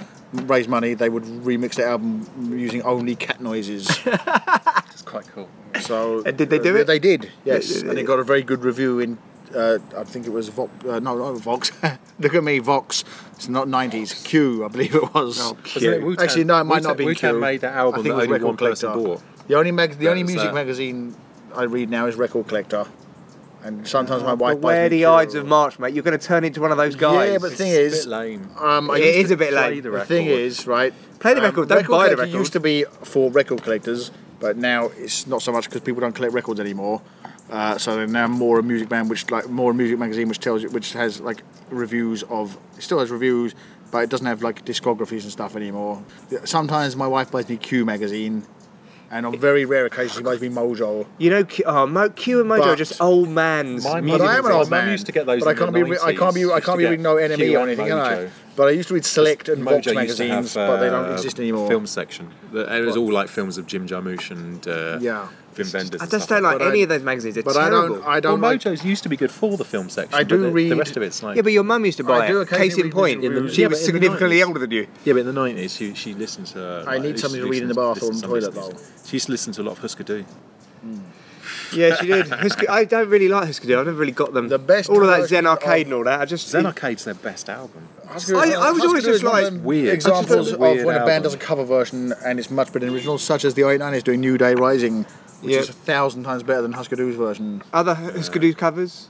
Speaker 11: raise money, they would remix their album using only cat noises.
Speaker 8: It's quite cool.
Speaker 11: So uh,
Speaker 10: And Uh, did they do it?
Speaker 11: They did, yes,
Speaker 10: They-
Speaker 11: and it got a very good review in. Uh, I think it was Vox. Uh, no, no, Vox. Look at me, Vox. It's not nineties. Q, I believe it was.
Speaker 10: Oh,
Speaker 8: Wasn't it Wu-Tan?
Speaker 11: Actually, no, it might not be
Speaker 8: Wu-Tan
Speaker 11: Q.
Speaker 8: made that album
Speaker 11: I think it
Speaker 8: that
Speaker 11: was
Speaker 8: only
Speaker 11: Record
Speaker 8: one person
Speaker 11: Collector.
Speaker 8: bought.
Speaker 11: The only mag- the
Speaker 8: That
Speaker 11: only
Speaker 8: was
Speaker 11: music
Speaker 8: that.
Speaker 11: magazine I read now is Record Collector, and sometimes my wife.
Speaker 10: Uh, But where
Speaker 11: buys me
Speaker 10: the
Speaker 11: Q.
Speaker 10: Ides of March, mate. You're going to turn into one of those guys.
Speaker 11: Yeah, but the thing
Speaker 8: It's a
Speaker 11: is,
Speaker 8: bit lame.
Speaker 11: Um, I
Speaker 10: It
Speaker 11: used
Speaker 10: is
Speaker 11: to
Speaker 10: a bit
Speaker 11: play
Speaker 10: lame.
Speaker 11: The,
Speaker 8: The
Speaker 11: thing
Speaker 8: record.
Speaker 11: is, right? um,
Speaker 10: Play the record, don't buy the
Speaker 11: collector
Speaker 10: record.
Speaker 11: Used to be for record collectors, but now it's not so much because people don't collect records anymore. Uh, so they're now more a music band, which like more a music magazine, which tells you, which has like reviews of, it still has reviews, but it doesn't have like discographies and stuff anymore. Sometimes my wife buys me Q magazine, and on very rare occasions she buys me Mojo.
Speaker 10: you know, Q, oh, Mo, Q and Mojo are
Speaker 11: But-
Speaker 10: just old man's
Speaker 8: My
Speaker 10: music.
Speaker 11: But I am an
Speaker 8: magazines.
Speaker 11: old
Speaker 8: My mum
Speaker 11: man.
Speaker 8: used to get those
Speaker 11: But I
Speaker 8: in the
Speaker 11: can't be. re- I
Speaker 8: 90s.
Speaker 11: can't be. I
Speaker 8: Used to
Speaker 11: can't be
Speaker 8: get
Speaker 11: reading no
Speaker 8: Q
Speaker 11: NME or
Speaker 8: and
Speaker 11: anything, can I?
Speaker 8: Mojo.
Speaker 11: But I used to read Select and Vox
Speaker 8: Mojo used to have,
Speaker 11: magazines, but they
Speaker 8: uh,
Speaker 11: don't exist anymore.
Speaker 8: Film section. The- It was all like films of Jim Jarmusch and uh,
Speaker 11: Yeah.
Speaker 8: Vim Vendors.
Speaker 11: I just don't like any of those
Speaker 10: magazines.
Speaker 11: They're but I don't- terrible. I don't
Speaker 8: Well,
Speaker 11: like-
Speaker 8: Mojo's used to be good for the film section.
Speaker 11: I do
Speaker 8: but the,
Speaker 11: read-
Speaker 8: the rest of it's like.
Speaker 11: Yeah, but your mum used to buy
Speaker 10: I do it. occasionally Case in read point, Mr. in the- Ruse. she was significantly older
Speaker 11: than you.
Speaker 8: Yeah, but in the nineties, she she listens to.
Speaker 11: I need
Speaker 8: used
Speaker 11: something to read in the
Speaker 8: listen-
Speaker 11: bath or
Speaker 8: listen
Speaker 11: on the
Speaker 8: to some
Speaker 11: toilet
Speaker 8: of these things. She used to listen to a lot of Husker Du.
Speaker 10: Yeah, she did. Husker, I don't really like Husker Du. I've never really got them. The best all of that Zen Arcade and all that. I just
Speaker 8: Zen Arcade's their best album.
Speaker 10: I, I was always just like
Speaker 8: weird. I
Speaker 11: examples
Speaker 8: just
Speaker 11: of
Speaker 8: thought it was
Speaker 11: when a
Speaker 8: weird
Speaker 11: band
Speaker 8: album.
Speaker 11: does a cover version and it's much better than the original, such as the 890s doing New Day Rising, which
Speaker 10: Yeah.
Speaker 11: is a thousand times better than Husker Du's version.
Speaker 10: other Husker Du covers.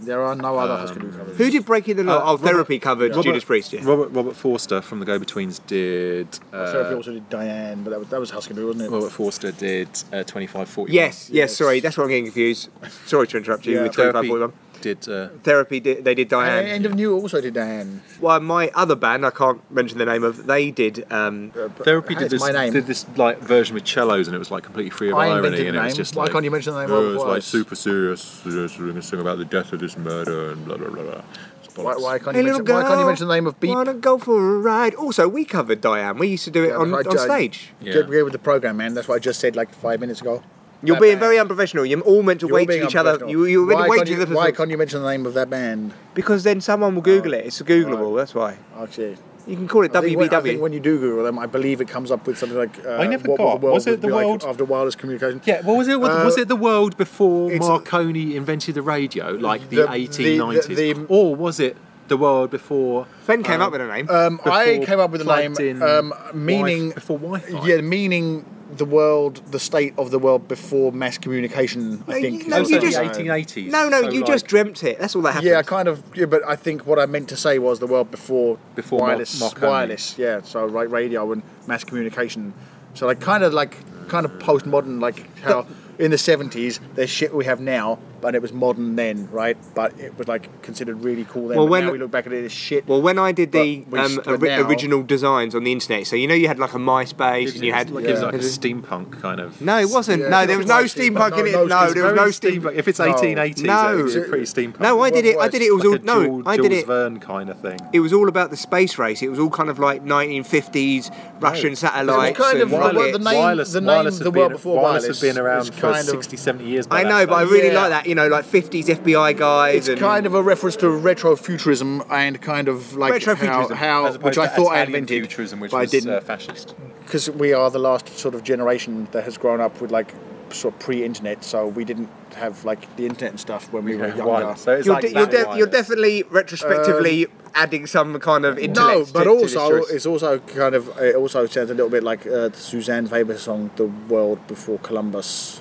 Speaker 11: There are no other Husker Du covers.
Speaker 10: Who did Breaking the Law?
Speaker 8: Uh,
Speaker 10: oh, Therapy covered
Speaker 8: Robert-
Speaker 10: Judas Priest. Yeah.
Speaker 8: Robert Robert Forster from the Go Betweens did. Uh,
Speaker 11: Therapy also did Diane, but that was, that was Husker Du, wasn't it?
Speaker 8: Robert Forster did uh, 25 40.
Speaker 10: Yes, yes, Sorry, that's what I'm getting confused. Sorry to interrupt you.
Speaker 11: Yeah.
Speaker 10: with 25
Speaker 11: Therapy.
Speaker 10: 41.
Speaker 8: Did uh,
Speaker 10: Therapy, did, they did
Speaker 11: and
Speaker 10: Diane.
Speaker 11: End of New also did Diane.
Speaker 10: Well, my other band, I can't mention the name of, they did. Um,
Speaker 11: Uh,
Speaker 8: Therapy
Speaker 11: Hey, it's
Speaker 8: did this,
Speaker 11: my name.
Speaker 8: did this like version with cellos, and it was like completely free of
Speaker 11: I
Speaker 8: irony,
Speaker 11: invented
Speaker 8: and
Speaker 11: the
Speaker 8: it was
Speaker 11: name.
Speaker 8: just
Speaker 11: Why
Speaker 8: like,
Speaker 11: can't you mention the name
Speaker 8: "Oh,
Speaker 11: while it
Speaker 8: It was like
Speaker 11: was?"
Speaker 8: super serious. We're going to sing about the death of this murder and blah blah blah. blah. It's
Speaker 11: Why,
Speaker 8: bollocks.
Speaker 11: why, can't
Speaker 10: Hey,
Speaker 11: you
Speaker 10: little
Speaker 11: mention, why can't you
Speaker 10: girl,
Speaker 11: mention the name of Beep?
Speaker 10: Why not go for a ride? Also, we covered Diane. We used to do it
Speaker 11: Yeah,
Speaker 10: on,
Speaker 11: I-
Speaker 10: on
Speaker 11: I-
Speaker 10: stage.
Speaker 8: Yeah.
Speaker 11: Get, get with the program, man. That's what I just said like five minutes ago.
Speaker 10: You're
Speaker 11: That
Speaker 10: being
Speaker 11: band.
Speaker 10: very unprofessional. You're all meant to
Speaker 11: You're
Speaker 10: wait
Speaker 11: being
Speaker 10: to each other.
Speaker 11: unprofessional.
Speaker 10: You, you're meant
Speaker 11: why
Speaker 10: to wait
Speaker 11: can't
Speaker 10: to
Speaker 11: you,
Speaker 10: the
Speaker 11: Why can't you mention the name of that band?
Speaker 10: Because then someone will Google it. It's Googleable. That's why.
Speaker 11: Actually,
Speaker 10: You can call it
Speaker 11: Oh. I think when, I
Speaker 10: WBW.
Speaker 11: think when you do Google them, I believe it comes up with something like uh,
Speaker 8: I never
Speaker 11: what
Speaker 8: got-
Speaker 11: the world
Speaker 8: was it
Speaker 11: would
Speaker 8: the
Speaker 11: be like
Speaker 8: world-
Speaker 11: after wireless communication?
Speaker 8: Yeah, what was it? What,
Speaker 11: Uh,
Speaker 8: was it the world before
Speaker 11: it's-
Speaker 8: Marconi invented the radio, like
Speaker 11: The-
Speaker 8: the
Speaker 11: the-
Speaker 8: eighteen
Speaker 11: the-
Speaker 8: nineties,
Speaker 11: the-
Speaker 8: or was it the world before?
Speaker 10: Fenn came up with a name.
Speaker 11: Um, I
Speaker 8: before
Speaker 11: came up with the
Speaker 8: plugged
Speaker 11: name
Speaker 8: in
Speaker 11: um,
Speaker 8: Wi-
Speaker 11: meaning
Speaker 8: before Wi-Fi?
Speaker 11: Yeah, meaning the world, the state of the world before mass communication. I
Speaker 10: No,
Speaker 11: think.
Speaker 10: you- no,
Speaker 11: is
Speaker 10: you
Speaker 11: what I'm
Speaker 10: just-
Speaker 11: saying.
Speaker 8: eighteen eighties.
Speaker 10: no, no, you just dreamt it. That's all that happened.
Speaker 11: Yeah, I kind of. Yeah, but I think what I meant to say was the world before
Speaker 8: Before Mar-
Speaker 11: wireless.
Speaker 8: Marconi.
Speaker 11: wireless, yeah. So like radio and mass communication. So like kind of like kind of postmodern, like how in the seventies there's shit we have now, but it was modern then, right? But it was like considered really cool then.
Speaker 10: Well,
Speaker 11: Well,
Speaker 10: when-
Speaker 11: now we look back at it as shit.
Speaker 10: Well, when I did the
Speaker 11: But we
Speaker 10: um,
Speaker 11: stood
Speaker 10: ori-
Speaker 11: now-
Speaker 10: original designs on the internet, so you know you had like a MySpace and you had
Speaker 8: like, it was like a steampunk kind of.
Speaker 10: No, it wasn't.
Speaker 11: Yeah,
Speaker 10: no,
Speaker 11: it
Speaker 10: there was
Speaker 11: was
Speaker 10: no
Speaker 11: like steampunk.
Speaker 10: steampunk in it.
Speaker 11: No,
Speaker 10: No,
Speaker 11: Oh, no, Oh, it's
Speaker 10: there was
Speaker 8: very
Speaker 10: no
Speaker 8: steampunk.
Speaker 10: steampunk.
Speaker 8: If it's eighteen eighties,
Speaker 10: No.
Speaker 8: it was pretty steampunk.
Speaker 10: No, I did it. I did it. It was all
Speaker 8: like a
Speaker 10: no.
Speaker 8: Jules,
Speaker 10: I did
Speaker 8: Jules
Speaker 10: it.
Speaker 8: Verne kind of thing.
Speaker 10: It was all about the space race. It was all kind of like 1950s Russian
Speaker 11: It was
Speaker 10: satellites.
Speaker 11: kind of
Speaker 10: and
Speaker 11: the-
Speaker 10: rockets.
Speaker 11: the name-
Speaker 8: wireless,
Speaker 11: the name
Speaker 8: wireless
Speaker 11: The
Speaker 8: had
Speaker 11: World
Speaker 8: been,
Speaker 11: Before
Speaker 8: wireless
Speaker 11: Wireless
Speaker 8: had been
Speaker 11: was
Speaker 8: around for
Speaker 11: kind of-
Speaker 8: 60, 70 years. By
Speaker 10: I
Speaker 8: that
Speaker 10: know, but I
Speaker 8: stage.
Speaker 10: really
Speaker 11: Yeah.
Speaker 10: like that. You know, like 50s FBI guys.
Speaker 11: It's
Speaker 10: and
Speaker 11: kind of a reference to retrofuturism and kind of like how,
Speaker 10: Retrofuturism,
Speaker 11: how
Speaker 8: As opposed
Speaker 11: which I
Speaker 8: to
Speaker 11: thought I
Speaker 8: Italian
Speaker 11: invented,
Speaker 8: futurism, which
Speaker 11: but I
Speaker 8: was
Speaker 11: didn't.
Speaker 8: uh, fascist.
Speaker 11: because we are the last sort of generation that has grown up with like sort of pre-internet, so we didn't have like the internet and stuff when we were younger.
Speaker 8: So it's
Speaker 10: You're,
Speaker 8: like
Speaker 10: de- you're,
Speaker 8: that
Speaker 10: de- you're
Speaker 8: wireless.
Speaker 10: definitely retrospectively adding some kind of
Speaker 11: Um, no,
Speaker 10: intellect.
Speaker 11: but
Speaker 10: to- to this
Speaker 11: also
Speaker 10: choice.
Speaker 11: it's also kind of it also sounds a little bit like uh, the Suzanne Faber song "The World Before Columbus,"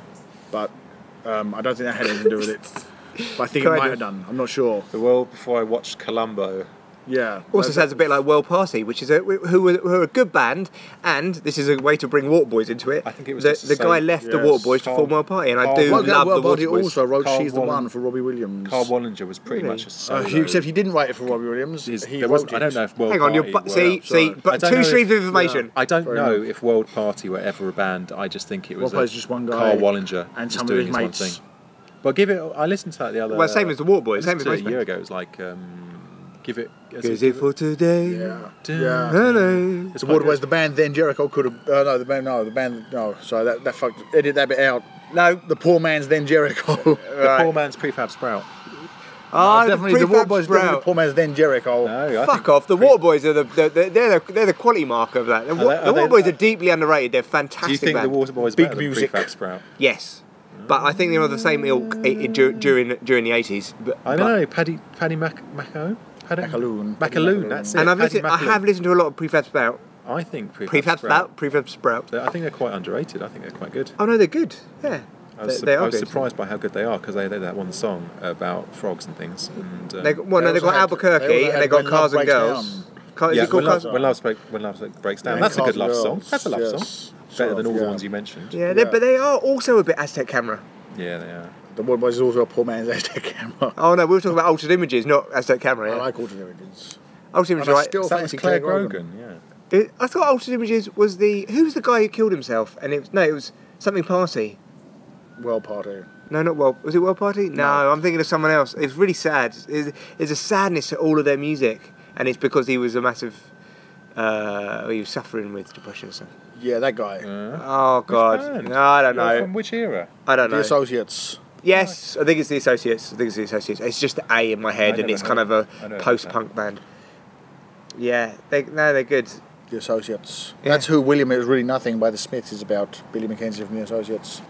Speaker 11: but um, I don't think that had anything to do with it. But I think it
Speaker 10: Kind
Speaker 11: might
Speaker 10: of.
Speaker 11: have done. I'm not sure.
Speaker 8: The world before I watched Columbo.
Speaker 11: Yeah.
Speaker 10: Also
Speaker 11: But-
Speaker 10: sounds a bit like World Party, which is a who were, who are a good band, and this is a way to bring Waterboys into it.
Speaker 8: I think it was
Speaker 10: the,
Speaker 8: just
Speaker 10: the
Speaker 8: the
Speaker 10: guy
Speaker 8: same-
Speaker 10: left the
Speaker 11: yes.
Speaker 10: Waterboys to
Speaker 8: Carl-
Speaker 10: form World Party, and I
Speaker 8: Carl-
Speaker 10: do
Speaker 11: Well,
Speaker 8: Wolf-
Speaker 10: love
Speaker 11: World
Speaker 10: the
Speaker 11: Party
Speaker 10: Waterboys.
Speaker 11: also wrote
Speaker 8: Carl
Speaker 11: "She's the
Speaker 8: Wallen-
Speaker 11: One" for Robbie Williams.
Speaker 8: Carl Wallinger was pretty much a
Speaker 11: Uh,
Speaker 8: solo.
Speaker 11: he- except he didn't write it for Robbie Williams.
Speaker 8: His-
Speaker 11: he
Speaker 8: there was-
Speaker 11: wrote
Speaker 8: I
Speaker 11: it.
Speaker 8: don't know if World
Speaker 10: Hang on, you're
Speaker 8: Party
Speaker 10: but
Speaker 8: were-
Speaker 10: see, see,
Speaker 11: sorry.
Speaker 10: but
Speaker 8: I don't
Speaker 10: two
Speaker 8: know
Speaker 10: streams
Speaker 8: if-
Speaker 10: of information.
Speaker 8: I don't
Speaker 11: Fair
Speaker 8: know if World Party were ever a band. I just think it was
Speaker 11: World Party's just one guy
Speaker 8: Carl Wallinger
Speaker 11: and
Speaker 8: just
Speaker 11: some of his
Speaker 8: doing his
Speaker 11: mates.
Speaker 8: one thing. But give it. I listened to like the other.
Speaker 10: Well, same as the Waterboys,
Speaker 8: I
Speaker 10: same
Speaker 8: listened
Speaker 10: as
Speaker 8: to it
Speaker 10: most
Speaker 8: a year
Speaker 10: bands.
Speaker 8: ago. It was like um, give it. is
Speaker 10: Is
Speaker 8: it-
Speaker 10: it for today?
Speaker 11: Yeah.
Speaker 8: Dun,
Speaker 11: Yeah.
Speaker 10: Hello.
Speaker 8: It's
Speaker 11: The
Speaker 8: quite good.
Speaker 11: Waterboys, the band, then Jericho could have. Uh, no, the band, no, the band, no. Sorry, that, that fucked. Edit that bit out.
Speaker 10: No,
Speaker 11: The poor man's then Jericho.
Speaker 8: The poor man's prefab sprout.
Speaker 10: ah,
Speaker 11: definitely, the
Speaker 10: prefab
Speaker 11: Waterboys,
Speaker 10: sprout.
Speaker 11: definitely the poor man's then Jericho.
Speaker 8: No, I
Speaker 10: Fuck
Speaker 8: think-
Speaker 10: off! The Waterboys are the they're, they're, they're the they're the quality marker of that. The,
Speaker 8: they-
Speaker 10: Wa-
Speaker 8: are
Speaker 10: the
Speaker 8: they-
Speaker 10: Waterboys are deeply underrated. They're a fantastic.
Speaker 8: Do you think the
Speaker 10: band.
Speaker 8: Waterboys
Speaker 11: Big
Speaker 8: better than
Speaker 11: music.
Speaker 8: prefab sprout?
Speaker 10: Yes, but I think they were the same ilk i- i- dur- during during the eighties.
Speaker 8: I don't know. Paddy Paddy Mac Maco. Paddy-
Speaker 11: Macaloon.
Speaker 8: Macaloon. That's it.
Speaker 10: And I've
Speaker 8: Paddy
Speaker 10: listened, I
Speaker 8: Macaloon.
Speaker 10: have listened to a lot of prefab sprout,
Speaker 8: I think prefab,
Speaker 10: prefab
Speaker 8: sprout.
Speaker 10: sprout, prefab sprout.
Speaker 8: They're- I think they're quite underrated. I think they're quite good.
Speaker 10: Oh no, they're good. Yeah,
Speaker 8: I was,
Speaker 10: they,
Speaker 8: sur-
Speaker 10: they
Speaker 8: I
Speaker 10: are
Speaker 8: was
Speaker 10: good.
Speaker 8: surprised by how good they are because they did that one song about frogs and things. And, um,
Speaker 10: They got, well, no, they
Speaker 11: also
Speaker 10: got
Speaker 11: had-
Speaker 10: Albuquerque
Speaker 11: they also
Speaker 10: and
Speaker 11: had
Speaker 10: they got
Speaker 11: When Love
Speaker 10: Cars and
Speaker 11: Breaks
Speaker 10: Girls.
Speaker 11: Down.
Speaker 10: Car, is
Speaker 8: yeah,
Speaker 10: it called
Speaker 8: when, love,
Speaker 10: Cars?
Speaker 8: when, love Break- when love Break- breaks down.
Speaker 11: Yeah,
Speaker 8: That's a
Speaker 11: Cars
Speaker 8: good
Speaker 11: and
Speaker 8: love
Speaker 11: Girls.
Speaker 8: song. That's a love
Speaker 11: Yes.
Speaker 8: song. Better than all the
Speaker 11: Yeah.
Speaker 8: ones you mentioned.
Speaker 10: Yeah, they-
Speaker 11: Yeah.
Speaker 10: but they are also a bit Aztec camera.
Speaker 8: Yeah, they are.
Speaker 11: The Waterboys is also a poor man's Aztec camera.
Speaker 10: Oh no, we were talking about altered images, not Aztec camera.
Speaker 11: I
Speaker 10: Yeah.
Speaker 11: like Altered Images.
Speaker 10: altered images,
Speaker 11: and I
Speaker 10: right?
Speaker 11: still- Well,
Speaker 8: that was
Speaker 11: fancy
Speaker 8: Claire
Speaker 11: Claire Grogan.
Speaker 8: Grogan. Yeah.
Speaker 10: It- I thought altered images was the who was the guy who killed himself? And it was no, it was something party.
Speaker 11: Well, party.
Speaker 10: No, not World. Was it World Party? No, I'm thinking of someone else. It's really sad. There's, there's a sadness to all of their music, and it's because he was a massive. Uh, he was suffering with depression. So.
Speaker 11: Yeah, that guy.
Speaker 10: Oh God, no, I don't know.
Speaker 11: From which era?
Speaker 10: I don't know.
Speaker 11: The Associates.
Speaker 10: Yes, I think it's the Associates. I think it's the Associates. It's just the A in my
Speaker 11: I
Speaker 10: head, and
Speaker 11: never
Speaker 10: it's kind
Speaker 11: heard it.
Speaker 10: of
Speaker 11: I
Speaker 10: a
Speaker 11: never
Speaker 10: post-punk band. Yeah, they, no, they're good.
Speaker 11: The Associates. That's who William It Was Really Nothing by the Smiths is about. Billy McKenzie from The Associates.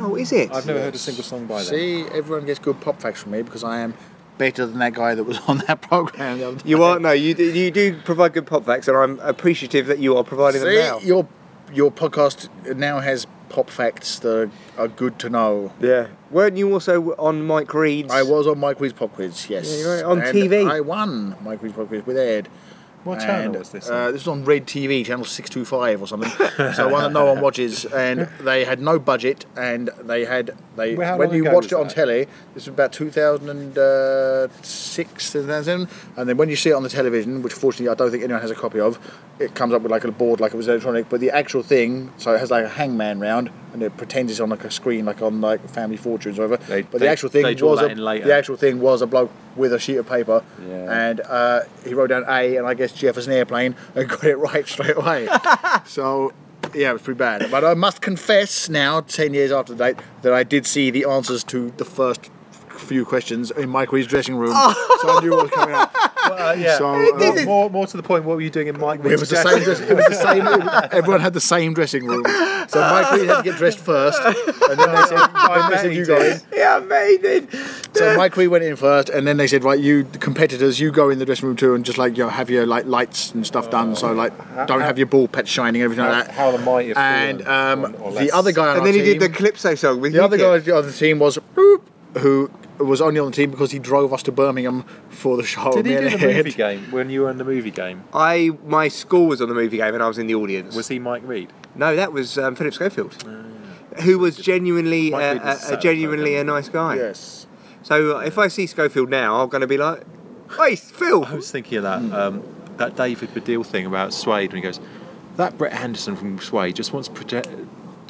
Speaker 10: Oh, is it?
Speaker 8: I've never heard a single song by them.
Speaker 11: See, everyone gets good pop facts from me because I am better than that guy that was on that program. The other
Speaker 10: You are no, you do, you do provide good pop facts, and I'm appreciative that you are providing
Speaker 11: See,
Speaker 10: them now.
Speaker 11: your your podcast now has pop facts that are good to know.
Speaker 10: Yeah, weren't you also on Mike Reed's?
Speaker 11: I was on Mike Reed's Pop Quiz, yes.
Speaker 10: Yeah, you were on
Speaker 11: And
Speaker 10: TV.
Speaker 11: I won Mike Reed's Pop Quiz with Ed.
Speaker 8: What
Speaker 11: And,
Speaker 8: channel was this on?
Speaker 11: Uh, this was on Red TV, channel 625 or something. so one that no one watches. And they had no budget, and they had. they
Speaker 8: Well, how
Speaker 11: When
Speaker 8: long
Speaker 11: you
Speaker 8: ago
Speaker 11: watched
Speaker 8: was
Speaker 11: it on
Speaker 8: that?
Speaker 11: telly, this was about 2006, 2007. And then when you see it on the television, which fortunately I don't think anyone has a copy of, it comes up with like a board like it was electronic. But the actual thing, so it has like a hangman round, and it pretends it's on like a screen, like on like Family Fortunes or whatever.
Speaker 8: They-
Speaker 11: but the
Speaker 8: they-
Speaker 11: actual thing
Speaker 8: they draw
Speaker 11: was
Speaker 8: that
Speaker 11: a,
Speaker 8: in later.
Speaker 11: the actual thing was a bloke with a sheet of paper,
Speaker 8: Yeah.
Speaker 11: and uh, he wrote down A, and I guess Jefferson Airplane, and got it right straight away. so yeah, it was pretty bad. But I must confess now, ten years after the date, that I did see the answers to the first few questions in Mike Reed's dressing room, so I knew what was coming up.
Speaker 8: yeah.
Speaker 11: So, uh,
Speaker 8: more, more, more to the point, what were you doing in Mike
Speaker 11: it was
Speaker 8: Reed's
Speaker 11: the same.
Speaker 8: dressing
Speaker 11: Dress, it was the same. uh, everyone had the same dressing room, so Mike Reed had to get dressed first, and then they said, then they said "You go in."
Speaker 10: yeah, amazing.
Speaker 11: So Mike Reed went in first, and then they said, "Right, you the competitors, you go in the dressing room too, and just like you know, have your like lights and stuff done. So like, don't have your ball pets shining, everything like that."
Speaker 8: Uh, How the mighty have
Speaker 11: And
Speaker 8: fallen,
Speaker 11: um,
Speaker 8: or- or
Speaker 11: the
Speaker 8: less.
Speaker 11: other guy on
Speaker 10: And
Speaker 11: our
Speaker 10: then he did the
Speaker 11: team-
Speaker 10: Calypso song with
Speaker 11: the other
Speaker 10: Nikki.
Speaker 11: guy on the team was Boop, who was only on the team because he drove us to Birmingham for the show.
Speaker 8: Did
Speaker 11: Me
Speaker 8: he
Speaker 10: Oh,
Speaker 8: do
Speaker 11: and
Speaker 8: the movie
Speaker 11: Ed.
Speaker 8: game when you were in the movie game?
Speaker 10: I my score was on the movie game, and I was in the audience.
Speaker 8: Was he Mike Reed?
Speaker 10: No, that was um, Philip Schofield, who was genuinely
Speaker 8: Might be the
Speaker 10: uh, a, a
Speaker 8: Saturday
Speaker 10: genuinely a
Speaker 8: programme.
Speaker 10: nice guy.
Speaker 11: Yes.
Speaker 10: So uh, if I see Schofield now, I'm going to be like, "Hey, Phil!"
Speaker 8: I was thinking of that um, that David Baddiel thing about Suede when he goes, that Brett Anderson from Suede just wants to project,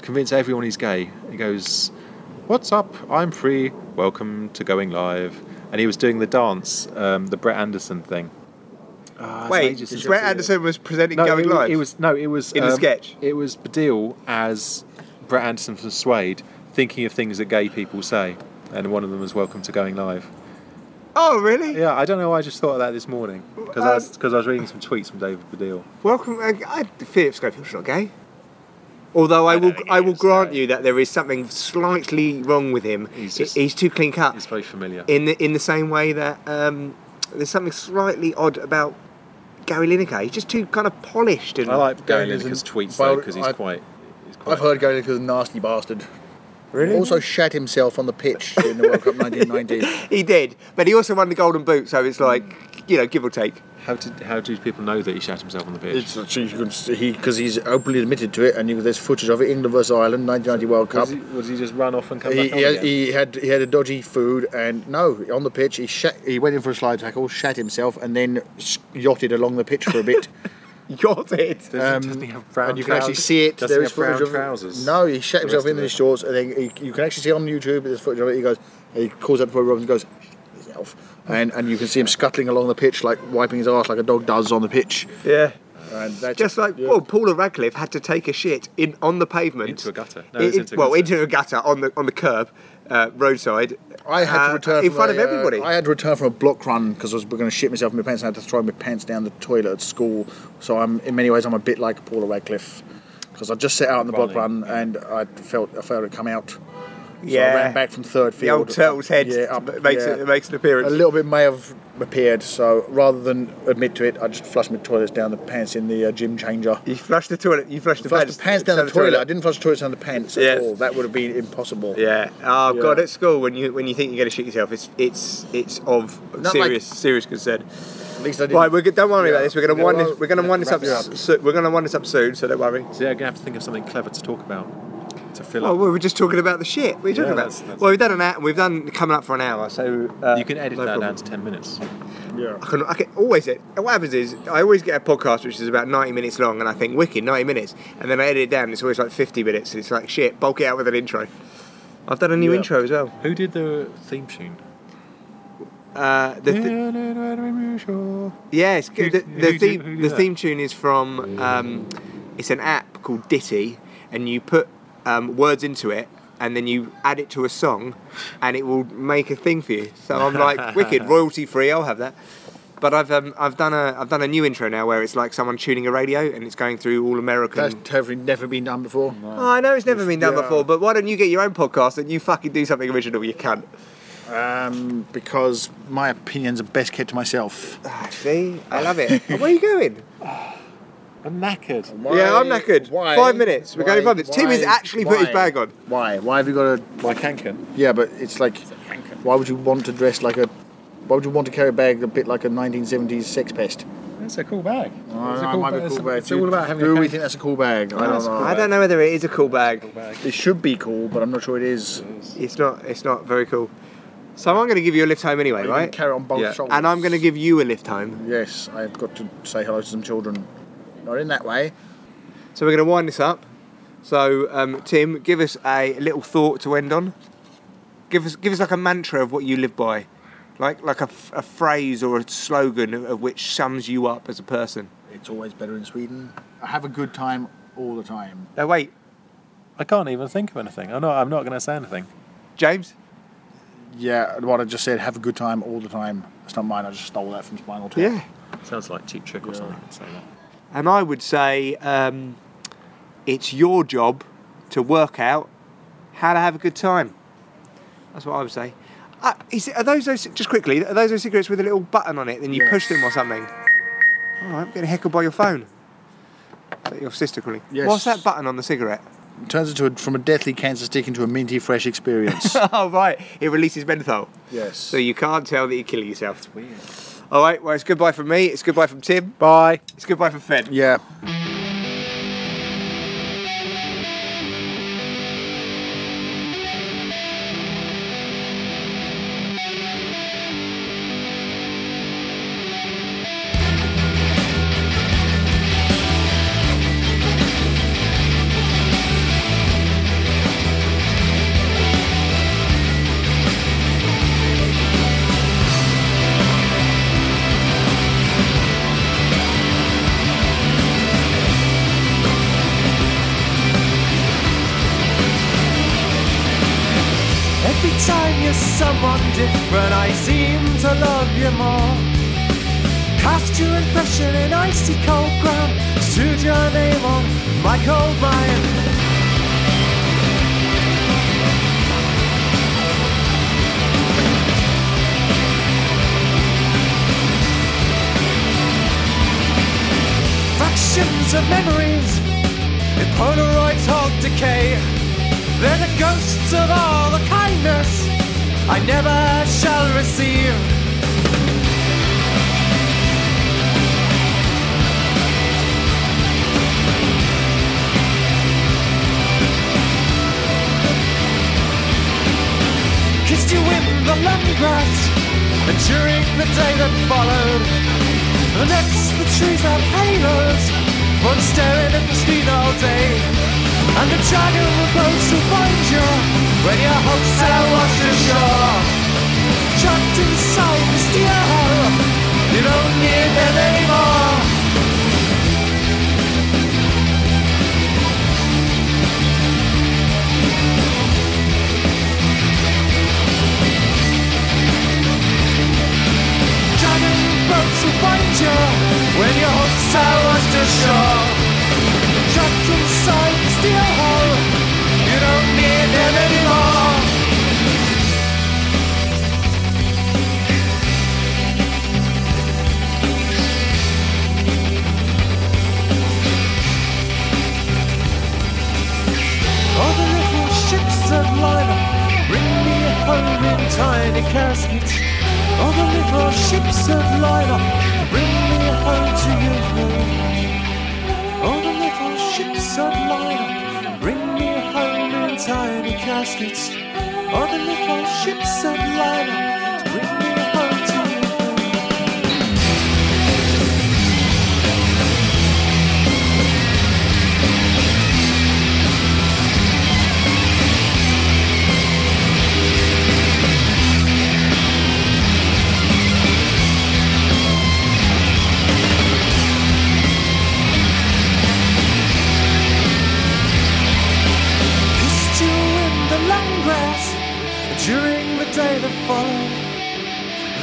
Speaker 8: convince everyone he's gay. He goes, "What's up? I'm free. Welcome to going live." And he was doing the dance, um, the Brett Anderson thing. Ah, it's
Speaker 10: Wait,
Speaker 8: ages since I've
Speaker 10: Brett
Speaker 8: seen it.
Speaker 10: Anderson was presenting
Speaker 8: No,
Speaker 10: Going
Speaker 8: it, was-
Speaker 10: Live.
Speaker 8: it was no, it was um,
Speaker 10: In the sketch?
Speaker 8: It was Baddiel as Brett Anderson from Suede, thinking of things that gay people say, and one of them was "Welcome to Going Live."
Speaker 10: Oh, really?
Speaker 8: Yeah, I don't know why I just thought of that this morning because I
Speaker 11: Um,
Speaker 8: was because I was reading some tweets from David Baddiel.
Speaker 10: Welcome. I, I, Philip Schofield's not gay. Although I, will, I will grant you that there is something slightly wrong with him.
Speaker 8: He's
Speaker 10: He's,
Speaker 8: just-
Speaker 10: too clean cut.
Speaker 8: It's very familiar.
Speaker 10: in the in the same way that um, there's something slightly odd about Gary Lineker. He's just too kind of polished and
Speaker 8: I like Gary
Speaker 11: Gary
Speaker 8: Lineker's
Speaker 11: Lineker.
Speaker 8: tweets
Speaker 11: Well,
Speaker 8: though because he's
Speaker 11: I-
Speaker 8: quite. He's quite
Speaker 11: I've heard Gary Lineker's a nasty bastard.
Speaker 10: Really?
Speaker 11: Also shat himself on the pitch in the World Cup 1990.
Speaker 10: he did. But he also won the Golden Boot, so it's like you know, give or take.
Speaker 8: How did how do people know that he shat himself on the pitch?
Speaker 11: It's actually you can see- he because he's openly admitted to it, and you, there's footage of it. England versus Ireland, 1990 World Cup.
Speaker 8: was, he, was he just run off and come
Speaker 11: He,
Speaker 8: back on
Speaker 11: he, had,
Speaker 8: again?
Speaker 11: he had he had a dodgy food, and no, on the pitch he shat, he went in for a slide tackle, shat himself, and then s- yachted along the pitch for a bit.
Speaker 10: Got it.
Speaker 8: Doesn't-
Speaker 11: um,
Speaker 8: doesn't he have brown
Speaker 11: and you can actually
Speaker 8: trousers?
Speaker 11: see it.
Speaker 8: Doesn't
Speaker 11: There
Speaker 8: he
Speaker 11: is
Speaker 8: have brown
Speaker 11: footage of it.
Speaker 8: trousers?
Speaker 11: No, he shat
Speaker 8: The
Speaker 11: himself
Speaker 8: rest
Speaker 11: in
Speaker 8: of
Speaker 11: his
Speaker 8: it.
Speaker 11: shorts, and then he, you can actually see on YouTube. There's footage of it. He goes, he calls up Roy Robinson, goes, himself, and and you can see him scuttling along the pitch like wiping his arse like a dog does on the pitch.
Speaker 10: Yeah.
Speaker 11: And that's
Speaker 10: Just like
Speaker 11: yeah.
Speaker 10: well, Paula Radcliffe had to take a shit in on the pavement
Speaker 8: Into a gutter. No,
Speaker 10: In-
Speaker 8: it was
Speaker 10: in-
Speaker 8: into a
Speaker 10: well,
Speaker 8: gutter.
Speaker 10: into a gutter on the on the curb, uh, roadside.
Speaker 11: I had
Speaker 10: uh,
Speaker 11: to return
Speaker 10: in
Speaker 11: from
Speaker 10: front
Speaker 11: a,
Speaker 10: of everybody.
Speaker 11: Uh, I had to return from a block run because I was going to shit myself in my pants. and I had to throw my pants down the toilet at school. So I'm in many ways I'm a bit like Paula Radcliffe because I just set out on the block run
Speaker 8: Running,
Speaker 11: and I felt I felt it come out. So
Speaker 10: yeah.
Speaker 11: I ran back from third
Speaker 10: The
Speaker 11: field.
Speaker 10: old turtle's head
Speaker 11: Yeah, up-
Speaker 10: makes
Speaker 11: yeah.
Speaker 10: it, makes an appearance.
Speaker 11: A little bit may have appeared. So rather than admit to it, I just flushed my toilets down the pants in the uh, gym changer.
Speaker 10: You flush the toilet. You flush the
Speaker 11: Flushed
Speaker 10: pants,
Speaker 11: the pants down the, toilet. I didn't flush the toilets down the pants
Speaker 10: Yeah.
Speaker 11: at all. That would have been impossible.
Speaker 10: Yeah. Oh
Speaker 11: Yeah.
Speaker 10: god, at school when you when you think you're going to shit yourself, it's it's it's of
Speaker 11: Not
Speaker 10: serious serious concern.
Speaker 11: At least I didn't.
Speaker 10: Right, we're good. Don't worry
Speaker 11: Yeah.
Speaker 10: about this. We're going to
Speaker 11: No,
Speaker 10: wind
Speaker 11: well,
Speaker 10: this. We're going to wind this
Speaker 11: wrap
Speaker 10: up.
Speaker 11: it up.
Speaker 10: So, we're going to wind this up soon. So don't worry.
Speaker 8: So yeah, I'm gonna have to think of something clever to talk about to fill
Speaker 10: Oh,
Speaker 8: up.
Speaker 10: we were just talking about the shit. What are you talking
Speaker 8: Yeah,
Speaker 10: about?
Speaker 8: that's- that's-
Speaker 10: Well, we've done an hour. We've done coming up for an hour. So uh,
Speaker 8: you can edit
Speaker 10: no
Speaker 8: that
Speaker 10: problem.
Speaker 8: down to ten minutes.
Speaker 11: Yeah.
Speaker 10: I can, I can always edit. What happens is I always get a podcast which is about 90 minutes long, and I think wicked 90 minutes, and then I edit it down. and It's always like 50 minutes, and it's like shit. Bulk it out with an intro. I've done a new
Speaker 11: Yeah.
Speaker 10: intro as well.
Speaker 8: Who did the theme tune?
Speaker 10: Uh, the th- yeah, it's good. The,
Speaker 11: who
Speaker 10: the,
Speaker 11: did- who
Speaker 10: theme,
Speaker 11: did
Speaker 10: the
Speaker 11: that?
Speaker 10: theme tune is from um, it's an app called Ditty, and you put um, words into it, and then you add it to a song, and it will make a thing for you. So I'm like, wicked, royalty free. I'll have that. But I've um, I've done a I've done a new intro now where it's like someone tuning a radio and it's going through all American.
Speaker 11: That's totally never been done before.
Speaker 10: Oh, I know it's never been done
Speaker 11: Yeah.
Speaker 10: before, but why don't you get your own podcast and you fucking do something original? You can't.
Speaker 11: Um, because my opinions are best kept to myself.
Speaker 10: See, I love it. Where are you going?
Speaker 11: I'm knackered.
Speaker 10: Yeah, I'm knackered. Five minutes. We're going five minutes. Tim has actually put his bag on.
Speaker 11: Why? Why have you got a?
Speaker 8: My kanken.
Speaker 11: Yeah, but it's like, why would you want to dress like a? Why would you want to carry a bag a bit like a 1970s sex pest?
Speaker 8: That's a cool bag.
Speaker 11: I
Speaker 8: It's a
Speaker 11: know, Oh, it
Speaker 8: cool
Speaker 11: might be
Speaker 8: bag.
Speaker 11: a cool
Speaker 8: It's-
Speaker 11: bag.
Speaker 8: It's all about having
Speaker 11: Do
Speaker 8: a
Speaker 11: we
Speaker 8: kanken.
Speaker 11: think that's a cool bag? I
Speaker 8: No,
Speaker 11: don't
Speaker 8: it's
Speaker 11: know.
Speaker 8: cool.
Speaker 10: I don't know whether it is a cool bag.
Speaker 11: It should be cool, but I'm not sure it is.
Speaker 10: It's not. It's not very cool. So I'm going to give you a lift home anyway,
Speaker 11: You can
Speaker 10: right?
Speaker 11: carry on both shoulders.
Speaker 10: And I'm going to give you a lift home.
Speaker 11: Yes, I've got to say hello to some children. Not in that way.
Speaker 10: So we're going to wind this up. So um, Tim, give us a little thought to end on. Give us, give us like a mantra of what you live by, like like a, f- a phrase or a slogan of, of which sums you up as a person.
Speaker 11: It's always better in Sweden. I have a good time all the time.
Speaker 10: No, wait,
Speaker 8: I can't even think of anything. I'm not. I'm not going to say anything.
Speaker 10: James.
Speaker 11: Yeah, what I just said, have a good time all the time. It's not mine, I just stole that from Spinal Tap.
Speaker 10: Yeah.
Speaker 8: Sounds like cheap trick or something. Say that.
Speaker 10: And I would say um, it's your job to work out how to have a good time. That's what I would say. Uh, is it, are those those just quickly? Are those those cigarettes with a little button on it? Then you
Speaker 11: Yes.
Speaker 10: push them or something. All right, I'm getting heckled by your phone. Is that your sister calling?
Speaker 11: Yes.
Speaker 10: What's that button on the cigarette?
Speaker 11: It turns into a, from a deathly cancer stick into a minty fresh experience.
Speaker 10: oh right, it releases menthol,
Speaker 11: yes.
Speaker 10: so you can't tell that you're killing yourself. It's weird. All right, well it's goodbye from me. It's goodbye from Tim.
Speaker 11: Bye.
Speaker 10: It's goodbye from Fed.
Speaker 11: Yeah.
Speaker 12: Every time you're someone different, I seem to love you more. Cast your impression in icy cold ground, stood your name on my cold mind. Fractions of memories in Polaroids hold decay. They're the ghosts of all the kindness I never shall receive. Kissed you in the long grass, and during the day that followed, the next the trees have halos, one staring at the street all day. And the dragon will go to find you When your hopes sail wash ashore Trapped inside the steel You don't need them anymore Dragon boats will find you When your hopes sail wash ashore Trapped inside the steel hole You don't need them anymore All the little ships that line up Bring me home in tiny caskets All the little ships that line up Bring me home to you all the little ships of light bring me home in tiny caskets. All the little ships of light bring me home to you.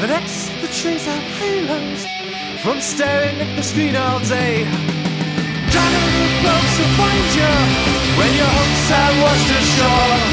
Speaker 10: The next, the trees have halos from staring at the screen all day. Driving the boats to find you when your hopes are washed ashore.